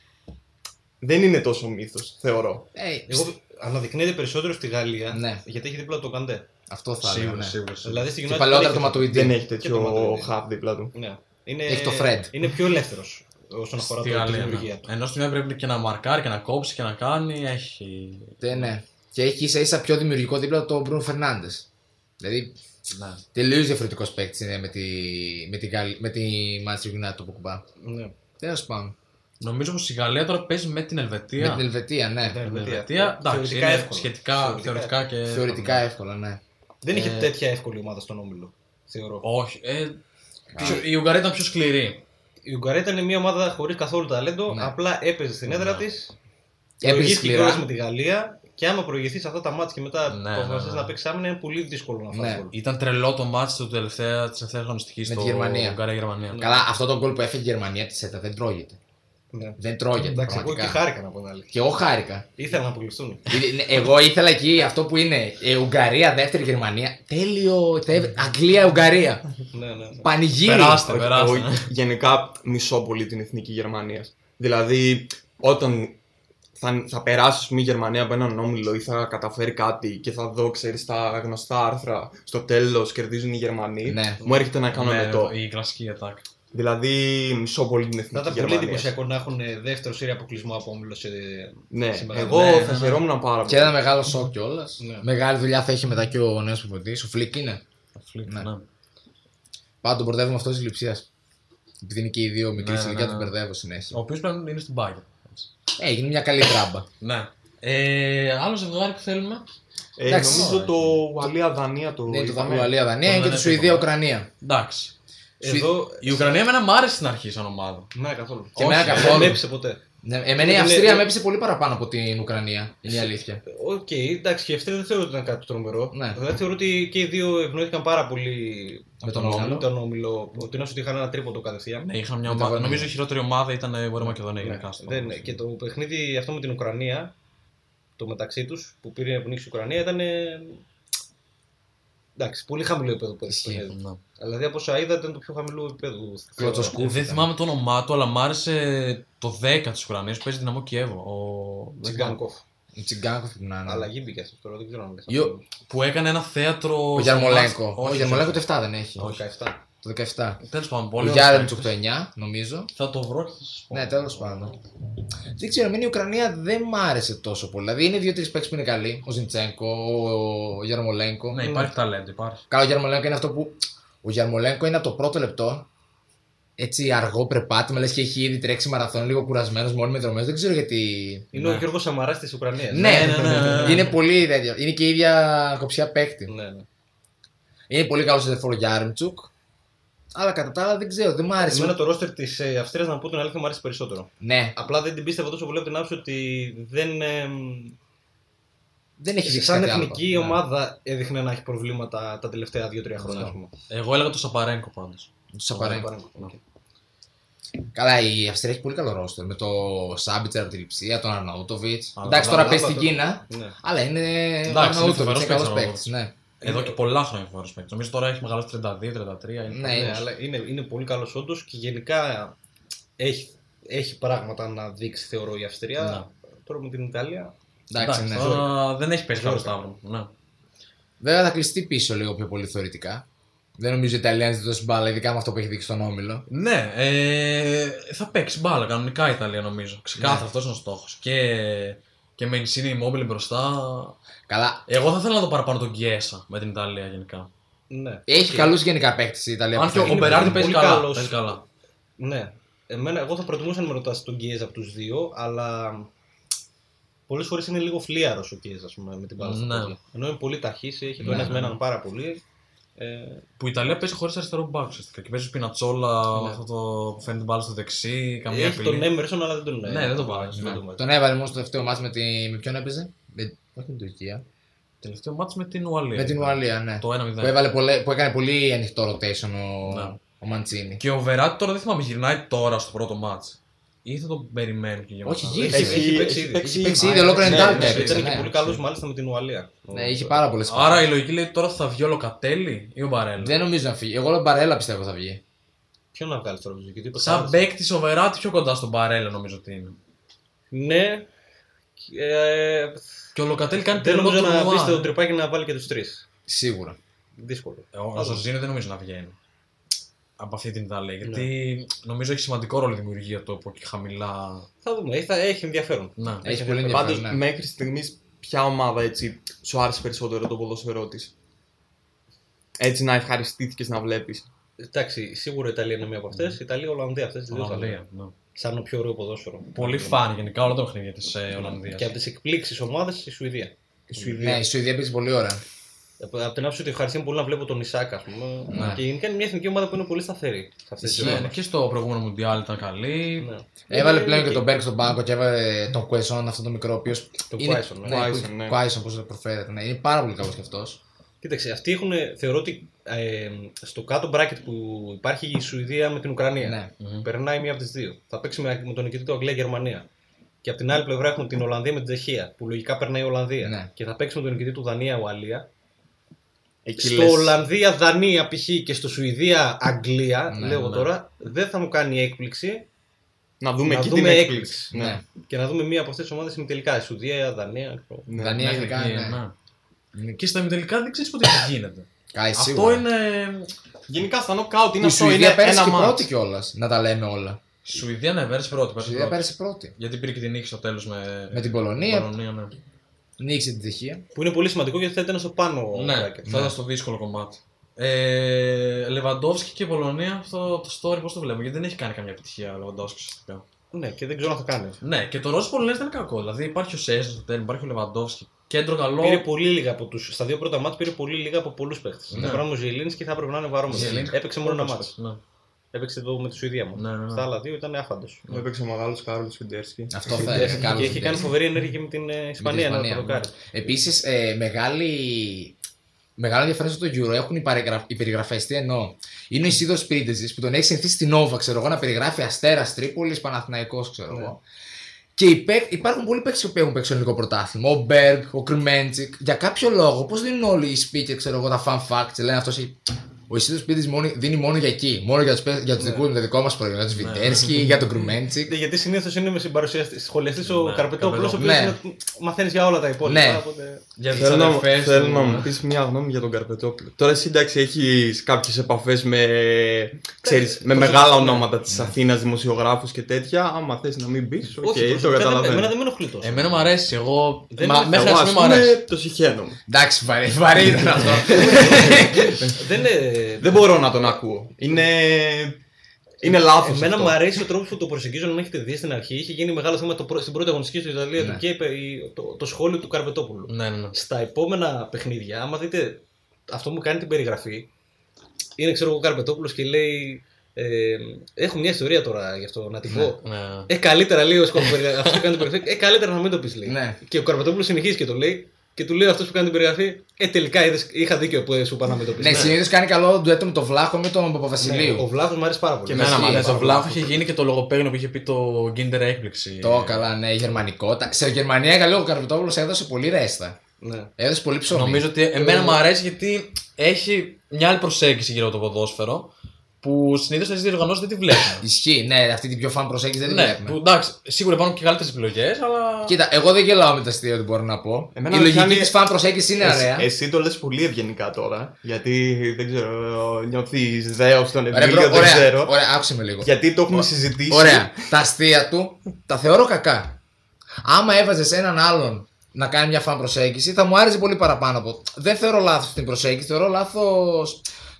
Speaker 5: Δεν είναι τόσο μύθος, θεωρώ.
Speaker 2: Ε,
Speaker 4: Εγώ αναδεικνύεται περισσότερο στη Γαλλία
Speaker 2: Ναι.
Speaker 4: γιατί έχει δίπλα του Καντέ.
Speaker 2: Αυτό θα έλεγα.
Speaker 3: Σίγουρα,
Speaker 2: Ναι.
Speaker 3: σίγουρα. σίγουρα.
Speaker 4: Δηλαδή στη
Speaker 2: Και
Speaker 4: United.
Speaker 2: παλαιότερα το
Speaker 4: δεν έχει
Speaker 5: Δεν
Speaker 2: Ματουιντή.
Speaker 5: έχει
Speaker 4: Και το
Speaker 5: τέτοιο
Speaker 4: Madrid.
Speaker 5: χαπ δίπλα του.
Speaker 4: Ναι. Είναι,
Speaker 2: Έχει το Fred.
Speaker 4: Είναι πιο ελεύθερος όσον αφορά
Speaker 3: Στη
Speaker 4: το- τη
Speaker 3: Γαλλία, ναι.
Speaker 4: δημιουργία του.
Speaker 3: Ενώ στην μια πρέπει και να μαρκάρει και να κόψει και να κάνει. Έχει.
Speaker 2: Ναι, ναι. Και έχει ίσα ίσα πιο δημιουργικό δίπλα το Μπρούνο Φερνάντε. Δηλαδή
Speaker 3: Ναι.
Speaker 2: τελείως διαφορετικός παίκτης είναι με τη, με τη, Γαλλ- με τη Manchester United το Ποκουμπά.
Speaker 4: Ναι.
Speaker 3: Ε,
Speaker 2: Τέλος πάντων.
Speaker 3: Νομίζω πως η Γαλλία τώρα παίζει με την Ελβετία.
Speaker 2: Με την Ελβετία, ναι.
Speaker 4: Ναι.
Speaker 3: Με την
Speaker 4: Ελβετία.
Speaker 3: Ελβετία. Εντάξει,
Speaker 4: Θεωρητικά
Speaker 3: είναι
Speaker 4: εύκολο.
Speaker 3: σχετικά θεωρητικά,
Speaker 4: Θεωρητικά.
Speaker 3: και.
Speaker 2: Θεωρητικά εύκολα, ναι.
Speaker 4: Δεν είχε
Speaker 3: Ε,
Speaker 4: τέτοια εύκολη ομάδα στον όμιλο. Θεωρώ.
Speaker 3: Όχι. Ε, πιο- η Ουγγαρία ήταν πιο σκληρή.
Speaker 4: Η Ουγγαρία ήταν μια ομάδα χωρίς καθόλου ταλέντο,
Speaker 2: Ναι.
Speaker 4: απλά έπαιζε στην έδρα
Speaker 3: Ναι.
Speaker 4: της.
Speaker 2: Έπαιζε
Speaker 4: Προηγήθηκε κιόλα
Speaker 2: σκληρά.
Speaker 4: με τη Γαλλία. Και άμα προηγηθείς σε αυτά τα μάτια και μετά
Speaker 3: Ναι,
Speaker 4: αποφασίσει
Speaker 3: ναι, ναι.
Speaker 4: να παίξεις άμυνα, είναι πολύ δύσκολο να φάει
Speaker 2: Ναι.
Speaker 4: γκολ.
Speaker 3: Ήταν τρελό το μάτι του τελευταία, της τελευταίας αγωνιστικής
Speaker 2: Με τη
Speaker 3: στο
Speaker 2: Γερμανία. Ναι.
Speaker 3: Ουγγαρία-Γερμανία.
Speaker 2: Καλά, αυτό το γκολ που έφεγε η Γερμανία τη ΣΕΤΑ δεν τρώγεται.
Speaker 4: Ναι.
Speaker 2: Δεν τρώγεται.
Speaker 4: Εντάξει, εγώ και
Speaker 2: πραγματικά.
Speaker 4: χάρηκα να πω την αλήθεια.
Speaker 2: Και εγώ χάρηκα.
Speaker 4: Ήθελα να αποκλειστούν.
Speaker 2: Ε, Εγώ ήθελα εκεί αυτό που είναι ε, Ουγγαρία, δεύτερη Γερμανία. Τέλειο. τε- Αγγλία, Ουγγαρία.
Speaker 4: ναι, ναι, ναι.
Speaker 2: Πανηγύρι.
Speaker 3: Περάστε,
Speaker 5: Όχι,
Speaker 3: περάστε.
Speaker 5: εγώ γενικά μισώ πολύ την εθνική Γερμανία. Δηλαδή, όταν θα, θα περάσει ας πούμε, η Γερμανία από έναν όμιλο ή θα καταφέρει κάτι και θα δω, ξέρεις, τα γνωστά άρθρα στο τέλος κερδίζουν οι Γερμανοί.
Speaker 2: Ναι.
Speaker 5: Μου έρχεται να κάνω
Speaker 3: Ναι,
Speaker 5: με το.
Speaker 3: Η κλασική attack.
Speaker 5: Δηλαδή, μισώ πολύ την
Speaker 4: Θα
Speaker 5: εθνική
Speaker 4: ήταν πολύ
Speaker 5: Γερμανίας.
Speaker 4: εντυπωσιακό να έχουν ε, δεύτερο σύρια αποκλεισμό από όμιλο σε.
Speaker 5: Ναι,
Speaker 4: Σήμερα.
Speaker 5: εγώ
Speaker 3: Ναι,
Speaker 5: θα
Speaker 3: ναι, ναι.
Speaker 5: χαιρόμουν πάρα
Speaker 2: Και
Speaker 5: πολύ.
Speaker 2: ένα μεγάλο σοκ κιόλας.
Speaker 4: Ναι.
Speaker 2: Μεγάλη δουλειά θα έχει μετά και ο νέος προπονητής. Ο Φλικ είναι. Ναι.
Speaker 3: Ναι.
Speaker 2: Πάντα τον μπερδεύουμε αυτό της λειψίας. Επειδή είναι και οι δύο μικρή
Speaker 3: Ναι, ναι,
Speaker 2: ηλικία,
Speaker 3: ναι.
Speaker 2: τον μπερδεύω
Speaker 3: Ο
Speaker 2: συνέχεια. Ε,
Speaker 3: οποίος πλέον είναι στην Bayern.
Speaker 2: Έγινε μια καλή τράμπα.
Speaker 3: Ναι. Ε, άλλο ζευγάρι που θέλουμε.
Speaker 5: Ε,
Speaker 2: εντάξει.
Speaker 5: νομίζω το Ουαλία-Δανία το.
Speaker 2: Είναι Ναι, το
Speaker 5: είδαμε.
Speaker 2: Γαλλία,
Speaker 3: Τον
Speaker 2: Δανία και
Speaker 3: δεν
Speaker 2: τη
Speaker 3: έφυγε.
Speaker 2: Σουηδία, Ουκρανία.
Speaker 3: Εντάξει. Σου-
Speaker 4: Εδώ.
Speaker 3: Η Ουκρανία εμένα μ' άρεσε στην αρχή σαν ομάδα.
Speaker 4: Ναι, καθόλου.
Speaker 2: Και εμένα
Speaker 4: Όχι,
Speaker 2: καθόλου.
Speaker 4: Δεν έπεισε ποτέ.
Speaker 2: Ναι, Εμένα η
Speaker 4: Είναι-
Speaker 2: Αυστρία
Speaker 4: είναι-
Speaker 2: με έπεισε πολύ παραπάνω από την Ουκρανία. Είναι η αλήθεια.
Speaker 4: Οκ, εντάξει, και αυτή δεν θεωρώ ότι ήταν κάτι τρομερό.
Speaker 2: Ναι.
Speaker 4: Δηλαδή θεωρώ ότι και οι δύο ευνοήθηκαν πάρα πολύ
Speaker 2: Με τον όμιλο.
Speaker 4: με τον όμιλο. Ότι να σου ότι είχαν ένα τρίποντο κατευθείαν.
Speaker 3: Ναι, είχαν μια
Speaker 2: Με τα
Speaker 3: ομάδα.
Speaker 2: Βανίλια.
Speaker 3: Νομίζω η χειρότερη ομάδα ήταν η Βόρεια Μακεδονία
Speaker 4: Ναι,
Speaker 3: γενικά. στο-
Speaker 4: δεν, και το παιχνίδι αυτό με την Ουκρανία, το μεταξύ τους που πήρε που νίκησε η Ουκρανία ήταν. ε, Εντάξει, πολύ χαμηλό επίπεδο που
Speaker 2: Ισχύει.
Speaker 4: έπαιζε.
Speaker 3: Ναι.
Speaker 4: Δηλαδή από όσα είδα ήταν το πιο χαμηλό επίπεδο.
Speaker 2: Κλωτσοσκού. Κούφι
Speaker 3: Δεν
Speaker 2: ήταν.
Speaker 3: θυμάμαι το όνομά του, αλλά μ' άρεσε το 10 της Ουκρανίας που παίζει δυναμό Κιέβο. Ο... δεν θυμάμαι.
Speaker 4: Τσιγκάνκοφ.
Speaker 2: Η Τσιγκάνκο που να ναι. είναι.
Speaker 4: Αλλαγή μπήκε αυτός τώρα, δεν ξέρω αν λες.
Speaker 2: Ιω-
Speaker 4: αυτό.
Speaker 3: Που έκανε ένα θέατρο.
Speaker 2: Ο Γιαρμολέγκο.
Speaker 3: Όχι,
Speaker 2: Ο Γιαρμολέγκο το 7 δεν έχει.
Speaker 4: Το 17.
Speaker 2: Το 17.
Speaker 3: Τέλος πάντων,
Speaker 2: Ο
Speaker 3: πολύ ωραίος
Speaker 2: Γιάρεμτσουκ το
Speaker 3: παίκτης.
Speaker 2: 9, νομίζω.
Speaker 3: Θα το βρω. και θα σας πω.
Speaker 2: Ναι, τέλος πάντων. Δεν ξέρω, εμένα η Ουκρανία δεν μ' άρεσε τόσο πολύ. Δηλαδή είναι δύο-τρει παίξει που είναι καλοί. Ο Ζιντσέγκο, ο Γιαρμολέγκο.
Speaker 3: Ναι, υπάρχει ταλέντο, υπάρχει.
Speaker 2: Καλά, ο Γιαρμολέγκο είναι αυτό που. Ο Γιαρμολέγκο είναι από το πρώτο λεπτό. Έτσι αργό περπάτημα, λες και έχει ήδη τρέξει μαραθώνιο, λίγο κουρασμένος, μόλι με δρομές. Δεν ξέρω γιατί.
Speaker 4: Είναι ο Γιώργος Σαμαράς της Ουκρανίας.
Speaker 2: Ναι,
Speaker 3: ναι, ναι, ναι.
Speaker 2: είναι πολύ τέτοιο. Είναι και η ίδια κοψιά παίκτη.
Speaker 4: ναι, ναι.
Speaker 2: Είναι πολύ καλός σε δεφόρο Γιάρμτσουκ. Αλλά κατά τα άλλα δεν ξέρω, δεν μ' άρεσε.
Speaker 4: Εμένα το ρόστερ τη Αυστρίας, να πω την αλήθεια, μου άρεσε περισσότερο.
Speaker 2: Ναι,
Speaker 4: Απλά δεν την πίστευα τόσο πολύ από την άποψη ότι δεν. εμ,
Speaker 2: δεν έχει δείξει
Speaker 4: σαν
Speaker 2: κάτι άλλο.
Speaker 4: εθνική
Speaker 2: Ναι.
Speaker 4: ομάδα έδειχνε να έχει προβλήματα τα τελευταία 2-3 χρόνια, ας πούμε.
Speaker 2: Ναι.
Speaker 3: Εγώ έλεγα το Σαπαρέγκο πάντως.
Speaker 2: Του Σαπαρέγκο.
Speaker 4: Παρακαλώ.
Speaker 2: Καλά, η Αυστρία έχει πολύ καλό ρόστερ με το Σάμπιτσερ από τη Λιψία, τον Αρναούτοβιτ.
Speaker 4: Αλλά
Speaker 2: Εντάξει,
Speaker 4: τα
Speaker 2: τώρα παίζει
Speaker 4: λάμπα
Speaker 2: στην
Speaker 4: τώρα.
Speaker 2: Κίνα,
Speaker 4: Ναι.
Speaker 2: αλλά είναι.
Speaker 3: είναι
Speaker 2: Ο Αρναούτοβιτ
Speaker 3: φοβερός
Speaker 2: είναι καλός
Speaker 3: παίκτης,
Speaker 2: παίκτης. Ναι.
Speaker 3: Εδώ και πολλά χρόνια φοβερό παίκτη. Νομίζω τώρα έχει μεγαλώσει 32-33. είναι-
Speaker 2: Ναι,
Speaker 4: Ναι,
Speaker 2: είναι.
Speaker 4: αλλά είναι, είναι πολύ καλός όντως και γενικά έχει, έχει πράγματα να δείξει, θεωρώ, η Αυστρία.
Speaker 2: Ναι.
Speaker 4: Τώρα με την Ιταλία.
Speaker 2: Εντάξει, ναι.
Speaker 3: τώρα δεν έχει πέσει καλό
Speaker 4: Ζόρκα.
Speaker 3: σταύρο. Ναι.
Speaker 2: Βέβαια θα κλειστεί πίσω λίγο πιο πολύ θεωρητικά. Δεν νομίζω ότι η Ιταλία δεν δώσει μπάλα, ειδικά με αυτό που έχει δείξει στον Όμιλο.
Speaker 3: Ναι, ε, θα παίξει μπάλα κανονικά η Ιταλία νομίζω. Ξεκάθαρα
Speaker 2: Ναι.
Speaker 3: αυτός αυτό είναι ο στόχος. Και, και με Insigne Immobile μπροστά.
Speaker 2: Καλά.
Speaker 3: Εγώ θα ήθελα να το παραπάνω τον Κιέσα με την Ιταλία γενικά.
Speaker 4: Ναι.
Speaker 2: Έχει
Speaker 4: Και-
Speaker 2: καλούς γενικά παίκτες η Ιταλία.
Speaker 3: Αν
Speaker 2: που
Speaker 3: και ο
Speaker 2: θέλει.
Speaker 3: Μπεράρντι
Speaker 4: πολύ
Speaker 3: παίζει καλά.
Speaker 4: καλός.
Speaker 3: Παίζει καλά.
Speaker 4: Ναι. Εμένα, εγώ θα προτιμούσα να με ρωτάς τον Κιέζα από τους δύο, αλλά πολλές φορές είναι λίγο φλίαρος ο Κιέζα ας πούμε, με την μπάλα. στα
Speaker 3: Ναι.
Speaker 4: πόδια. Ενώ είναι πολύ ταχύς, έχει το
Speaker 2: Ναι,
Speaker 4: ένας
Speaker 2: ναι,
Speaker 4: με έναν πάρα πολύ. Ε,
Speaker 3: Που η Ιταλία παίζει χωρίς αριστερό μπακ ουσιαστικά. Και παίζει πινατσόλα
Speaker 4: Ναι.
Speaker 3: αυτό το που φέρνει την μπάλα στο δεξί. Καμία
Speaker 4: έχει τον Έμερσον, αλλά δεν τον ε,
Speaker 3: Ναι, δεν τον βάζει,
Speaker 4: δεν
Speaker 3: ναι.
Speaker 4: τον βάζει.
Speaker 2: Τον έβαλε μόνο στο τελευταίο μάτι με, τη... με ποιον έπαιζε. Με... Όχι με την Τουρκία.
Speaker 3: Τελευταίο μάτι με την Ουαλία.
Speaker 2: Με την Ουαλία, ναι.
Speaker 3: Ε, Το 1-0.
Speaker 2: Που, έβαλε πολλέ... που έκανε πολύ ανοιχτό rotation ο,
Speaker 3: Ναι.
Speaker 2: ο Μαντσίνη.
Speaker 3: Και ο Βεράτη τώρα δεν θυμάμαι, γυρνάει τώρα στο πρώτο μάτς. Ή θα τον περιμένουν και για
Speaker 2: Όχι,
Speaker 3: μετά.
Speaker 2: γύρισε.
Speaker 4: Έχει- έχει παίξει ήδη.
Speaker 5: παίξει
Speaker 2: παίξει
Speaker 5: ήδη.
Speaker 2: ήδη ολόκληρη
Speaker 5: Ναι,
Speaker 2: εντάλτη.
Speaker 5: ναι,
Speaker 4: Ναι,
Speaker 2: έπαιξε,
Speaker 4: ήταν και
Speaker 2: ναι.
Speaker 4: πολύ καλός μάλιστα με την Ουαλία.
Speaker 2: Ναι, είχε πάρα πολλές
Speaker 3: Άρα η λογική λέει τώρα θα βγει ο Λοκατέλη ή ο Μπαρέλα.
Speaker 2: Δεν νομίζω να φύγει. Εγώ τον Μπαρέλα πιστεύω θα βγει.
Speaker 4: Ποιον να βγάλεις τώρα από τους δύο, γιατί
Speaker 3: Σαν
Speaker 4: είπα,
Speaker 3: παίκτη ο Βεράτη πιο κοντά στον Μπαρέλα νομίζω ότι είναι.
Speaker 4: Ναι. Ε,
Speaker 3: Και ο Λοκατέλη κάνει
Speaker 4: δεν νομίζω
Speaker 3: τρελό
Speaker 4: να
Speaker 3: τουρνουά.
Speaker 4: πει στον τρυπάκι να βάλει και τους τρεις.
Speaker 2: Σίγουρα.
Speaker 4: Δύσκολο.
Speaker 3: Ε, Ο Ζωζίνο δεν νομίζω να βγαίνει. Από αυτή την Ιταλία.
Speaker 4: Ναι.
Speaker 3: Γιατί νομίζω έχει σημαντικό ρόλο η δημιουργία του από εκεί χαμηλά.
Speaker 4: Θα δούμε. Έχει, θα- έχει ενδιαφέρον.
Speaker 3: Να.
Speaker 5: ε,
Speaker 2: Έχει πολύ
Speaker 5: Πάντω,
Speaker 2: ενδιαφέρον. ναι.
Speaker 5: μέχρι στιγμής, ποια ομάδα έτσι σου άρεσε περισσότερο το ποδόσφαιρό της. Έτσι να ευχαριστήθηκες να βλέπεις.
Speaker 4: Εντάξει, σίγουρα η Ιταλία είναι μία από αυτές. Η Ιταλία, Ολλανδία αυτές τις δύο. θα λέω.
Speaker 3: Ολλανδία. ναι.
Speaker 4: Σαν το πιο ωραίο ποδόσφαιρο. Ε,
Speaker 3: Πολύ φαν γενικά όλα τα παιχνίδια ε, τη Ολλανδίας.
Speaker 4: Και από τις εκπλήξεις ομάδε η Σουηδία. Ε,
Speaker 5: Η Σουηδία.
Speaker 2: Ναι, η Σουηδία παίζει πολύ ώρα.
Speaker 4: Από την άποψη ότι ευχαριστούμε πολύ να βλέπω τον Ισάκα, ας πούμε.
Speaker 2: Ναι.
Speaker 4: Και γενικά είναι μια εθνική ομάδα που είναι πολύ σταθερή σε αυτές τις
Speaker 2: Ισχύει.
Speaker 3: Ναι, και στο προηγούμενο Μουντιάλ ήταν
Speaker 2: ναι.
Speaker 3: καλή.
Speaker 4: Ναι. Ε,
Speaker 2: Έβαλε πλέον και τον Μπέρκ στον πάγκο και έβαλε τον Κουέσον, αυτόν τον μικρό ο οποίος.
Speaker 4: Τον Quaison, ναι.
Speaker 5: Quaison, ναι.
Speaker 2: Κουάισον, πώς το προφέρεται. Ναι, είναι πάρα πολύ καλός κι αυτός.
Speaker 4: Κοίταξε, αυτοί έχουν, θεωρώ ότι ε, στο κάτω bracket που υπάρχει η Σουηδία με την Ουκρανία.
Speaker 2: Ναι.
Speaker 3: Μμμ.
Speaker 4: Περνάει μία από τις δύο. Θα παίξει με, με τον νικητή του Αγγλία-Γερμανία. Και από την άλλη πλευρά έχουμε την Ολλανδία με την Τσεχία, που λογικά περνάει η Ολλανδία.
Speaker 2: Ναι.
Speaker 4: Και θα παίξει με τον νικητή του Δανία-Ουαλία.
Speaker 5: Εκεί
Speaker 4: Στο
Speaker 5: λες,
Speaker 4: Ολλανδία-Δανία π.χ. και στο Σουηδία-Αγγλία,
Speaker 2: Ναι,
Speaker 4: λέω
Speaker 3: ναι.
Speaker 4: τώρα, δεν θα μου κάνει έκπληξη
Speaker 5: Να δούμε
Speaker 4: να
Speaker 5: εκεί την
Speaker 4: δούμε
Speaker 5: έκπληξη.
Speaker 2: Ναι.
Speaker 4: και να δούμε μία από αυτές τις ομάδες ημιτελικά. Η Σουηδία, η Δανία. ξέρω.
Speaker 5: Ναι.
Speaker 2: Δανία.
Speaker 3: Μέχρι
Speaker 2: γενικά,
Speaker 3: εκεί,
Speaker 2: ναι.
Speaker 3: ναι. Και στα τελικά δεν ξέρεις ποτέ τι γίνεται.
Speaker 2: Κάει
Speaker 3: Αυτό
Speaker 2: Ε, σίγουρα.
Speaker 3: είναι.
Speaker 5: Γενικά στα νοκάουτ είναι
Speaker 2: Η
Speaker 5: αυτό. Είναι
Speaker 2: Σουηδία πέρασε
Speaker 5: ένα
Speaker 2: και πρώτη
Speaker 5: μάτς.
Speaker 2: κιόλας. Να τα λέμε όλα.
Speaker 3: Σουηδία ναι, πέρασε πρώτη.
Speaker 2: Η
Speaker 3: πέρασε
Speaker 2: Σουηδία
Speaker 3: πρώτη.
Speaker 2: πέρασε πρώτη.
Speaker 3: Γιατί πήρε και την νίκη στο τέλος με...
Speaker 2: Με την
Speaker 3: την
Speaker 2: Πολωνία,
Speaker 3: Πολωνία, ναι.
Speaker 2: νίκησε την Τσεχία.
Speaker 4: Που είναι πολύ σημαντικό γιατί θα ήταν στο πάνω.
Speaker 5: λοιπόν,
Speaker 3: Ναι,
Speaker 4: bracket.
Speaker 3: θα ήταν στο δύσκολο κομμάτι. Ε, Λεβαντόφσκι και Πολωνία, αυτό το story πώς το βλέπουμε, γιατί δεν έχει κάνει καμία επιτυχία ο Λεβαντόφσκι ουσιαστικά.
Speaker 4: ναι, και δεν ξέρω αν θα κάνει.
Speaker 3: Ναι, και το Ρώσο Πολωνία δεν είναι κακό. Δηλαδή υπάρχει ο Σέσσερ στο τέλος, υπάρχει ο Λεβαντόφσκι. Κέντρο καλό.
Speaker 4: Πήρε πολύ λίγα από τους, στα δύο πρώτα μάτς πήρε πολύ λίγα από πολλούς παίχτες.
Speaker 3: Ναι.
Speaker 4: Ναι. πράγμα ο Ζελίνσκι θα έπρεπε να είναι βαρόμετρο.
Speaker 3: Ζελίνσκι.
Speaker 4: Έπαιξε μόνο ένα μάτς.
Speaker 3: Ναι.
Speaker 4: Έπαιξε εδώ με τη Σουηδία μου.
Speaker 3: Ναι, ναι, ναι.
Speaker 4: Στα άλλα δύο ήταν άφαντος.
Speaker 5: Έπαιξε ο μεγάλος Κάρλο Φιντέρσκι.
Speaker 2: Αυτό θα έκανε.
Speaker 4: και έχει κάνει φοβερή ενέργεια και με την ε, Ισπανία να το
Speaker 2: ναι.
Speaker 4: δοκάρει.
Speaker 2: Επίσης, ε, μεγάλη... μεγάλο ενδιαφέρον στο Euro έχουν οι, παρεγραφ... οι περιγραφές. Τι εννοώ. Είναι ο Ισίδο Πρίντεζη που τον έχει συνηθίσει στην Όβα, ξέρω εγώ, να περιγράφει Αστέρας Τρίπολης, Παναθηναϊκός, ξέρω
Speaker 4: Ναι.
Speaker 2: εγώ. Και οι παίκ- υπάρχουν πολλοί παίκτες που έχουν παίξει στο ελληνικό πρωτάθλημα. Ο Μπέργκ, ο Κρυμέντζικ. Για κάποιο λόγο, πώς δίνουν όλοι οι speaker, ξέρω εγώ, τα fan facts, λένε αυτός έχει. Ο Ισίδο Πρίντεζη δίνει μόνο για εκεί. Μόνο για τους
Speaker 4: Ναι.
Speaker 2: δικούς με το δικό μας προϊόν. Για τους Βιτέρσκι, για τον Κρυμέντζικ.
Speaker 4: Ε, Γιατί συνήθως είναι με συμπαρουσιαστή σχολιαστής ο
Speaker 3: Ναι,
Speaker 4: Καρπετόπουλο, ο οποίο
Speaker 2: Καρπετόπουλος.
Speaker 4: μαθαίνεις για όλα τα υπόλοιπα.
Speaker 2: Ναι.
Speaker 4: Οπότε...
Speaker 3: Για τι
Speaker 5: Θέλω να, μου-
Speaker 3: αδερφές.
Speaker 5: θέλω να μου πεις μια γνώμη για τον Καρπετόπουλο. Τώρα, εσύ εντάξει, έχεις κάποιες επαφές με,
Speaker 2: Ε,
Speaker 5: ξέρεις, με
Speaker 4: Προσωπικά,
Speaker 5: μεγάλα
Speaker 4: ναι.
Speaker 5: ονόματα της Αθήνας, δημοσιογράφους και τέτοια. Άμα θες να μην πεις, οκ, το
Speaker 4: προσωπικά δεν- Εμένα
Speaker 5: καταλαβαίνω. Ε,
Speaker 4: δεν με ενοχλεί τόσο.
Speaker 3: Εμένα μου αρέσει. Εγώ.
Speaker 4: Δεν
Speaker 3: Μα-
Speaker 4: είναι-
Speaker 3: μέχρι
Speaker 5: ναι, Εγώ,
Speaker 3: να
Speaker 5: ας
Speaker 3: σημείο μου
Speaker 5: πούμε,
Speaker 3: αρέσει.
Speaker 5: το συχαίνομαι.
Speaker 2: Εντάξει, βαρύ, βαρύ ήταν αυτό.
Speaker 4: Δεν είναι.
Speaker 5: Δεν μπορώ να τον ακούω. Είναι, είναι λάθος.
Speaker 4: Εμένα μου αρέσει ο τρόπος που το προσεγγίζουν. Αν έχετε δει στην αρχή, είχε γίνει μεγάλο θέμα το, πρω- στην πρώτη αγωνιστική στην Ιταλία
Speaker 2: Ναι.
Speaker 4: του και είπε, η- το, το σχόλιο του Καρπετόπουλου.
Speaker 3: Ναι, ναι, ναι.
Speaker 4: Στα επόμενα παιχνίδια, άμα δείτε αυτό που κάνει την περιγραφή, είναι ξέρω εγώ ο Καρπετόπουλο και λέει. Ε, έχω μια ιστορία τώρα γι' αυτό να την πω.
Speaker 3: Ναι.
Speaker 4: Ε, καλύτερα λέει ο Σκόπ, αυτό που κάνει την περιγραφή. Ε, καλύτερα να μην το πεις λέει.
Speaker 2: Ναι.
Speaker 4: Και ο Καρπετόπουλο συνεχίζει και το λέει. Και του λέει αυτός που κάνει την περιγραφή, Ε, τελικά είδες, είχα δίκιο που ε, σου είπα να με το πεις.
Speaker 2: Ναι, συνήθως κάνει καλό ντουέτο με τον Βλάχο με τον Παπαβασιλείου.
Speaker 4: Ο Βλάχος μου αρέσει πάρα πολύ.
Speaker 5: Και
Speaker 4: Ναι,
Speaker 5: εμένα
Speaker 4: ναι,
Speaker 5: μ' αρέσει
Speaker 3: Ναι,
Speaker 4: πάρα
Speaker 3: το
Speaker 4: πολύ.
Speaker 3: βλάχος είχε γίνει και το λογοπαίγνιο που είχε πει το Kinder έκπληξη.
Speaker 2: Το καλά, ναι, γερμανικό. Τα- Σε Γερμανία, Γαλλίο, ο Καρβιτόπουλος έδωσε πολύ ρέστα.
Speaker 4: Ναι.
Speaker 2: Έδωσε πολύ ψωμί.
Speaker 3: Νομίζω ότι εμένα μου αρέσει γιατί έχει μια άλλη προσέγγιση γύρω από το ποδόσφαιρο που συνήθως έτσι διοργανώσει δεν τη βλέπουμε.
Speaker 2: Ισχύει, ναι, αυτή την πιο φαν προσέγγιση δεν την
Speaker 3: ναι,
Speaker 2: βλέπουμε.
Speaker 3: που, εντάξει, σίγουρα υπάρχουν και καλύτερες επιλογές, αλλά.
Speaker 2: Κοίτα, εγώ δεν γελάω με τα αστεία ότι μπορώ να πω.
Speaker 5: Εμένα
Speaker 2: Η
Speaker 5: με
Speaker 2: λογική
Speaker 5: πιάνει-
Speaker 2: της φαν προσέγγισης είναι
Speaker 5: Εσύ,
Speaker 2: ωραία.
Speaker 5: εσύ το λες πολύ ευγενικά τώρα. Γιατί δεν ξέρω, νιώθεις δέος στον
Speaker 2: Ρε, μπρο,
Speaker 5: Εμίλιο, δεν
Speaker 2: ωραία,
Speaker 5: ξέρω.
Speaker 2: ωραία, άκουσε με λίγο.
Speaker 5: Γιατί το έχουμε συζητήσει.
Speaker 2: Ωραία. τα αστεία του τα θεωρώ κακά. Άμα έβαζες έναν άλλον να κάνει μια φαν προσέγγιση, θα μου άρεσε πολύ παραπάνω από. Δεν θεωρώ λάθος την προσέγγιση, θεωρώ λάθος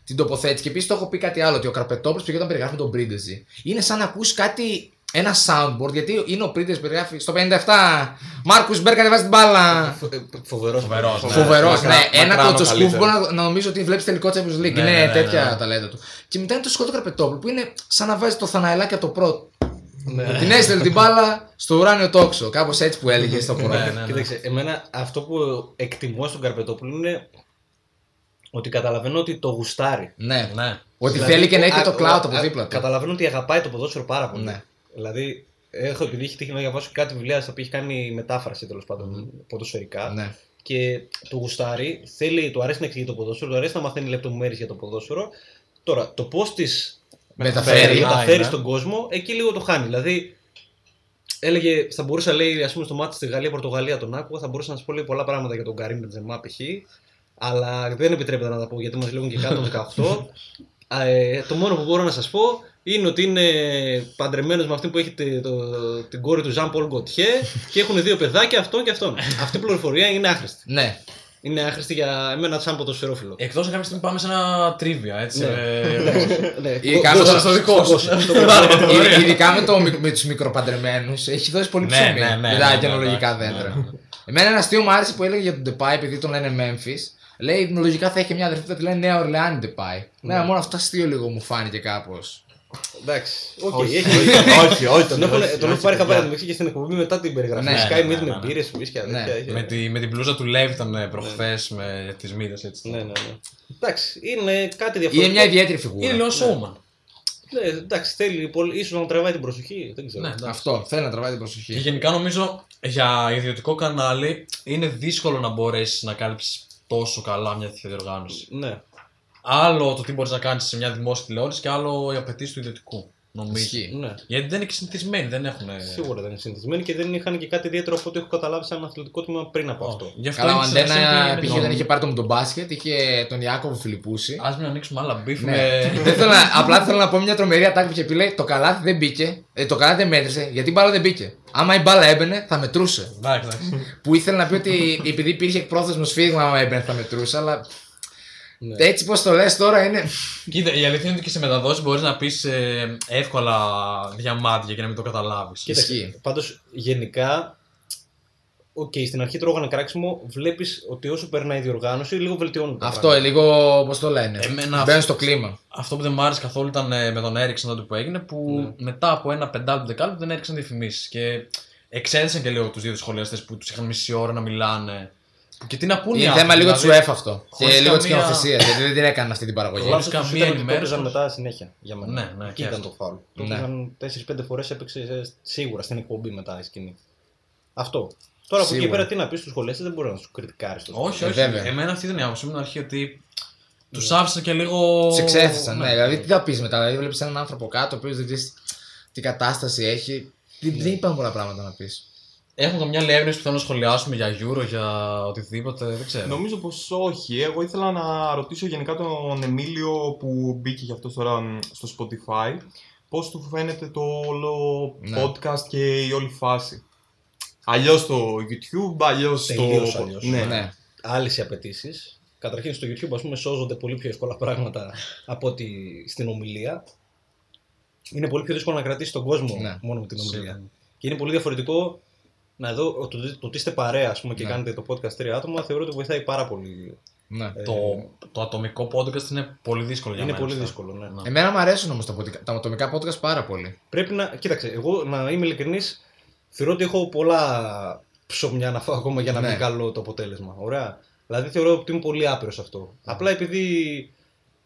Speaker 2: την τοποθέτηση. Και επίσης το έχω πει κάτι άλλο, ότι ο Καρπετόπουλος πήγε όταν περιγράφει τον Πρίντεζι. Είναι σαν να ακούσει κάτι. Ένα soundboard, γιατί είναι ο Πρίντεζι που περιγράφει στο 57. Μάρκου Μπέρ κατεβάζει την μπάλα.
Speaker 4: Φοβερός.
Speaker 3: Φοβερός, ναι.
Speaker 2: Φοβερός,
Speaker 5: μακρά-
Speaker 2: ναι. Ένα
Speaker 5: μακράν ο
Speaker 2: κοτσοσκούφ
Speaker 5: καλύτερος.
Speaker 2: μπορεί να, να νομίζω ότι βλέπεις τελικό Champions League.
Speaker 3: Ναι,
Speaker 2: είναι
Speaker 3: ναι, ναι,
Speaker 2: τέτοια
Speaker 3: ναι.
Speaker 2: ταλέντα του. Και μετά είναι το Σκότο Καρπετόπουλο που είναι σαν να βάζει το θαναελάκι από το πρώτο.
Speaker 3: Ναι.
Speaker 2: Την έστελνε την μπάλα στο ουράνιο τόξο. Κάπως έτσι που έλεγε στο πρώτο.
Speaker 3: Ναι, ναι, ναι.
Speaker 4: Κοίταξε, εμένα αυτό που εκτιμώ στον Καρπετόπουλο είναι ότι καταλαβαίνω ότι το γουστάρει.
Speaker 2: Ναι.
Speaker 3: Ναι.
Speaker 2: Ότι
Speaker 4: Δηλαδή,
Speaker 2: θέλει και να έχει και
Speaker 4: α-
Speaker 2: το cloud από
Speaker 4: α-
Speaker 2: δίπλα του.
Speaker 4: Καταλαβαίνω ότι αγαπάει το ποδόσφαιρο πάρα πολύ.
Speaker 2: Ναι.
Speaker 4: Δηλαδή, έχω επειδή έχει τύχει να διαβάσω και κάτι βιβλία στα οποία έχει κάνει μετάφραση τέλος πάντων ποδοσφαιρικά.
Speaker 2: Ναι.
Speaker 4: Και το γουστάρει, θέλει, του αρέσει να εξηγεί το ποδόσφαιρο, του αρέσει να μαθαίνει λεπτομέρειες για το ποδόσφαιρο. Τώρα, το πώς τη
Speaker 2: Μεταφέρει.
Speaker 3: ναι.
Speaker 4: μεταφέρει
Speaker 3: ναι.
Speaker 4: στον κόσμο, εκεί λίγο το χάνει. Δηλαδή, έλεγε, θα μπορούσα λέει, ας πούμε, στο μάτι στη Γαλλία-Πορτογαλία τον άκουγα, θα μπορούσα να σου πω λέει, πολλά πράγματα για τον Καρύμ Μπεντζεμά π.χ. Αλλά δεν επιτρέπεται να τα πω γιατί μας λέγουν και κάτω από 18. Α, ε, το μόνο που μπορώ να σας πω είναι ότι είναι παντρεμένος με αυτή που έχει τη- το, την κόρη του Ζαν Πολ Γκοτιέ και έχουν δύο παιδάκια, αυτόν και αυτόν. αυτή η πληροφορία είναι άχρηστη.
Speaker 2: Ναι.
Speaker 4: Είναι άχρηστη για εμένα, σαν ποδοσφαιρόφιλο.
Speaker 3: Εκτός κάποια στιγμή πάμε σε ένα τρίβια, έτσι. ε,
Speaker 4: Ναι,
Speaker 2: Ή κάπως
Speaker 4: δώσε,
Speaker 2: στο
Speaker 3: δικό σου.
Speaker 4: δώσε, στο
Speaker 2: Ε, Ειδικά με, το, με τους μικροπαντρεμένους έχει δώσει πολύ
Speaker 3: Ναι,
Speaker 2: ψωμί.
Speaker 3: ναι, ναι, ναι,
Speaker 2: με τα
Speaker 3: ναι,
Speaker 2: γενολογικά
Speaker 3: εντάξει,
Speaker 2: δέντρα.
Speaker 3: ναι, ναι.
Speaker 2: Εμένα ένα αστείο μου άρεσε που έλεγε για τον Ντεπάη επειδή τον λένε Memphis. Λέει λογικά θα έχει μια αδερφή που θα τη λένε Νέα Ορλεάνη Ντεπάη. Ναι, μόνο αυτό αστείο λίγο μου φάνηκε κάπως.
Speaker 4: Εντάξει. οκ,
Speaker 5: Όχι,
Speaker 4: έχει-
Speaker 5: όχι, όχι, όχι,
Speaker 4: Τον έχουν-
Speaker 5: όχι,
Speaker 4: τον έχω
Speaker 5: όχι,
Speaker 4: πάρει χαμπάρι
Speaker 5: παιδιά.
Speaker 4: του μεταξύ και στην εκπομπή μετά την περιγραφή.
Speaker 2: Ναι,
Speaker 4: Σκάει
Speaker 3: ναι,
Speaker 4: μύτη
Speaker 3: ναι,
Speaker 4: με
Speaker 3: ναι.
Speaker 4: μπύρε, ουίσκια,
Speaker 2: Ναι,
Speaker 4: τέτοια. είχε.
Speaker 3: με, τη, με την πλούζα του Λεύ ήταν προχθές με τις μύτε έτσι.
Speaker 4: Ναι, ναι, ναι. Εντάξει, είναι κάτι διαφορετικό.
Speaker 2: Είναι μια ιδιαίτερη φιγούρα.
Speaker 3: Είναι λίγο σώμα.
Speaker 4: Ναι, εντάξει, θέλει πολύ. ίσως να τραβάει την προσοχή. Δεν ξέρω.
Speaker 3: Ναι.
Speaker 2: Αυτό. Θέλει να τραβάει την
Speaker 3: Και
Speaker 2: προσοχή.
Speaker 3: γενικά νομίζω για ιδιωτικό κανάλι είναι δύσκολο να μπορέσεις να κάλυψεις τόσο καλά μια τέτοια διοργάνωση.
Speaker 4: Ναι.
Speaker 3: Άλλο το τι μπορείς να κάνεις σε μια δημόσια τηλεόραση και άλλο οι απαιτήσεις του ιδιωτικού. Νομίζω.
Speaker 2: Ισχύει.
Speaker 4: ναι.
Speaker 3: Γιατί δεν είναι και συνηθισμένοι, δεν έχουν. ε,
Speaker 4: Σίγουρα δεν είναι συνηθισμένοι και δεν είχαν και κάτι ιδιαίτερο από ό,τι έχω καταλάβει σαν αθλητικό τμήμα πριν από αυτό.
Speaker 3: Γι' αυτό
Speaker 2: Καλά, ο
Speaker 3: είναι συνεργασία
Speaker 2: Αντένα
Speaker 3: και
Speaker 2: π.χ.
Speaker 3: με
Speaker 2: όταν
Speaker 3: τον-
Speaker 2: είχε πάρει τον με τον μπάσκετ, είχε τον Ιάκωβο Φιλιππούση.
Speaker 3: Ας μην ανοίξουμε άλλα μπιφ
Speaker 2: Ναι.
Speaker 3: με...
Speaker 2: δεν θέλω να, απλά θέλω να πω μια τρομερή ατάκη που είχε πει: λέει, Το καλάθι δεν μπήκε, ε, το καλάθι δεν μέτρησε, γιατί η μπάλα δεν μπήκε. Άμα η μπάλα έμπαινε, θα μετρούσε.
Speaker 3: Εντάξει, εντάξει.
Speaker 2: Που ήθελε να πει ότι επειδή υπήρχε πρόθεσμο σφίγμα, άμα έμπαινε, θα μετρούσε, αλλά.
Speaker 3: Ναι.
Speaker 2: Έτσι πώ το λες τώρα είναι.
Speaker 3: Κοίτα, η αλήθεια είναι ότι και σε μεταδόσεις μπορείς να πεις εύκολα διαμάντια και να μην το καταλάβεις.
Speaker 2: Ισχύει.
Speaker 4: Πάντως γενικά. Οκ, στην αρχή τρώγανε κράξιμο. Βλέπεις ότι όσο περνάει η διοργάνωση, λίγο βελτιώνεται.
Speaker 2: Αυτό, ε, λίγο πώ το λένε.
Speaker 3: Εμένα-
Speaker 2: Μπαίνουν στο κλίμα.
Speaker 3: Αυτό που δεν μου άρεσε καθόλου ήταν ε, με τον Έριξον τότε που έγινε, που
Speaker 2: Ναι.
Speaker 3: μετά από ένα πεντάλεπτο δεκάλεπτο δεν έριξαν διαφημίσεις. Και εξέδεσαν και λίγο τους δύο σχολιαστές που τους είχαν μισή ώρα να μιλάνε. Που Και τι να πούνε. οι
Speaker 2: Είναι θέμα
Speaker 3: άνθρωποι,
Speaker 2: λίγο τη
Speaker 3: δηλαδή,
Speaker 2: UEFA αυτό.
Speaker 3: χωρίς
Speaker 2: Και λίγο της
Speaker 3: καμία-
Speaker 2: κοινοθεσία. Γιατί δεν την έκαναν αυτή την παραγωγή.
Speaker 3: Χωρίς
Speaker 4: Λάθος τους
Speaker 3: καμία
Speaker 4: ήταν ότι το
Speaker 3: ενημέρωση.
Speaker 4: έπαιζαν μετά συνέχεια για μένα.
Speaker 3: Ναι, ναι,
Speaker 4: Εκεί
Speaker 3: και
Speaker 4: ήταν
Speaker 3: αυτό.
Speaker 4: το φάουλ. Το
Speaker 2: Ναι.
Speaker 4: έπαιζαν 4-5 φορές, έπαιξε ε, σίγουρα στην εκπομπή μετά η σκηνή. Αυτό. Τώρα από εκεί
Speaker 2: Σίγουρα.
Speaker 4: πέρα τι να πεις στους σχολές, δεν μπορεί να σου κριτικάρεις το
Speaker 3: Όχι,
Speaker 2: Ε,
Speaker 3: όχι.
Speaker 2: βέβαια.
Speaker 3: Εμένα αυτή ήταν η άποψή μου στην αρχή ότι του άφησαν και λίγο.
Speaker 2: Σε ξέφθησαν, ναι. Δηλαδή, τι θα πεις μετά. Δηλαδή, βλέπεις έναν άνθρωπο κάτω, ο οποίος δεν ξέρεις τι κατάσταση έχει. Δεν,
Speaker 3: Ναι.
Speaker 2: δεν υπάρχουν πολλά πράγματα να πεις.
Speaker 3: Έχουν καμιά άλλη έμπνευση που θέλω να σχολιάσουμε για Euro, για οτιδήποτε, δεν ξέρω.
Speaker 5: Νομίζω πως όχι. Εγώ ήθελα να ρωτήσω γενικά τον Εμίλιο που μπήκε γι' αυτό τώρα μ, στο Spotify. Πώς του φαίνεται το όλο
Speaker 2: Ναι.
Speaker 5: podcast και η όλη φάση. Αλλιώς στο YouTube, αλλιώς στο.
Speaker 4: Τελείως αλλιώς.
Speaker 5: Ναι.
Speaker 2: Ναι.
Speaker 4: Άλλες οι απαιτήσεις. Καταρχήν στο YouTube ας πούμε, σώζονται πολύ πιο εύκολα πράγματα από ότι στην ομιλία. Είναι πολύ πιο δύσκολο να κρατήσει τον κόσμο
Speaker 2: Ναι.
Speaker 4: μόνο με την ομιλία.
Speaker 3: Σίγουρα.
Speaker 4: Και είναι πολύ διαφορετικό να δω το, το, το ότι είστε παρέα ας πούμε, και
Speaker 2: Ναι.
Speaker 4: κάνετε το podcast τρία άτομα. Θεωρώ ότι βοηθάει πάρα πολύ.
Speaker 2: ναι.
Speaker 4: ε,
Speaker 3: Το, το ατομικό podcast είναι πολύ δύσκολο για
Speaker 4: είναι
Speaker 3: μένα.
Speaker 4: πολύ
Speaker 3: αυτό.
Speaker 4: δύσκολο. Ναι.
Speaker 3: Ναι.
Speaker 2: Εμένα μου αρέσουν όμως τα, ποδικά- τα ατομικά podcast πάρα πολύ.
Speaker 4: Πρέπει να. Κοίταξε, εγώ να είμαι ειλικρινής, θεωρώ ότι έχω πολλά ψωμιά να φάω ακόμα για να
Speaker 2: Ναι.
Speaker 4: μην καλό το αποτέλεσμα. Ωραία. Δηλαδή θεωρώ ότι είμαι πολύ άπειρος σε αυτό.
Speaker 2: Ναι.
Speaker 4: Απλά επειδή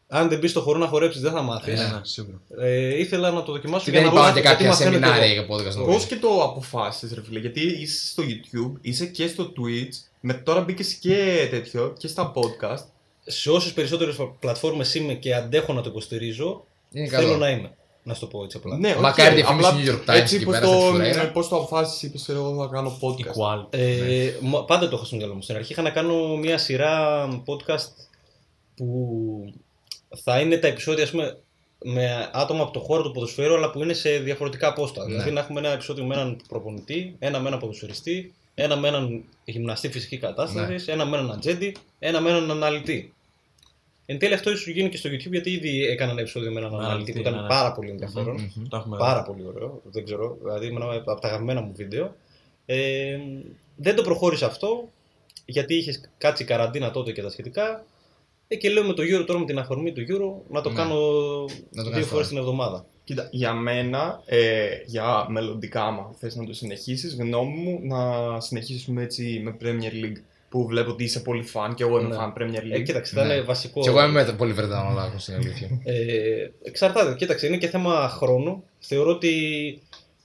Speaker 4: αν δεν μπεις στο χώρο να χορέψεις, δεν θα μάθεις.
Speaker 3: Ναι, ναι, σίγουρα.
Speaker 4: Ε, ήθελα να το δοκιμάσω
Speaker 2: Και
Speaker 4: για
Speaker 2: δεν
Speaker 4: να
Speaker 2: υπάρχουν
Speaker 4: μάθω
Speaker 2: και
Speaker 4: γιατί
Speaker 2: κάποια
Speaker 4: μαθαίνω κι εγώ.
Speaker 2: σεμινάρια για podcast.
Speaker 5: Πώ
Speaker 2: νομίζω.
Speaker 5: και το αποφάσισε, ρε φίλε, γιατί είσαι στο YouTube, είσαι και στο Twitch, με, τώρα μπήκες και τέτοιο και στα podcast.
Speaker 4: Σε όσες περισσότερες πλατφόρμες είμαι και αντέχω να το υποστηρίζω,
Speaker 2: Είναι
Speaker 4: θέλω
Speaker 2: καλό.
Speaker 4: να είμαι. Να σου το πω έτσι απλά.
Speaker 5: Ναι, οκ,
Speaker 2: Μακάρι διαφήμιση
Speaker 5: απλά
Speaker 2: του New York Times
Speaker 5: Έτσι,
Speaker 2: εκεί
Speaker 5: πώς
Speaker 2: πέρα, στα
Speaker 5: το,
Speaker 2: φλουρέρα.
Speaker 5: ναι, πώς το αποφάσισε, είπε εγώ θα κάνω podcast.
Speaker 3: Equal.
Speaker 4: Ε,
Speaker 2: Ναι.
Speaker 4: μα- Πάντα το είχα στο μυαλό μου. Στην αρχή είχα να κάνω μια σειρά podcast που θα είναι τα επεισόδια, ας πούμε, με άτομα από το χώρο του ποδοσφαίρου, αλλά που είναι σε διαφορετικά πόστα.
Speaker 2: Ναι.
Speaker 4: Δηλαδή να έχουμε ένα επεισόδιο με έναν προπονητή, ένα με έναν ποδοσφαιριστή, ένα με έναν γυμναστή φυσική
Speaker 2: Ναι.
Speaker 4: κατάσταση, ένα με έναν ατζέντη, ένα με έναν αναλυτή. Εν τέλει αυτό ίσως γίνει και στο YouTube γιατί ήδη έκανα ένα επεισόδιο με έναν
Speaker 3: Αναλυτή,
Speaker 4: αναλυτή που ήταν
Speaker 3: ναι, ναι.
Speaker 4: πάρα πολύ ενδιαφέρον.
Speaker 2: Μμμ.
Speaker 3: Τα έχουμε.
Speaker 4: Πάρα πολύ ωραίο. Δεν ξέρω. Δηλαδή, είναι ένα από τα αγαπημένα μου βίντεο. Ε, δεν το προχώρησα αυτό, γιατί είχες κάτσει καραντίνα τότε και τα σχετικά. Ε, και λέω με το Euro τώρα, με την αφορμή του Euro, να το
Speaker 2: Ναι.
Speaker 4: κάνω
Speaker 2: Να το
Speaker 4: δύο
Speaker 2: κάνεις
Speaker 4: φορές
Speaker 2: τώρα.
Speaker 4: την εβδομάδα.
Speaker 5: Κοίτα, για μένα, ε, για μελλοντικά, άμα θες να το συνεχίσεις, γνώμη μου να συνεχίσουμε έτσι με Premier League. Που βλέπω ότι είσαι πολύ φαν και εγώ είμαι
Speaker 4: Ναι.
Speaker 5: φαν Premier
Speaker 4: Ε,
Speaker 5: Leλλ.
Speaker 4: κοίταξε, ήταν
Speaker 2: Ναι.
Speaker 4: βασικό.
Speaker 2: Και εγώ είμαι μετά πολύ Βρετανολάκο στην αλήθεια.
Speaker 4: Ε, εξαρτάται. Κοίταξε, είναι και θέμα χρόνου. Θεωρώ ότι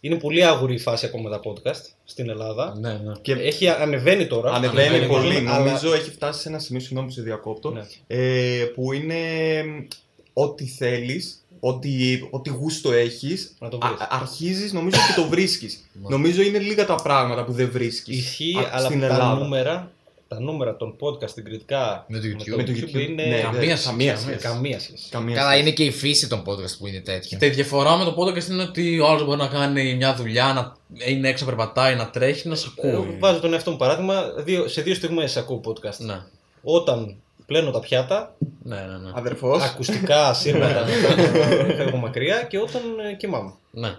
Speaker 4: είναι πολύ άγουρη η φάση ακόμα με τα podcast στην Ελλάδα.
Speaker 3: Ναι, ναι.
Speaker 5: Και
Speaker 4: Έχει ε, ανεβαίνει τώρα.
Speaker 5: ανεβαίνει
Speaker 3: ανεβαίνει
Speaker 5: πολύ.
Speaker 4: μάλλον, αλλά-
Speaker 5: Νομίζω έχει φτάσει σε ένα σημείο, συγγνώμη που σε διακόπτω,
Speaker 4: Ναι.
Speaker 5: ε, που είναι μ, ό,τι θέλεις, ό,τι, ό,τι γούστο έχεις,
Speaker 4: Να το βρεις.
Speaker 5: αρχίζεις νομίζω και το βρίσκεις.
Speaker 3: Μα.
Speaker 5: νομίζω είναι λίγα τα πράγματα που δεν βρίσκεις.
Speaker 4: Ισχύει, αλλά τα νούμερα, τα νούμερα των podcast συγκριτικά
Speaker 2: Με το YouTube.
Speaker 5: με το
Speaker 4: YouTube
Speaker 5: YouTube
Speaker 4: είναι
Speaker 5: ναι,
Speaker 3: καμία
Speaker 5: δεν-
Speaker 3: σχέση,
Speaker 5: καμία
Speaker 3: καμία.
Speaker 5: σχέση.
Speaker 4: καμία σχέση.
Speaker 5: Καμία
Speaker 2: Καλά,
Speaker 5: σχέση.
Speaker 2: είναι και η φύση των podcast που είναι τέτοια.
Speaker 3: Και η διαφορά με το podcast είναι ότι ο άλλος μπορεί να κάνει μια δουλειά, να είναι έξω, να περπατάει, να τρέχει, να σε
Speaker 4: Εγώ
Speaker 3: ακούει.
Speaker 4: βάζω τον εαυτό μου παράδειγμα, δύο, σε δύο στιγμές ακούω podcast.
Speaker 3: Ναι,
Speaker 4: Όταν πλένω τα πιάτα,
Speaker 3: ναι, ναι. ναι.
Speaker 5: Αδερφός.
Speaker 4: ακουστικά, σύρματα,
Speaker 5: Ναι.
Speaker 4: φεύγω μακριά και όταν ε, κοιμάμαι.
Speaker 3: ναι.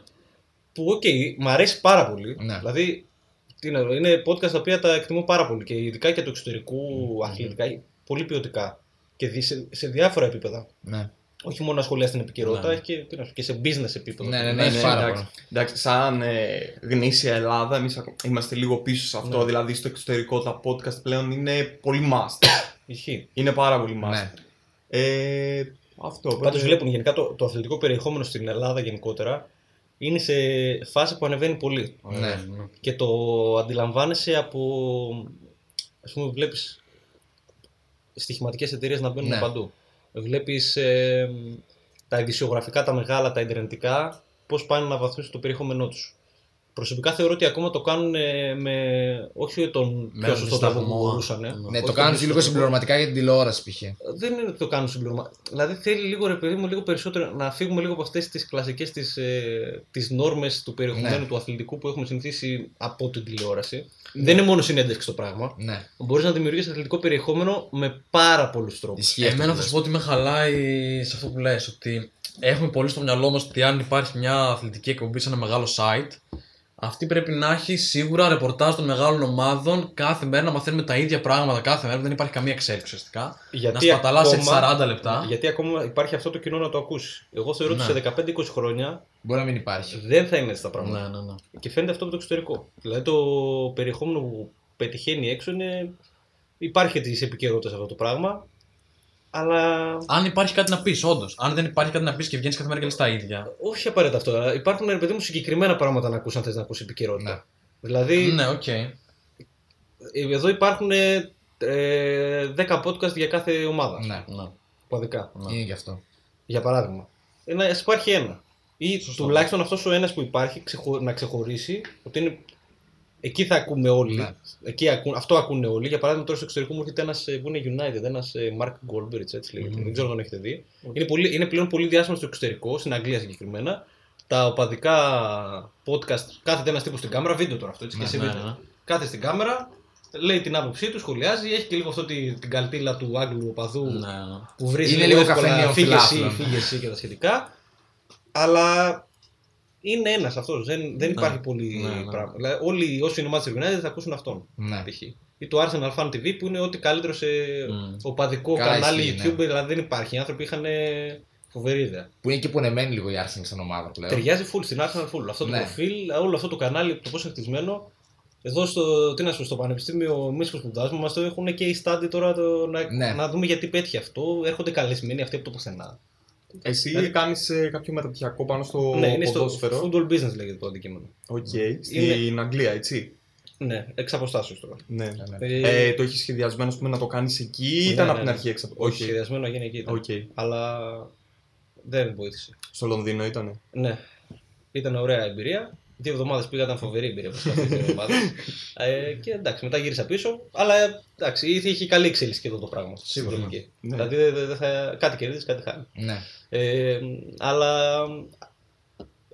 Speaker 4: Που οκ, μ' αρέσει πάρα πολύ.
Speaker 2: Ναι.
Speaker 4: Δηλαδή, τι να, δω, είναι podcast τα οποία τα εκτιμώ πάρα πολύ και ειδικά και του εξωτερικού αθλητικά, πολύ ποιοτικά και δι- σε, σε διάφορα επίπεδα.
Speaker 2: Ναι,
Speaker 4: Όχι μόνο να σχολιάσει την επικαιρότητα,
Speaker 3: Ναι.
Speaker 4: έχει και, τι να σου- και σε business επίπεδο.
Speaker 2: ναι, ναι, ναι,
Speaker 5: Ναι,
Speaker 2: έχει
Speaker 5: ναι,
Speaker 2: πάρα
Speaker 5: εντάξει.
Speaker 2: πολλά.
Speaker 5: Εντάξει, σαν ε, γνήσια Ελλάδα, εμείς είμαστε λίγο πίσω σε αυτό. Δηλαδή, στο εξωτερικό τα podcast πλέον είναι πολύ must.
Speaker 4: Ισχύει.
Speaker 5: είναι πάρα πολύ must.
Speaker 2: Ναι.
Speaker 5: Ε, αυτό.
Speaker 4: Πάντως
Speaker 5: οπότε-
Speaker 4: βλέπουν γενικά το, το αθλητικό περιεχόμενο στην Ελλάδα γενικότερα είναι σε φάση που ανεβαίνει πολύ.
Speaker 2: Ναι.
Speaker 4: Και το αντιλαμβάνεσαι από. Ας πούμε, βλέπεις στοιχηματικές εταιρείες να μπαίνουν
Speaker 2: Ναι.
Speaker 4: παντού. Βλέπεις τα ειδησιογραφικά, τα μεγάλα, τα ιντερνετικά, πώς πάνε να βαθμίσουν το περιεχόμενό τους. Προσωπικά θεωρώ ότι ακόμα το κάνουν ε, με. όχι τον
Speaker 3: Με
Speaker 4: πιο σωστό
Speaker 3: έναν
Speaker 4: τρόπο που
Speaker 3: δισταγμό.
Speaker 4: μπορούσαν. ε.
Speaker 3: Ναι,
Speaker 2: Ναι, το κάνουν
Speaker 4: Όχι τον
Speaker 2: και λίγο
Speaker 4: πιο σωστό
Speaker 2: συμπληρωματικά για την τηλεόραση π.χ.
Speaker 4: δεν είναι ότι το κάνουν συμπληρωμα. Δηλαδή θέλει λίγο ρε παιδί μου, λίγο περισσότερο να φύγουμε λίγο από αυτές τις κλασικές τις τις, ε, τις νόρμες του περιεχομένου
Speaker 2: Ναι.
Speaker 4: του αθλητικού που έχουμε συνηθίσει από την τηλεόραση.
Speaker 3: Ναι.
Speaker 4: Δεν είναι μόνο συνέντευξη το πράγμα.
Speaker 2: Ναι,
Speaker 4: Μπορείς να δημιουργήσεις αθλητικό περιεχόμενο με πάρα πολλούς τρόπους.
Speaker 2: ισχύει αυτό.
Speaker 3: Εμένα
Speaker 2: που
Speaker 3: θα
Speaker 2: λες.
Speaker 3: σου πω ότι με χαλάει σε αυτό που λες, ότι έχουμε πολύ στο μυαλό μας ότι αν υπάρχει μια αθλητική εκπομπή σε ένα μεγάλο site, αυτή πρέπει να έχει σίγουρα ρεπορτάζ των μεγάλων ομάδων κάθε μέρα να μαθαίνουμε τα ίδια πράγματα κάθε μέρα, δεν υπάρχει καμία εξέλιξη ουσιαστικά.
Speaker 4: Γιατί
Speaker 3: να σπαταλάς
Speaker 4: ακόμα-
Speaker 3: έτσι 40 λεπτά.
Speaker 4: Γιατί ακόμα υπάρχει αυτό το κοινό να το ακούσεις. Εγώ θεωρώ
Speaker 3: Ναι.
Speaker 4: ότι σε 15-20 χρόνια
Speaker 2: Μπορεί να μην υπάρχει.
Speaker 4: δεν θα είναι έτσι τα πράγματα.
Speaker 3: Ναι, ναι, ναι.
Speaker 4: Και φαίνεται αυτό από το εξωτερικό. Δηλαδή το περιεχόμενο που πετυχαίνει έξω είναι. Υπάρχει τη επικαιρότητα αυτό το πράγμα. Αλλά
Speaker 3: Αν υπάρχει κάτι να πεις, όντως. Αν δεν υπάρχει κάτι να πεις και βγαίνεις κάθε μέρα και λες τα ίδια.
Speaker 4: Όχι απαραίτητα αυτό. αλλά Υπάρχουν ρε παιδί μου συγκεκριμένα πράγματα να ακούς αν θες να ακούσει επικαιρότητα.
Speaker 2: Ναι.
Speaker 4: Δηλαδή,
Speaker 3: Ναι, οκ.
Speaker 4: ε, εδώ υπάρχουν ε, ε, 10 podcast για κάθε ομάδα.
Speaker 2: Ναι,
Speaker 3: Ναι.
Speaker 4: Παδικά.
Speaker 3: Ναι.
Speaker 2: είναι και αυτό.
Speaker 4: Για παράδειγμα. Ε, να ας υπάρχει ένα. Ή
Speaker 3: Σωστό.
Speaker 4: τουλάχιστον αυτός ο ένας που υπάρχει ξεχω- να ξεχωρίσει ότι είναι. Εκεί θα ακούμε όλοι.
Speaker 2: Ναι.
Speaker 4: Εκεί ακούν, αυτό ακούνε όλοι. Για παράδειγμα, τώρα στο εξωτερικό μου έρχεται ένας που είναι United, ένας Mark Goldberg, έτσι λέγεται.
Speaker 3: Μμμ.
Speaker 4: Δεν ξέρω αν τον έχετε δει. Είναι, πολύ, είναι πλέον πολύ διάσημο στο εξωτερικό, στην Αγγλία συγκεκριμένα. Τα οπαδικά podcast, κάθεται ένας τύπος στην κάμερα, βίντεο τώρα αυτό, έτσι, και
Speaker 2: Ναι,
Speaker 4: σε
Speaker 3: ναι,
Speaker 4: βίντεο.
Speaker 3: ναι.
Speaker 4: Κάθε στην κάμερα, λέει την άποψή του, σχολιάζει, έχει και λίγο αυτό τη- την καλτήλα του Άγγλου οπαδού
Speaker 3: Ναι, ναι.
Speaker 4: που βρίζει
Speaker 2: Είναι λίγο
Speaker 4: εύκολα,
Speaker 2: καφενείο
Speaker 4: Φύγε εσύ,
Speaker 2: φιλάθλων.
Speaker 4: φύγε εσύ και τα σχετικά. Αλλά είναι ένας αυτός. Δεν, δεν
Speaker 3: Ναι.
Speaker 4: υπάρχει πολύ
Speaker 3: Ναι, ναι.
Speaker 4: πράγμα. Δηλαδή, όλοι όσοι είναι Manchester United θα ακούσουν αυτόν.
Speaker 2: Ναι.
Speaker 4: π.χ. Ή το Arsenal Fan TV που είναι ό,τι καλύτερο σε
Speaker 2: Ε,
Speaker 3: Μμ.
Speaker 4: οπαδικό
Speaker 2: Mm. Καλά
Speaker 4: κανάλι
Speaker 2: ισχύει, ναι.
Speaker 4: YouTube. Δηλαδή δεν υπάρχει. Οι άνθρωποι είχαν φοβερή ιδέα.
Speaker 2: Που είναι και πονεμένη λίγο η Arsenal σαν ομάδα πλέον.
Speaker 4: Ταιριάζει full στην Arsenal full. Αυτό το
Speaker 2: Ε. Ναι.
Speaker 4: προφίλ, όλο αυτό το κανάλι, το πώς είναι χτισμένο. Εδώ στο, τι να σου πω, στο πανεπιστήμιο, εμεί που σπουδάζουμε, μας το έχουν και οι study τώρα το, να,
Speaker 2: Ναι.
Speaker 4: να δούμε γιατί πέτυχε αυτό. Έρχονται καλεσμένοι αυτοί από το πουθενά.
Speaker 5: Εσύ κάνει κάποιο μεταπτυχιακό πάνω στο
Speaker 4: Δηλαδή- ναι, είναι στο
Speaker 5: ποδόσφαιρο. Οκ,
Speaker 4: football business λέγεται το αντικείμενο.
Speaker 5: στην Αγγλία, έτσι.
Speaker 4: Ναι, εξ αποστάσεως τώρα.
Speaker 5: Ναι.
Speaker 4: Ε,
Speaker 5: Ε, το έχεις σχεδιασμένο πούμε, να το κάνεις εκεί ή
Speaker 4: Ναι,
Speaker 5: ήταν
Speaker 4: ναι,
Speaker 5: από την
Speaker 4: ναι.
Speaker 5: αρχή έξω. από-
Speaker 4: όχι,
Speaker 5: Οκ.
Speaker 4: σχεδιασμένο να γίνει εκεί. ήταν.
Speaker 5: Οκ.
Speaker 4: Αλλά δεν βοήθησε.
Speaker 5: Στο Λονδίνο ήταν.
Speaker 4: Ναι. Ήταν ωραία εμπειρία. Δύο εβδομάδες πήγα, ήταν φοβερή εμπειρία βασικά αυτές τις δύο εβδομάδες. ε, και εντάξει, μετά γύρισα πίσω. Αλλά ε, εντάξει, είχε, είχε καλή εξέλιξη και εδώ το πράγμα.
Speaker 5: Σίγουρα,
Speaker 4: στην τελική.
Speaker 5: ναι.
Speaker 4: Δηλαδή δεν δεν- δεν θα, κάτι κερδίζεις, κάτι χάνεις.
Speaker 2: Ναι.
Speaker 4: Ε, αλλά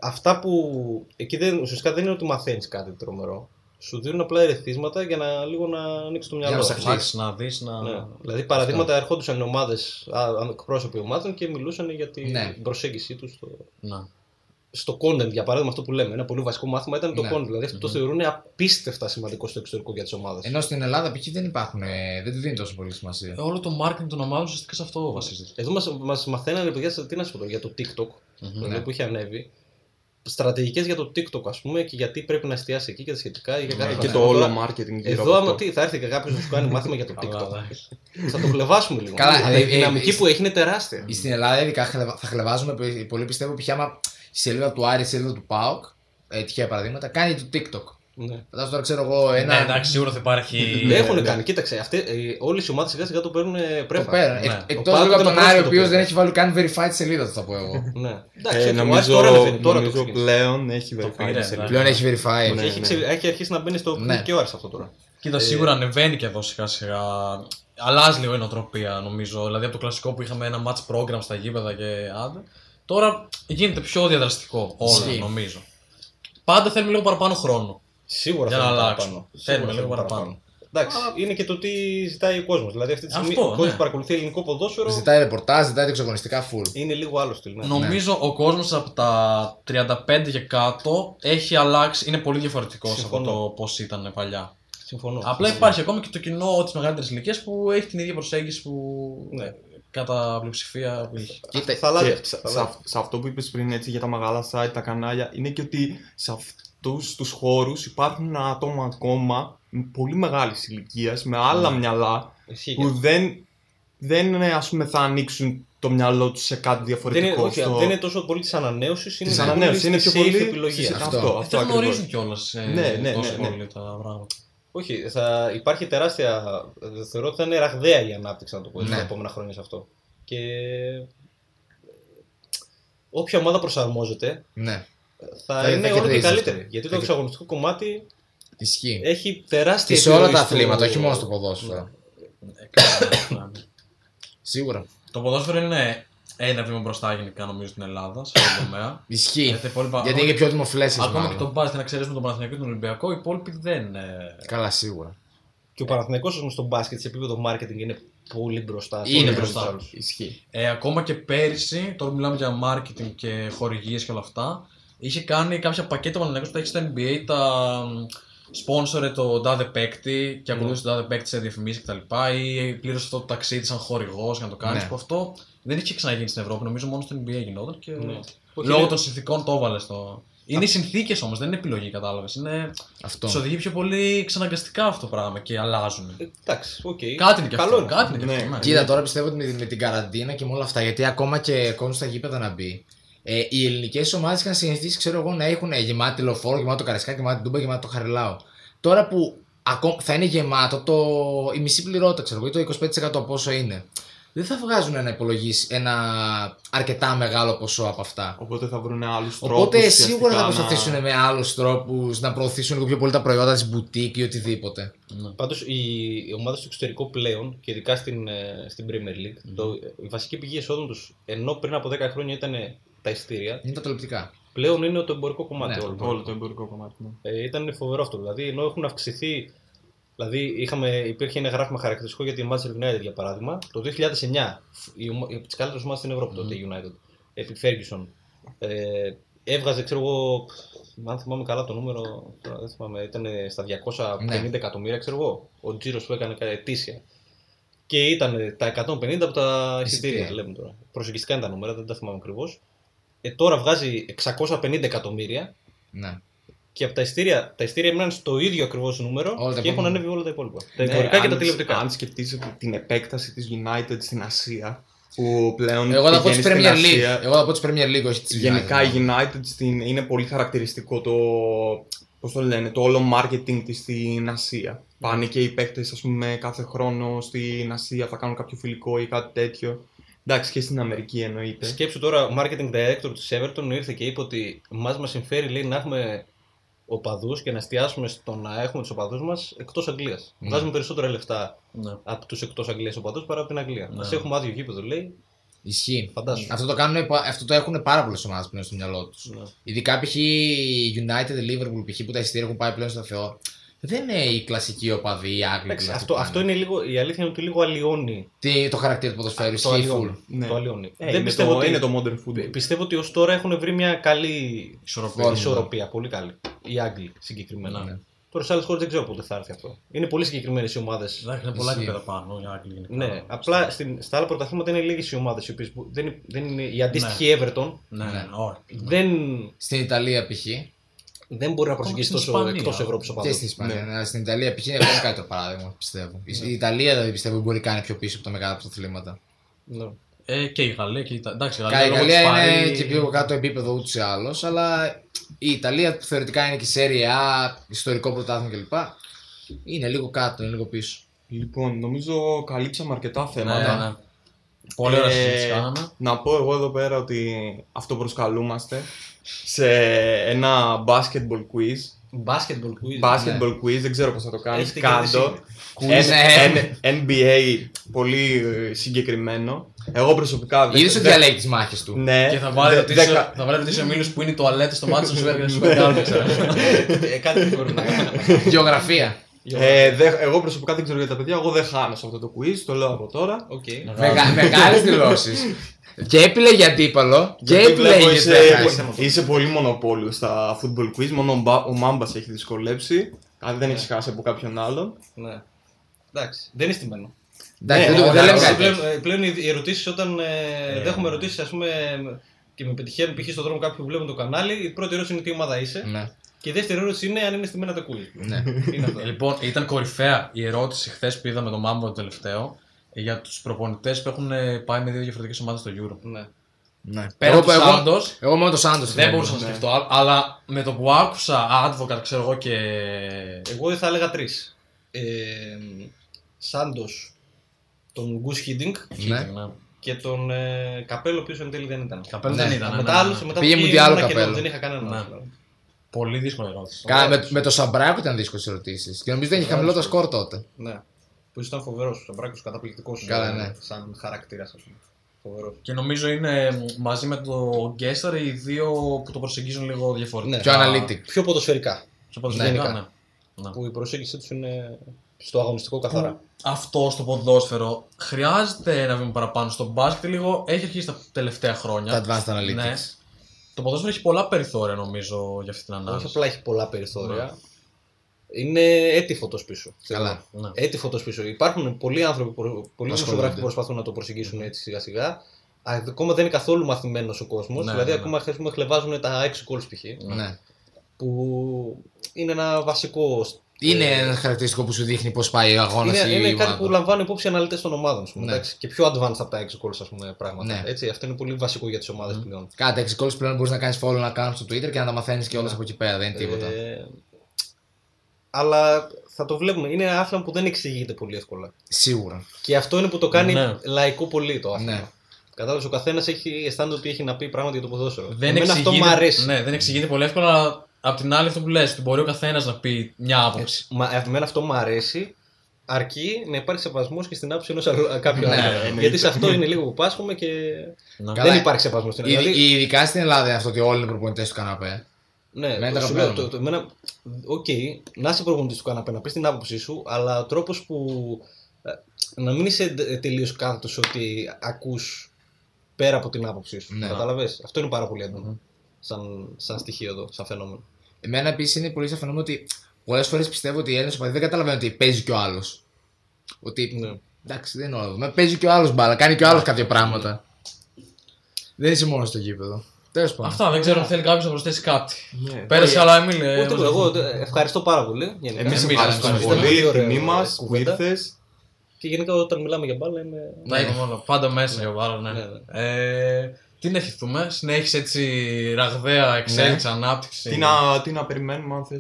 Speaker 4: αυτά που. Εκεί δεν, ουσιαστικά δεν είναι ότι μαθαίνεις κάτι τρομερό. Σου δίνουν απλά ερεθίσματα για να λίγο να ανοίξεις το μυαλό.
Speaker 2: να
Speaker 4: σου.
Speaker 2: ψαχτείς.
Speaker 3: ψάξει να δεις να.
Speaker 4: Ναι. Δηλαδή, παραδείγματα ερχόντουσαν ομάδες, εκπρόσωποι ομάδων και μιλούσαν για την
Speaker 2: Ναι.
Speaker 4: προσέγγιση τους στο,
Speaker 3: Να.
Speaker 4: στο content, για παράδειγμα, αυτό που λέμε. Ένα πολύ βασικό μάθημα ήταν το
Speaker 2: Ναι.
Speaker 4: content. Δηλαδή, αυτό το
Speaker 3: Μμμ.
Speaker 4: θεωρούν απίστευτα σημαντικό στο εξωτερικό για τις ομάδες.
Speaker 2: Ενώ στην Ελλάδα π.χ. δεν υπάρχουν, ε, δεν του δίνει τόσο πολύ σημασία.
Speaker 3: Ε, Όλο το marketing των ομάδων ουσιαστικά σε αυτό βασίζεται.
Speaker 4: Εδώ μας μας μαθαίνανε, παιδιά, σε- τι να σου πω τώρα, για το TikTok,
Speaker 3: Μμμ.
Speaker 4: το
Speaker 2: Ναι.
Speaker 4: που είχε ανέβει. Στρατηγικές για το TikTok, ας πούμε, και γιατί πρέπει να εστιάσει εκεί και τα σχετικά.
Speaker 2: Ναι,
Speaker 4: Για κάθε
Speaker 5: Ε, και
Speaker 4: πράγμα.
Speaker 5: το όλο
Speaker 4: Τώρα,
Speaker 5: marketing γύρω
Speaker 4: Εδώ,
Speaker 5: από
Speaker 4: άμα
Speaker 5: αυτό.
Speaker 4: τι, θα έρθει και κάποιος να σου κάνει μάθημα για το
Speaker 3: Καλά,
Speaker 4: TikTok.
Speaker 3: εντάξει.
Speaker 5: ναι.
Speaker 4: θα το κλεβάσουμε λίγο.
Speaker 2: Καλά,
Speaker 4: Αλλά
Speaker 2: ε,
Speaker 4: η
Speaker 2: ε,
Speaker 4: δυναμική
Speaker 2: ε,
Speaker 4: που έχει είναι τεράστια.
Speaker 2: Στην Ελλάδα ειδικά χλεβα- θα χλεβάζουμε πε- πολύ πιστεύω π.χ. άμα η σελίδα του Άρη, η σελίδα του ΠΑΟΚ, ε, τυχαία παραδείγματα, κάνει το TikTok.
Speaker 4: Ναι.
Speaker 2: Φαντάζομαι τώρα ξέρω εγώ ένα.
Speaker 3: Ναι, εντάξει, σίγουρα θα υπάρχει.
Speaker 5: Ναι,
Speaker 4: έχουν
Speaker 5: ναι.
Speaker 4: κάνει, κοίταξε. Αυτέ, ε, όλε οι ομάδε σιγά σιγά το παίρνουν
Speaker 2: ε,
Speaker 4: ε,
Speaker 2: το ε.
Speaker 4: πρέφα.
Speaker 2: πέρα.
Speaker 3: Ναι.
Speaker 2: Εκ-
Speaker 4: Ο
Speaker 2: Εκτό
Speaker 4: Πάοκ
Speaker 2: λίγο από
Speaker 4: ήταν
Speaker 2: τον Άρη, ο
Speaker 4: άσχετο
Speaker 2: οποίο
Speaker 4: πέρα.
Speaker 2: δεν έχει βάλει καν verified σελίδα του, θα πω εγώ.
Speaker 4: Ναι. Εντάξει,
Speaker 5: Ε,
Speaker 4: όχι, ο Άρης
Speaker 5: νομίζω
Speaker 4: τώρα, ανεβαίνει, τώρα το
Speaker 5: νομίζω
Speaker 4: ξεκίνησε.
Speaker 5: πλέον έχει verified.
Speaker 3: πήρε, εντάξει.
Speaker 5: σε λίγο.
Speaker 2: Πλέον έχει verified.
Speaker 5: Ναι.
Speaker 4: έχει, ξε- έχει αρχίσει να μπαίνει στο
Speaker 2: Ναι.
Speaker 4: ναι. και ο Άρης αυτό τώρα.
Speaker 3: Κοίτα, σίγουρα ανεβαίνει και εδώ σιγά σιγά. Αλλάζει λίγο η νοοτροπία νομίζω. Δηλαδή από το κλασικό που είχαμε ένα match program στα γήπεδα και άντε. Τώρα γίνεται πιο διαδραστικό όλο
Speaker 2: Ισχύει.
Speaker 3: νομίζω. Πάντα θέλουμε λίγο παραπάνω χρόνο.
Speaker 4: Σίγουρα
Speaker 3: Για να
Speaker 4: θέλουν
Speaker 3: αλλάξουν.
Speaker 4: παραπάνω.
Speaker 3: Θέλουμε
Speaker 4: Σίγουρα
Speaker 3: λίγο
Speaker 4: θέλουν
Speaker 3: παραπάνω.
Speaker 4: Εντάξει, είναι και το τι ζητάει ο κόσμος. Δηλαδή αυτή τη στιγμή
Speaker 3: Αυτό,
Speaker 4: ο κόσμος
Speaker 3: ναι.
Speaker 4: παρακολουθεί ελληνικό ποδόσφαιρο.
Speaker 2: Ζητάει ρεπορτάζ, ζητάει εξαγωνιστικά full.
Speaker 4: Είναι λίγο άλλο στυλ. ναι.
Speaker 3: Νομίζω ο κόσμος από τα 35 και κάτω έχει αλλάξει, είναι πολύ διαφορετικός από
Speaker 4: Συμφωνώ.
Speaker 3: το πώς ήταν παλιά.
Speaker 4: Συμφωνώ.
Speaker 3: Απλά υπάρχει ακόμα και το κοινό της μεγαλύτερης ηλικίας που έχει την ίδια προσέγγιση που
Speaker 4: Ναι.
Speaker 3: κατά πλειοψηφία που είχε.
Speaker 2: Κοίτα,
Speaker 4: Θα αλλάζει.
Speaker 5: Και σε- σε αυ- σε αυτό που είπες πριν έτσι, για τα μεγάλα site, τα κανάλια, είναι και ότι σε αυτούς τους χώρους υπάρχουν άτομα ακόμα με πολύ μεγάλης ηλικίας, με άλλα
Speaker 4: Ναι.
Speaker 5: μυαλά, που δεν, δεν ε, ας πούμε, θα ανοίξουν το μυαλό τους σε κάτι
Speaker 4: Δεν
Speaker 5: διαφορετικό.
Speaker 4: είναι, όχι,
Speaker 5: στο...
Speaker 4: δεν είναι τόσο πολύ της ανανέωσης, είναι
Speaker 5: της
Speaker 4: πολύ
Speaker 5: ανανέωσης,
Speaker 4: της
Speaker 5: είναι πιο
Speaker 4: safe
Speaker 5: πολύ
Speaker 4: επιλογής.
Speaker 5: στις-
Speaker 2: Αυτό.
Speaker 5: Αυτό,
Speaker 3: Αυτό
Speaker 5: αυτό
Speaker 3: δεν
Speaker 5: ακριβώς.
Speaker 3: γνωρίζουν κιόλας ε,
Speaker 5: Ναι, ναι, ναι,
Speaker 3: τόσο
Speaker 5: ναι.
Speaker 3: πολύ τα πράγματα.
Speaker 4: Όχι, θα υπάρχει τεράστια. ε, Θεωρώ ότι θα είναι ραγδαία η ανάπτυξη, να το πω έτσι,
Speaker 2: Ναι.
Speaker 4: τα επόμενα χρόνια σε αυτό. Και. Όποια ομάδα προσαρμόζεται
Speaker 2: Ναι,
Speaker 4: θα,
Speaker 2: Θα-
Speaker 4: είναι
Speaker 2: θα
Speaker 4: όλο και
Speaker 2: κερδίσει
Speaker 4: καλύτερη.
Speaker 2: αυτό.
Speaker 4: Γιατί
Speaker 2: Θα
Speaker 4: το
Speaker 2: κε-
Speaker 4: εξαγωνιστικό κομμάτι
Speaker 2: ισχύει.
Speaker 4: έχει τεράστια
Speaker 2: Και σε όλα
Speaker 4: επιρροή
Speaker 2: τα
Speaker 4: στο-
Speaker 2: αθλήματα, όχι μόνο στο ποδόσφαιρο.
Speaker 3: Ε, καλά, ναι.
Speaker 2: Σίγουρα.
Speaker 3: το ποδόσφαιρο είναι ένα βήμα μπροστά γενικά νομίζω στην Ελλάδα, σε αυτό το τομέα.
Speaker 2: Ισχύει.
Speaker 3: Ε, τα υπόλοιπα-
Speaker 2: Γιατί είναι και πιο δημοφιλές
Speaker 3: Ακόμα και
Speaker 2: μάλλον.
Speaker 3: τον μπάσκετ να ξέρεις με τον Παναθηναϊκό και τον Ολυμπιακό, οι υπόλοιποι δεν. ε,
Speaker 2: Καλά, σίγουρα.
Speaker 4: Και ο Παναθηναϊκός όμως στο μπάσκετ σε επίπεδο marketing είναι πολύ μπροστά. σε
Speaker 2: Είναι
Speaker 4: όλους
Speaker 3: μπροστά.
Speaker 4: τους άλλους.
Speaker 5: Ισχύει.
Speaker 3: Ε, ακόμα και πέρυσι, τώρα που μιλάμε για marketing και χορηγίες και όλα αυτά, είχε κάνει κάποια πακέτα Παναθηναϊκός που τα έχει στο NBA, τα μ, σπόνσορε το τάδε παίκτη και ακολούθησε τον τάδε παίκτη σε διαφημίσεις κτλ. ή πλήρωσε αυτό το ταξίδι σαν χορηγός για να το κάνεις,
Speaker 2: Ναι.
Speaker 3: που αυτό δεν είχε ξαναγίνει στην Ευρώπη, νομίζω μόνο στο NBA γινόταν και
Speaker 4: Ναι. Όχι,
Speaker 3: λόγω
Speaker 4: είναι-
Speaker 3: των συνθήκων το έβαλε στο... Είναι οι συνθήκες όμως, δεν είναι επιλογή, κατάλαβες. Είναι...
Speaker 2: Αυτό.
Speaker 3: Τους οδηγεί πιο πολύ ξαναγκαστικά αυτό το πράγμα και αλλάζουν.
Speaker 4: Ε, Εντάξει, οκ.
Speaker 3: Κάτι είναι και
Speaker 4: Καλό
Speaker 3: αυτό.
Speaker 4: είναι.
Speaker 3: Κάτι είναι και
Speaker 5: Ναι.
Speaker 3: αυτό. ναι.
Speaker 2: Κοίτα, τώρα πιστεύω ότι με, με την καραντίνα και με όλα αυτά, γιατί ακόμα και κόντους στα γήπεδα να μπει, ε, οι ελληνικές ομάδες είχαν συνηθίσει, ξέρω εγώ, να έχουν ε, γεμάτη λεωφόρο, γεμάτο καρεσκά, γεμάτη ντούμπα, γεμάτο χαριλάο. Τώρα που ακό- θα είναι γεμάτο το, η μισή πληρότητα, ξέρω εγώ, ή το 25% πόσο είναι, δεν θα βγάζουν ένα υπολογίσει ένα αρκετά μεγάλο ποσό από αυτά.
Speaker 5: Οπότε θα βρουν άλλου τρόπου.
Speaker 2: Οπότε σίγουρα θα προσπαθήσουν με άλλους τρόπους να προωθήσουν λίγο πιο πολύ τα προϊόντα της μπουτίκ ή οτιδήποτε.
Speaker 3: Ναι.
Speaker 4: Πάντως η, η ομάδα στο εξωτερικό πλέον και ειδικά στην, ε, στην Premier League, το, η βασική πηγή εσόδων τους ενώ πριν από 10 χρόνια ήταν τα ειστήρια,
Speaker 2: Είναι τα τολεπτικά.
Speaker 4: πλέον είναι το εμπορικό κομμάτι
Speaker 2: Ναι,
Speaker 4: όλων.
Speaker 5: Όλο το εμπορικό κομμάτι. ναι.
Speaker 4: Ε, ήταν φοβερό αυτό. Δηλαδή, ενώ έχουν αυξηθεί. Δηλαδή, είχαμε, υπήρχε ένα γράφημα χαρακτηριστικό για τη Manchester United, για παράδειγμα. Το 2009, η ομα- η- από τις καλύτερες ομάδες στην Ευρώπη τότε, η United, επί Ferguson. Ε, έβγαζε, ξέρω εγώ, αν θυμάμαι καλά το νούμερο, τώρα δεν θυμάμαι, ήταν στα 250
Speaker 2: Ναι.
Speaker 4: εκατομμύρια, ξέρω εγώ, ο τζίρος που έκανε κα- ετήσια. Και ήταν τα 150 από τα εισιτήρια,
Speaker 2: Εισιτήρια.
Speaker 4: λέμε τώρα. Προσεγγιστικά είναι τα νούμερα, δεν τα θυμάμαι ακριβώς. Ε, τώρα βγάζει 650 εκατομμύρια
Speaker 2: Ναι.
Speaker 4: και από τα ειστήρια, τα ειστήρια έμειναν στο ίδιο ακριβώς νούμερο
Speaker 2: Όλα τα
Speaker 4: και έχουν
Speaker 2: επόμενα.
Speaker 4: ανέβει όλα τα υπόλοιπα. Τα
Speaker 5: Ναι,
Speaker 4: εμπορικά και
Speaker 5: αν-
Speaker 4: τα τηλεοπτικά.
Speaker 5: Αν σκεφτείτε την επέκταση της United στην Ασία, που πλέον.
Speaker 2: Εγώ θα πω τη
Speaker 5: πηγαίνει στην
Speaker 2: Premier League.
Speaker 5: Ασία.
Speaker 2: Εγώ θα πω της Premier League, όχι της
Speaker 5: Γενικά η United στην, είναι πολύ χαρακτηριστικό το. Πώς το λένε, το όλο marketing της στην Ασία. Πάνε και οι παίκτες, ας πούμε, κάθε χρόνο στην Ασία θα κάνουν κάποιο φιλικό ή κάτι τέτοιο. Εντάξει, και στην Αμερική εννοείται.
Speaker 4: Σκέψου τώρα, ο marketing director της Everton ήρθε και είπε ότι μας μας συμφέρει λέει, να έχουμε οπαδούς και να εστιάσουμε στο να έχουμε τους οπαδούς μας εκτός Αγγλίας.
Speaker 2: Ναι.
Speaker 4: Βγάζουμε περισσότερα λεφτά
Speaker 3: Ναι.
Speaker 4: από τους εκτός Αγγλίας οπαδούς παρά από την Αγγλία.
Speaker 3: Ναι.
Speaker 4: Ναι. έχουμε άδειο γήπεδο, λέει.
Speaker 2: Ισχύει.
Speaker 4: Φαντάζομαι.
Speaker 2: Αυτό το, κάνουν, αυτό το έχουν πάρα πολλές ομάδες πλέον στο μυαλό τους.
Speaker 4: Ναι.
Speaker 2: Ειδικά π.χ. η United, Liverpool π.χ. που τα εισιτήρια έχουν πάει πλέον στο Θεό. Δεν είναι οι κλασικοί οπαδοί, οι Άγγλοι.
Speaker 4: Εντάξει,
Speaker 2: που
Speaker 4: αυτό,
Speaker 2: κάνουν.
Speaker 4: αυτό είναι λίγο, η αλήθεια είναι ότι λίγο αλλοιώνει.
Speaker 2: Τι, το χαρακτήρα του ποδοσφαίρου,
Speaker 4: το
Speaker 2: ισχύει full.
Speaker 4: αλλοιώνει.
Speaker 5: Ναι.
Speaker 4: Το αλλοιώνει.
Speaker 5: Ε,
Speaker 4: Δεν
Speaker 5: είναι,
Speaker 4: πιστεύω
Speaker 5: το,
Speaker 4: ότι,
Speaker 5: είναι το modern football.
Speaker 4: πιστεύω ότι ως τώρα έχουν βρει μια καλή
Speaker 3: Ισορροπία.
Speaker 4: ισορροπία. Πολύ καλή. Οι Άγγλοι συγκεκριμένα.
Speaker 3: Ναι.
Speaker 4: Τώρα σε άλλες χώρες δεν ξέρω πότε θα έρθει αυτό. Είναι πολύ συγκεκριμένες οι ομάδες
Speaker 3: Εντάξει, είναι πολλά
Speaker 2: Ισχύει.
Speaker 3: επίπεδα πάνω οι Άγγλοι. γενικά.
Speaker 4: Ναι, απλά στην, στα άλλα πρωταθλήματα είναι λίγες οι ομάδες οι οποίες δεν, δεν είναι. Η αντίστοιχη Everton
Speaker 3: Ναι, ναι,
Speaker 2: Ναι.
Speaker 3: όχι.
Speaker 4: δεν,
Speaker 2: Στην Ιταλία π.χ.
Speaker 4: δεν μπορεί να προσεγγίσει
Speaker 3: στην
Speaker 4: τόσο
Speaker 3: Ισπανία.
Speaker 4: εκτός Ευρώπης ο
Speaker 2: και στην Ισπανία. Ναι. Στην Ιταλία π.χ. είναι πολύ καλύτερο παράδειγμα, πιστεύω. Η- Η Ιταλία δηλαδή πιστεύω μπορεί να είναι πιο πίσω από τα μεγάλα πρωταθλήματα.
Speaker 4: Ναι.
Speaker 3: Ε, και η Γαλλία και η Ιτα- Εντάξει, η
Speaker 2: Κα- Η
Speaker 3: λόγω της
Speaker 2: Γαλλία είναι
Speaker 3: Παρί-
Speaker 2: και πιο κάτω επίπεδο ούτως ή άλλως, αλλά η Ιταλία που θεωρητικά είναι και σε A, ιστορικό πρωτάθλημα κλπ. Είναι λίγο κάτω, είναι λίγο πίσω.
Speaker 5: Λοιπόν, νομίζω καλύψαμε αρκετά θέματα.
Speaker 3: Ναι, ναι. Πολύ ωραία
Speaker 5: Ε,
Speaker 3: συζήτηση κάναμε.
Speaker 5: Να πω εγώ εδώ πέρα ότι αυτό προσκαλούμαστε σε ένα basketball quiz.
Speaker 4: Μπάσκετμπολ που είναι.
Speaker 5: Basketball quiz, δεν ξέρω πώς θα το κάνεις.
Speaker 4: Έχετε
Speaker 5: Κάντο. Ε,
Speaker 2: Quiz, ναι.
Speaker 5: NBA πολύ ε, συγκεκριμένο. Εγώ προσωπικά δεν
Speaker 2: Είδε ότι
Speaker 5: δεν-
Speaker 2: διαλέγει τι μάχε του.
Speaker 5: ε, Ναι.
Speaker 3: Και θα βάλει
Speaker 5: Δε-
Speaker 3: ερωτήσει
Speaker 5: δέκα-
Speaker 3: θα βάλει ερωτήσεις ο Μίλος που είναι η τουαλέτα στο μάτι σου σου έρχεται σου κάνει
Speaker 4: Ε, κάτι τέτοιο πρέπει να κάνουμε.
Speaker 2: Γεωγραφία.
Speaker 5: ε, δε- εγώ προσωπικά δεν ξέρω για τα παιδιά, εγώ δεν χάνω σε αυτό το quiz, το λέω από τώρα.
Speaker 4: Οκ.
Speaker 2: Μεγα, Μεγάλες δηλώσεις. και επιλέγει αντίπαλο και
Speaker 5: Γιατί βλέπω Ναι,
Speaker 2: επιλέγει.
Speaker 5: είσαι,
Speaker 2: τα-
Speaker 5: είσαι πολύ μονοπόλιο στα football quiz, μόνο ο Μπα- ο Μάμπας έχει δυσκολέψει. Αν δεν έχεις χάσει από κάποιον άλλον.
Speaker 4: Ναι. Εντάξει, δεν είναι στημένο.
Speaker 2: Εντάξει,
Speaker 5: Ναι,
Speaker 2: δεν το-
Speaker 5: ναι,
Speaker 2: δεν λέμε
Speaker 5: ναι,
Speaker 2: κάτι.
Speaker 4: Πλέον, ε, πλέον οι ερωτήσεις όταν ε, δέχομαι ερωτήσεις, ας πούμε, ε, και με πετυχαίνουν π.χ. στον δρόμο κάποιοι που βλέπουν το κανάλι, η πρώτη ερώτηση είναι τι ομάδα είσαι.
Speaker 2: Ναι,
Speaker 4: Και η δεύτερη ερώτηση είναι αν είναι στημένα τα κούλι.
Speaker 2: ναι.
Speaker 4: Είναι αυτό.
Speaker 3: Λοιπόν, ήταν κορυφαία η ερώτηση χθες που είδαμε τον Μάμπο το τελευταίο ε, για τους προπονητές που έχουν ε, πάει με δύο διαφορετικές ομάδες στο Euro.
Speaker 4: Ναι.
Speaker 2: ναι.
Speaker 3: Πέρα από τους
Speaker 2: εγώ, Ναι,
Speaker 3: Σάντος,
Speaker 2: εγώ μόνο το Σάντος.
Speaker 3: δεν μπορούσα να
Speaker 5: ναι.
Speaker 3: σκεφτώ, α- αλλά με το που άκουσα Advocate, ξέρω εγώ και.
Speaker 4: Εγώ θα έλεγα τρεις. Ε, Σάντος, τον Γκου Χίντινγκ
Speaker 2: Ναι.
Speaker 3: Keating, ναι.
Speaker 4: και τον ε, Καπέλο, ο οποίος εν τέλει δεν ήταν. Ε,
Speaker 3: Καπέλο δεν
Speaker 2: Ναι,
Speaker 3: ήταν. ναι,
Speaker 4: μετά
Speaker 3: ναι, ναι.
Speaker 4: άλλους, μετά
Speaker 2: Πήγε
Speaker 4: βγήκε
Speaker 2: μου τι άλλο
Speaker 4: ένα κενό,
Speaker 2: Καπέλο.
Speaker 4: Δεν είχα κανένα.
Speaker 3: Ναι. Πολύ δύσκολη ερώτηση.
Speaker 2: Κα- με, με το Σαμπράκο ήταν δύσκολες ερωτήσεις. Και νομίζω δεν είχε χαμηλό το σκορ τότε.
Speaker 4: Ναι. Που ήταν φοβερός. Ο Σαμπράκο καταπληκτικός.
Speaker 2: Καλά, ναι.
Speaker 4: Σαν χαρακτήρας, ας πούμε. Φοβερός.
Speaker 3: Και νομίζω είναι μ, μαζί με το Γκέσταρ οι δύο που το προσεγγίζουν λίγο διαφορετικά.
Speaker 4: Ναι.
Speaker 2: Πιο analytic.
Speaker 4: Πιο ποδοσφαιρικά.
Speaker 3: Πιο ποδοσφαιρικά,
Speaker 4: Ναι.
Speaker 3: ναι. Ναι.
Speaker 4: Που η προσέγγιση τους είναι στο αγωνιστικό καθαρά.
Speaker 3: αυτό στο ποδόσφαιρο χρειάζεται ένα βήμα παραπάνω. Στο μπάσκετ λίγο έχει αρχίσει τα τελευταία χρόνια.
Speaker 2: Τα advanced analytics.
Speaker 3: Ναι. Το ποδόσφαιρο έχει πολλά περιθώρια νομίζω για αυτή την
Speaker 4: Όχι
Speaker 3: ανάλυση.
Speaker 4: απλά έχει πολλά περιθώρια.
Speaker 3: Ναι.
Speaker 4: Είναι έτυφο το πίσω.
Speaker 2: Καλά.
Speaker 3: Ναι.
Speaker 4: Έτυχο το πίσω. Υπάρχουν πολλοί άνθρωποι, προ- πολλοί
Speaker 2: Ασχολούνται. Ναι.
Speaker 4: δημοσιογράφοι που προσπαθούν να το προσεγγίσουν έτσι σιγά σιγά. Ακόμα δεν είναι καθόλου μαθημένος ο κόσμος.
Speaker 3: Ναι,
Speaker 4: δηλαδή,
Speaker 3: ναι, ναι.
Speaker 4: ακόμα χθες μου χλεβάζουν τα 6 goals π.χ.
Speaker 2: Ναι.
Speaker 4: Που είναι ένα βασικό.
Speaker 2: Είναι
Speaker 4: ε,
Speaker 2: ένα χαρακτηριστικό που σου δείχνει πώς πάει ο αγώνας
Speaker 4: είναι,
Speaker 2: ή η
Speaker 4: είναι κάτι
Speaker 2: ομάδα.
Speaker 4: που λαμβάνουν υπόψη οι αναλυτές των ομάδων. ας πούμε,
Speaker 2: Ναι.
Speaker 4: εντάξει. Και πιο advanced από τα 6 goals, ας πούμε, πράγματα.
Speaker 2: Ναι.
Speaker 4: Έτσι, αυτό είναι πολύ βασικό για τις ομάδες πλέον.
Speaker 2: Κάτι εξικόλυση πλέον μπορείς να κάνεις follow να κάνεις στο Twitter και να τα μαθαίνεις και όλα από εκεί πέρα. Δεν είναι τίποτα.
Speaker 4: Ναι. Ε, αλλά θα το βλέπουμε. Είναι ένα άθλημα που δεν εξηγείται πολύ εύκολα.
Speaker 2: Σίγουρα.
Speaker 4: Και αυτό είναι που το κάνει
Speaker 3: Ναι.
Speaker 4: λαϊκό πολύ το άθλημα.
Speaker 2: Ναι.
Speaker 4: Κατάλαβες, ο καθένας αισθάνεται ότι έχει να πει πράγματα για το ποδόσφαιρο.
Speaker 3: Δεν
Speaker 4: Εμένα αυτό
Speaker 3: εξηγείται,
Speaker 4: μου αρέσει.
Speaker 3: Ναι, δεν εξηγείται πολύ εύκολα, αλλά απ' την άλλη αυτό που λες, ότι μπορεί ο καθένας να πει μια άποψη.
Speaker 4: Μα, ε, εμένα αυτό μου αρέσει, αρκεί να υπάρχει σεβασμός και στην άποψη ενός κάποιου
Speaker 2: Ναι,
Speaker 4: άλλου.
Speaker 5: εννοείται.
Speaker 4: Γιατί σε αυτό είναι λίγο που πάσχομαι και
Speaker 3: Ναι.
Speaker 2: Καλά,
Speaker 4: δεν υπάρχει σεβασμός στην
Speaker 2: Ειδι-
Speaker 4: δηλαδή,
Speaker 2: Ειδικά στην Ελλάδα είναι αυτό ότι όλοι είναι προπονητές του καναπέ.
Speaker 4: Ναι,
Speaker 2: εμένα
Speaker 4: το
Speaker 2: τα
Speaker 4: σου λέω,
Speaker 2: καπνώνω.
Speaker 4: το, το, εμένα, οκ, να είσαι προπονητής του καναπέ, να πεις την άποψή σου, αλλά ο τρόπος που. ε, Να μην είσαι τελείως κάθετος ότι ακούς πέρα από την άποψή σου.
Speaker 2: Ναι.
Speaker 4: Καταλαβες. Αυτό είναι πάρα πολύ έντονο. Σαν, σαν στοιχείο εδώ, σαν φαινόμενο.
Speaker 2: Εμένα επίσης είναι πολύ σαν φαινόμενο ότι πολλές φορές πιστεύω ότι οι Έλληνες οπαδοί δεν καταλαβαίνουν ότι παίζει κι ο άλλος. Ότι
Speaker 4: Ναι.
Speaker 2: εντάξει, δεν είναι όλα δεδομένα. Παίζει κι ο άλλος μπάλα, κάνει κι ο άλλος κάποια πράγματα. Δεν είσαι μόνος στο γήπεδο. Τέλος πάντων.
Speaker 3: Αυτά δεν ξέρω αν θέλει κάποιος να προσθέσει κάτι.
Speaker 5: Ναι.
Speaker 3: Πέρασε, αλλά έμεινε.
Speaker 4: Ε, Ούτε τίποτα, εγώ ε, ευχαριστώ πάρα πολύ. γενικά.
Speaker 5: Εμείς
Speaker 3: Εμείς
Speaker 5: ευχαριστούμε
Speaker 3: ευχαριστούμε
Speaker 5: πολύ
Speaker 4: πολύ,
Speaker 5: την
Speaker 4: ωραία
Speaker 5: τιμή μας που
Speaker 4: κουβέντα.
Speaker 5: ήρθες.
Speaker 4: Και γενικά όταν μιλάμε για μπάλα είμαι.
Speaker 3: Να είμαι μόνο. Πάντα μέσα για πάρα, ναι.
Speaker 4: Ναι, ναι.
Speaker 3: Ε, τι να ευχηθούμε, συνέχισε έτσι ραγδαία εξέλιξη, ανάπτυξη.
Speaker 5: Τι να, τι να περιμένουμε, αν θες.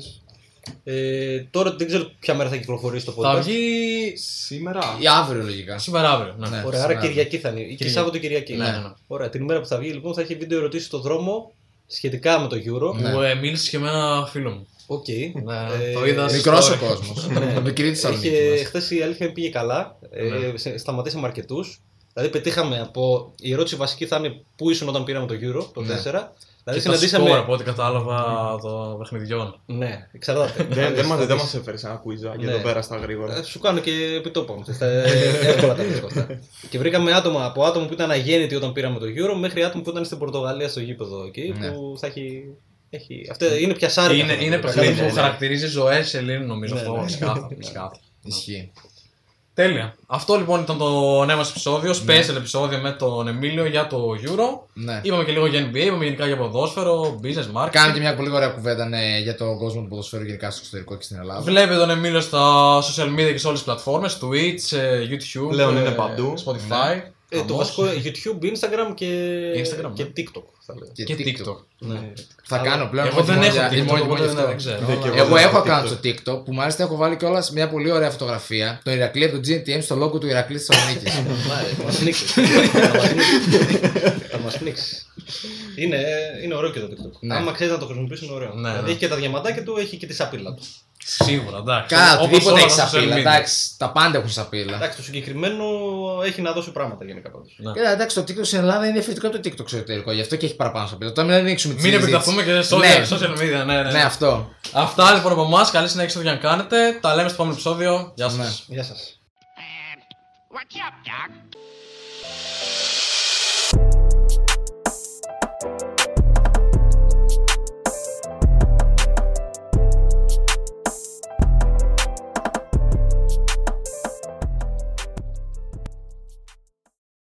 Speaker 4: Ε, τώρα δεν ξέρω ποια μέρα θα κυκλοφορήσει το podcast.
Speaker 3: Θα βγει
Speaker 5: Σήμερα.
Speaker 2: Ή αύριο λογικά.
Speaker 3: σήμερα αύριο. Ναι.
Speaker 2: Ναι.
Speaker 4: Ωραία, άρα
Speaker 2: Σήμερα.
Speaker 4: Κυριακή θα είναι. Ή και
Speaker 3: Κυριακή.
Speaker 4: Σάββατο Κυριακή.
Speaker 3: Ναι, ναι, ναι.
Speaker 4: Ωραία, την ημέρα που θα βγει λοιπόν θα έχει βίντεο ερωτήσεις στο δρόμο σχετικά με το Euro.
Speaker 2: Ναι.
Speaker 3: Μου ε, μίλησε και με ένα φίλο μου.
Speaker 4: Οκ.
Speaker 3: Ναι,
Speaker 4: Ε,
Speaker 3: το είδα στο
Speaker 2: Μικρός ο
Speaker 3: story.
Speaker 2: κόσμος. Μικρή τη
Speaker 4: Ναι. Είχε,
Speaker 2: Θεσσαλονίκη.
Speaker 4: χθες η αλήθεια πήγε καλά.
Speaker 3: Ναι.
Speaker 4: Ε, σε- σταματήσαμε αρκετούς. Δηλαδή πετύχαμε από. Η ερώτηση βασική θα είναι πού ήσουν όταν πήραμε το Euro το 4.
Speaker 2: Ναι.
Speaker 4: Δηλαδή
Speaker 3: Και τα σκόρ,
Speaker 4: συναντήσαμε.
Speaker 3: από ό,τι κατάλαβα των παιχνιδιών.
Speaker 4: Ναι, εξαρτάται.
Speaker 2: Ε,
Speaker 5: Δεν δεν μας- δεν μας έφερε ένα κουίζα και
Speaker 4: Ναι.
Speaker 5: εδώ πέρα στα
Speaker 4: Ε,
Speaker 5: γρήγορα.
Speaker 4: Σου κάνω και επιτόπου όμως, στα- Εύκολα τα βρίσκω αυτά. και βρήκαμε άτομα από άτομα που ήταν αγέννητοι όταν πήραμε το Euro μέχρι άτομα που ήταν στην Πορτογαλία στο γήπεδο εκεί.
Speaker 2: Ναι.
Speaker 4: Που θα έχει. έχει... Αυτά είναι πια σάρκα.
Speaker 3: Είναι,
Speaker 4: αυτά,
Speaker 3: είναι
Speaker 4: τα
Speaker 3: παιχνίδι
Speaker 4: πράγματα.
Speaker 3: που χαρακτηρίζει ζωές Ελλήνων, νομίζω
Speaker 4: Ναι,
Speaker 3: αυτό.
Speaker 4: ναι.
Speaker 3: Ξεκάθαρα, ξεκάθαρα.
Speaker 2: Ισχύει.
Speaker 3: Τέλεια. Αυτό λοιπόν ήταν το νέο μας επεισόδιο, special επεισόδιο με τον Εμίλιο για το Euro.
Speaker 2: Ναι.
Speaker 3: Είπαμε και λίγο για NBA, είπαμε γενικά για ποδόσφαιρο, business marketing.
Speaker 2: Κάναμε και μια πολύ ωραία κουβέντα ναι, για τον κόσμο του ποδοσφαίρου γενικά στο εξωτερικό και στην Ελλάδα.
Speaker 3: Βλέπετε τον Εμίλιο στα social media και σε όλες τις πλατφόρμες, Twitch, ε, YouTube,
Speaker 5: Πλέον
Speaker 3: ε,
Speaker 5: είναι παντού.
Speaker 3: Spotify,
Speaker 4: Ε, το
Speaker 3: χαμός.
Speaker 4: βασικό YouTube, Instagram και,
Speaker 3: Instagram,
Speaker 4: και
Speaker 3: ναι.
Speaker 4: TikTok θα λέω.
Speaker 3: και TikTok.
Speaker 4: Ναι.
Speaker 2: Θα
Speaker 4: Αλλά
Speaker 2: κάνω πλέον.
Speaker 3: Εγώ δεν
Speaker 2: μόνο
Speaker 3: έχω
Speaker 2: για-
Speaker 3: TikTok,
Speaker 2: μόνο- μόνο
Speaker 3: οπότε
Speaker 2: γι' αυτό.
Speaker 3: δεν ξέρω.
Speaker 5: Ναι, και
Speaker 2: Εγώ
Speaker 5: δεν
Speaker 2: έχω
Speaker 5: TikTok.
Speaker 2: account στο TikTok που μάλιστα έχω βάλει κιόλας μια πολύ ωραία φωτογραφία. Το Ηρακλή από το GNTM στο λόγο του Ηρακλή Θεσσαλονίκη.
Speaker 4: Μάρε, ε, θα μας πνίξεις. Θα μας πνίξεις. Θα μας πνίξεις. Είναι, είναι ωραίο και το TikTok.
Speaker 2: Ναι.
Speaker 4: Άμα ξέρεις να το χρησιμοποιήσεις, είναι ωραίο.
Speaker 3: Ναι,
Speaker 4: δηλαδή
Speaker 3: ναι.
Speaker 4: έχει και τα διαμαντάκια του, έχει και τη σαπίλα του.
Speaker 3: Σίγουρα, εντάξει.
Speaker 2: Καλά,
Speaker 3: Όπως
Speaker 2: οτιδήποτε
Speaker 3: όλα
Speaker 2: έχεις
Speaker 3: τα social
Speaker 2: σαπίλα.
Speaker 3: media.
Speaker 2: Εντάξει, τα πάντα έχουν σαπίλα.
Speaker 4: Εντάξει, το συγκεκριμένο έχει να δώσει πράγματα γενικά πάντως.
Speaker 2: Ε, εντάξει, το TikTok στην Ελλάδα είναι διαφορετικό από το TikTok στο εξωτερικό, γι' αυτό και έχει παραπάνω σαπίλα. Τώρα μην ανοίξουμε τη
Speaker 3: Μην
Speaker 2: συζήτηση.
Speaker 3: επεκταθούμε και σε
Speaker 2: Ναι.
Speaker 3: όλα τα social media. Ναι, ναι.
Speaker 2: Ναι, αυτό.
Speaker 3: Αυτά λοιπόν από εμάς. Καλή συνέχιση ό,τι και αν κάνετε. Τα λέμε στο επόμενο επεισόδιο. Γεια σας.
Speaker 2: Ναι.
Speaker 4: Γεια σας.
Speaker 1: Uh, what's up, Doc?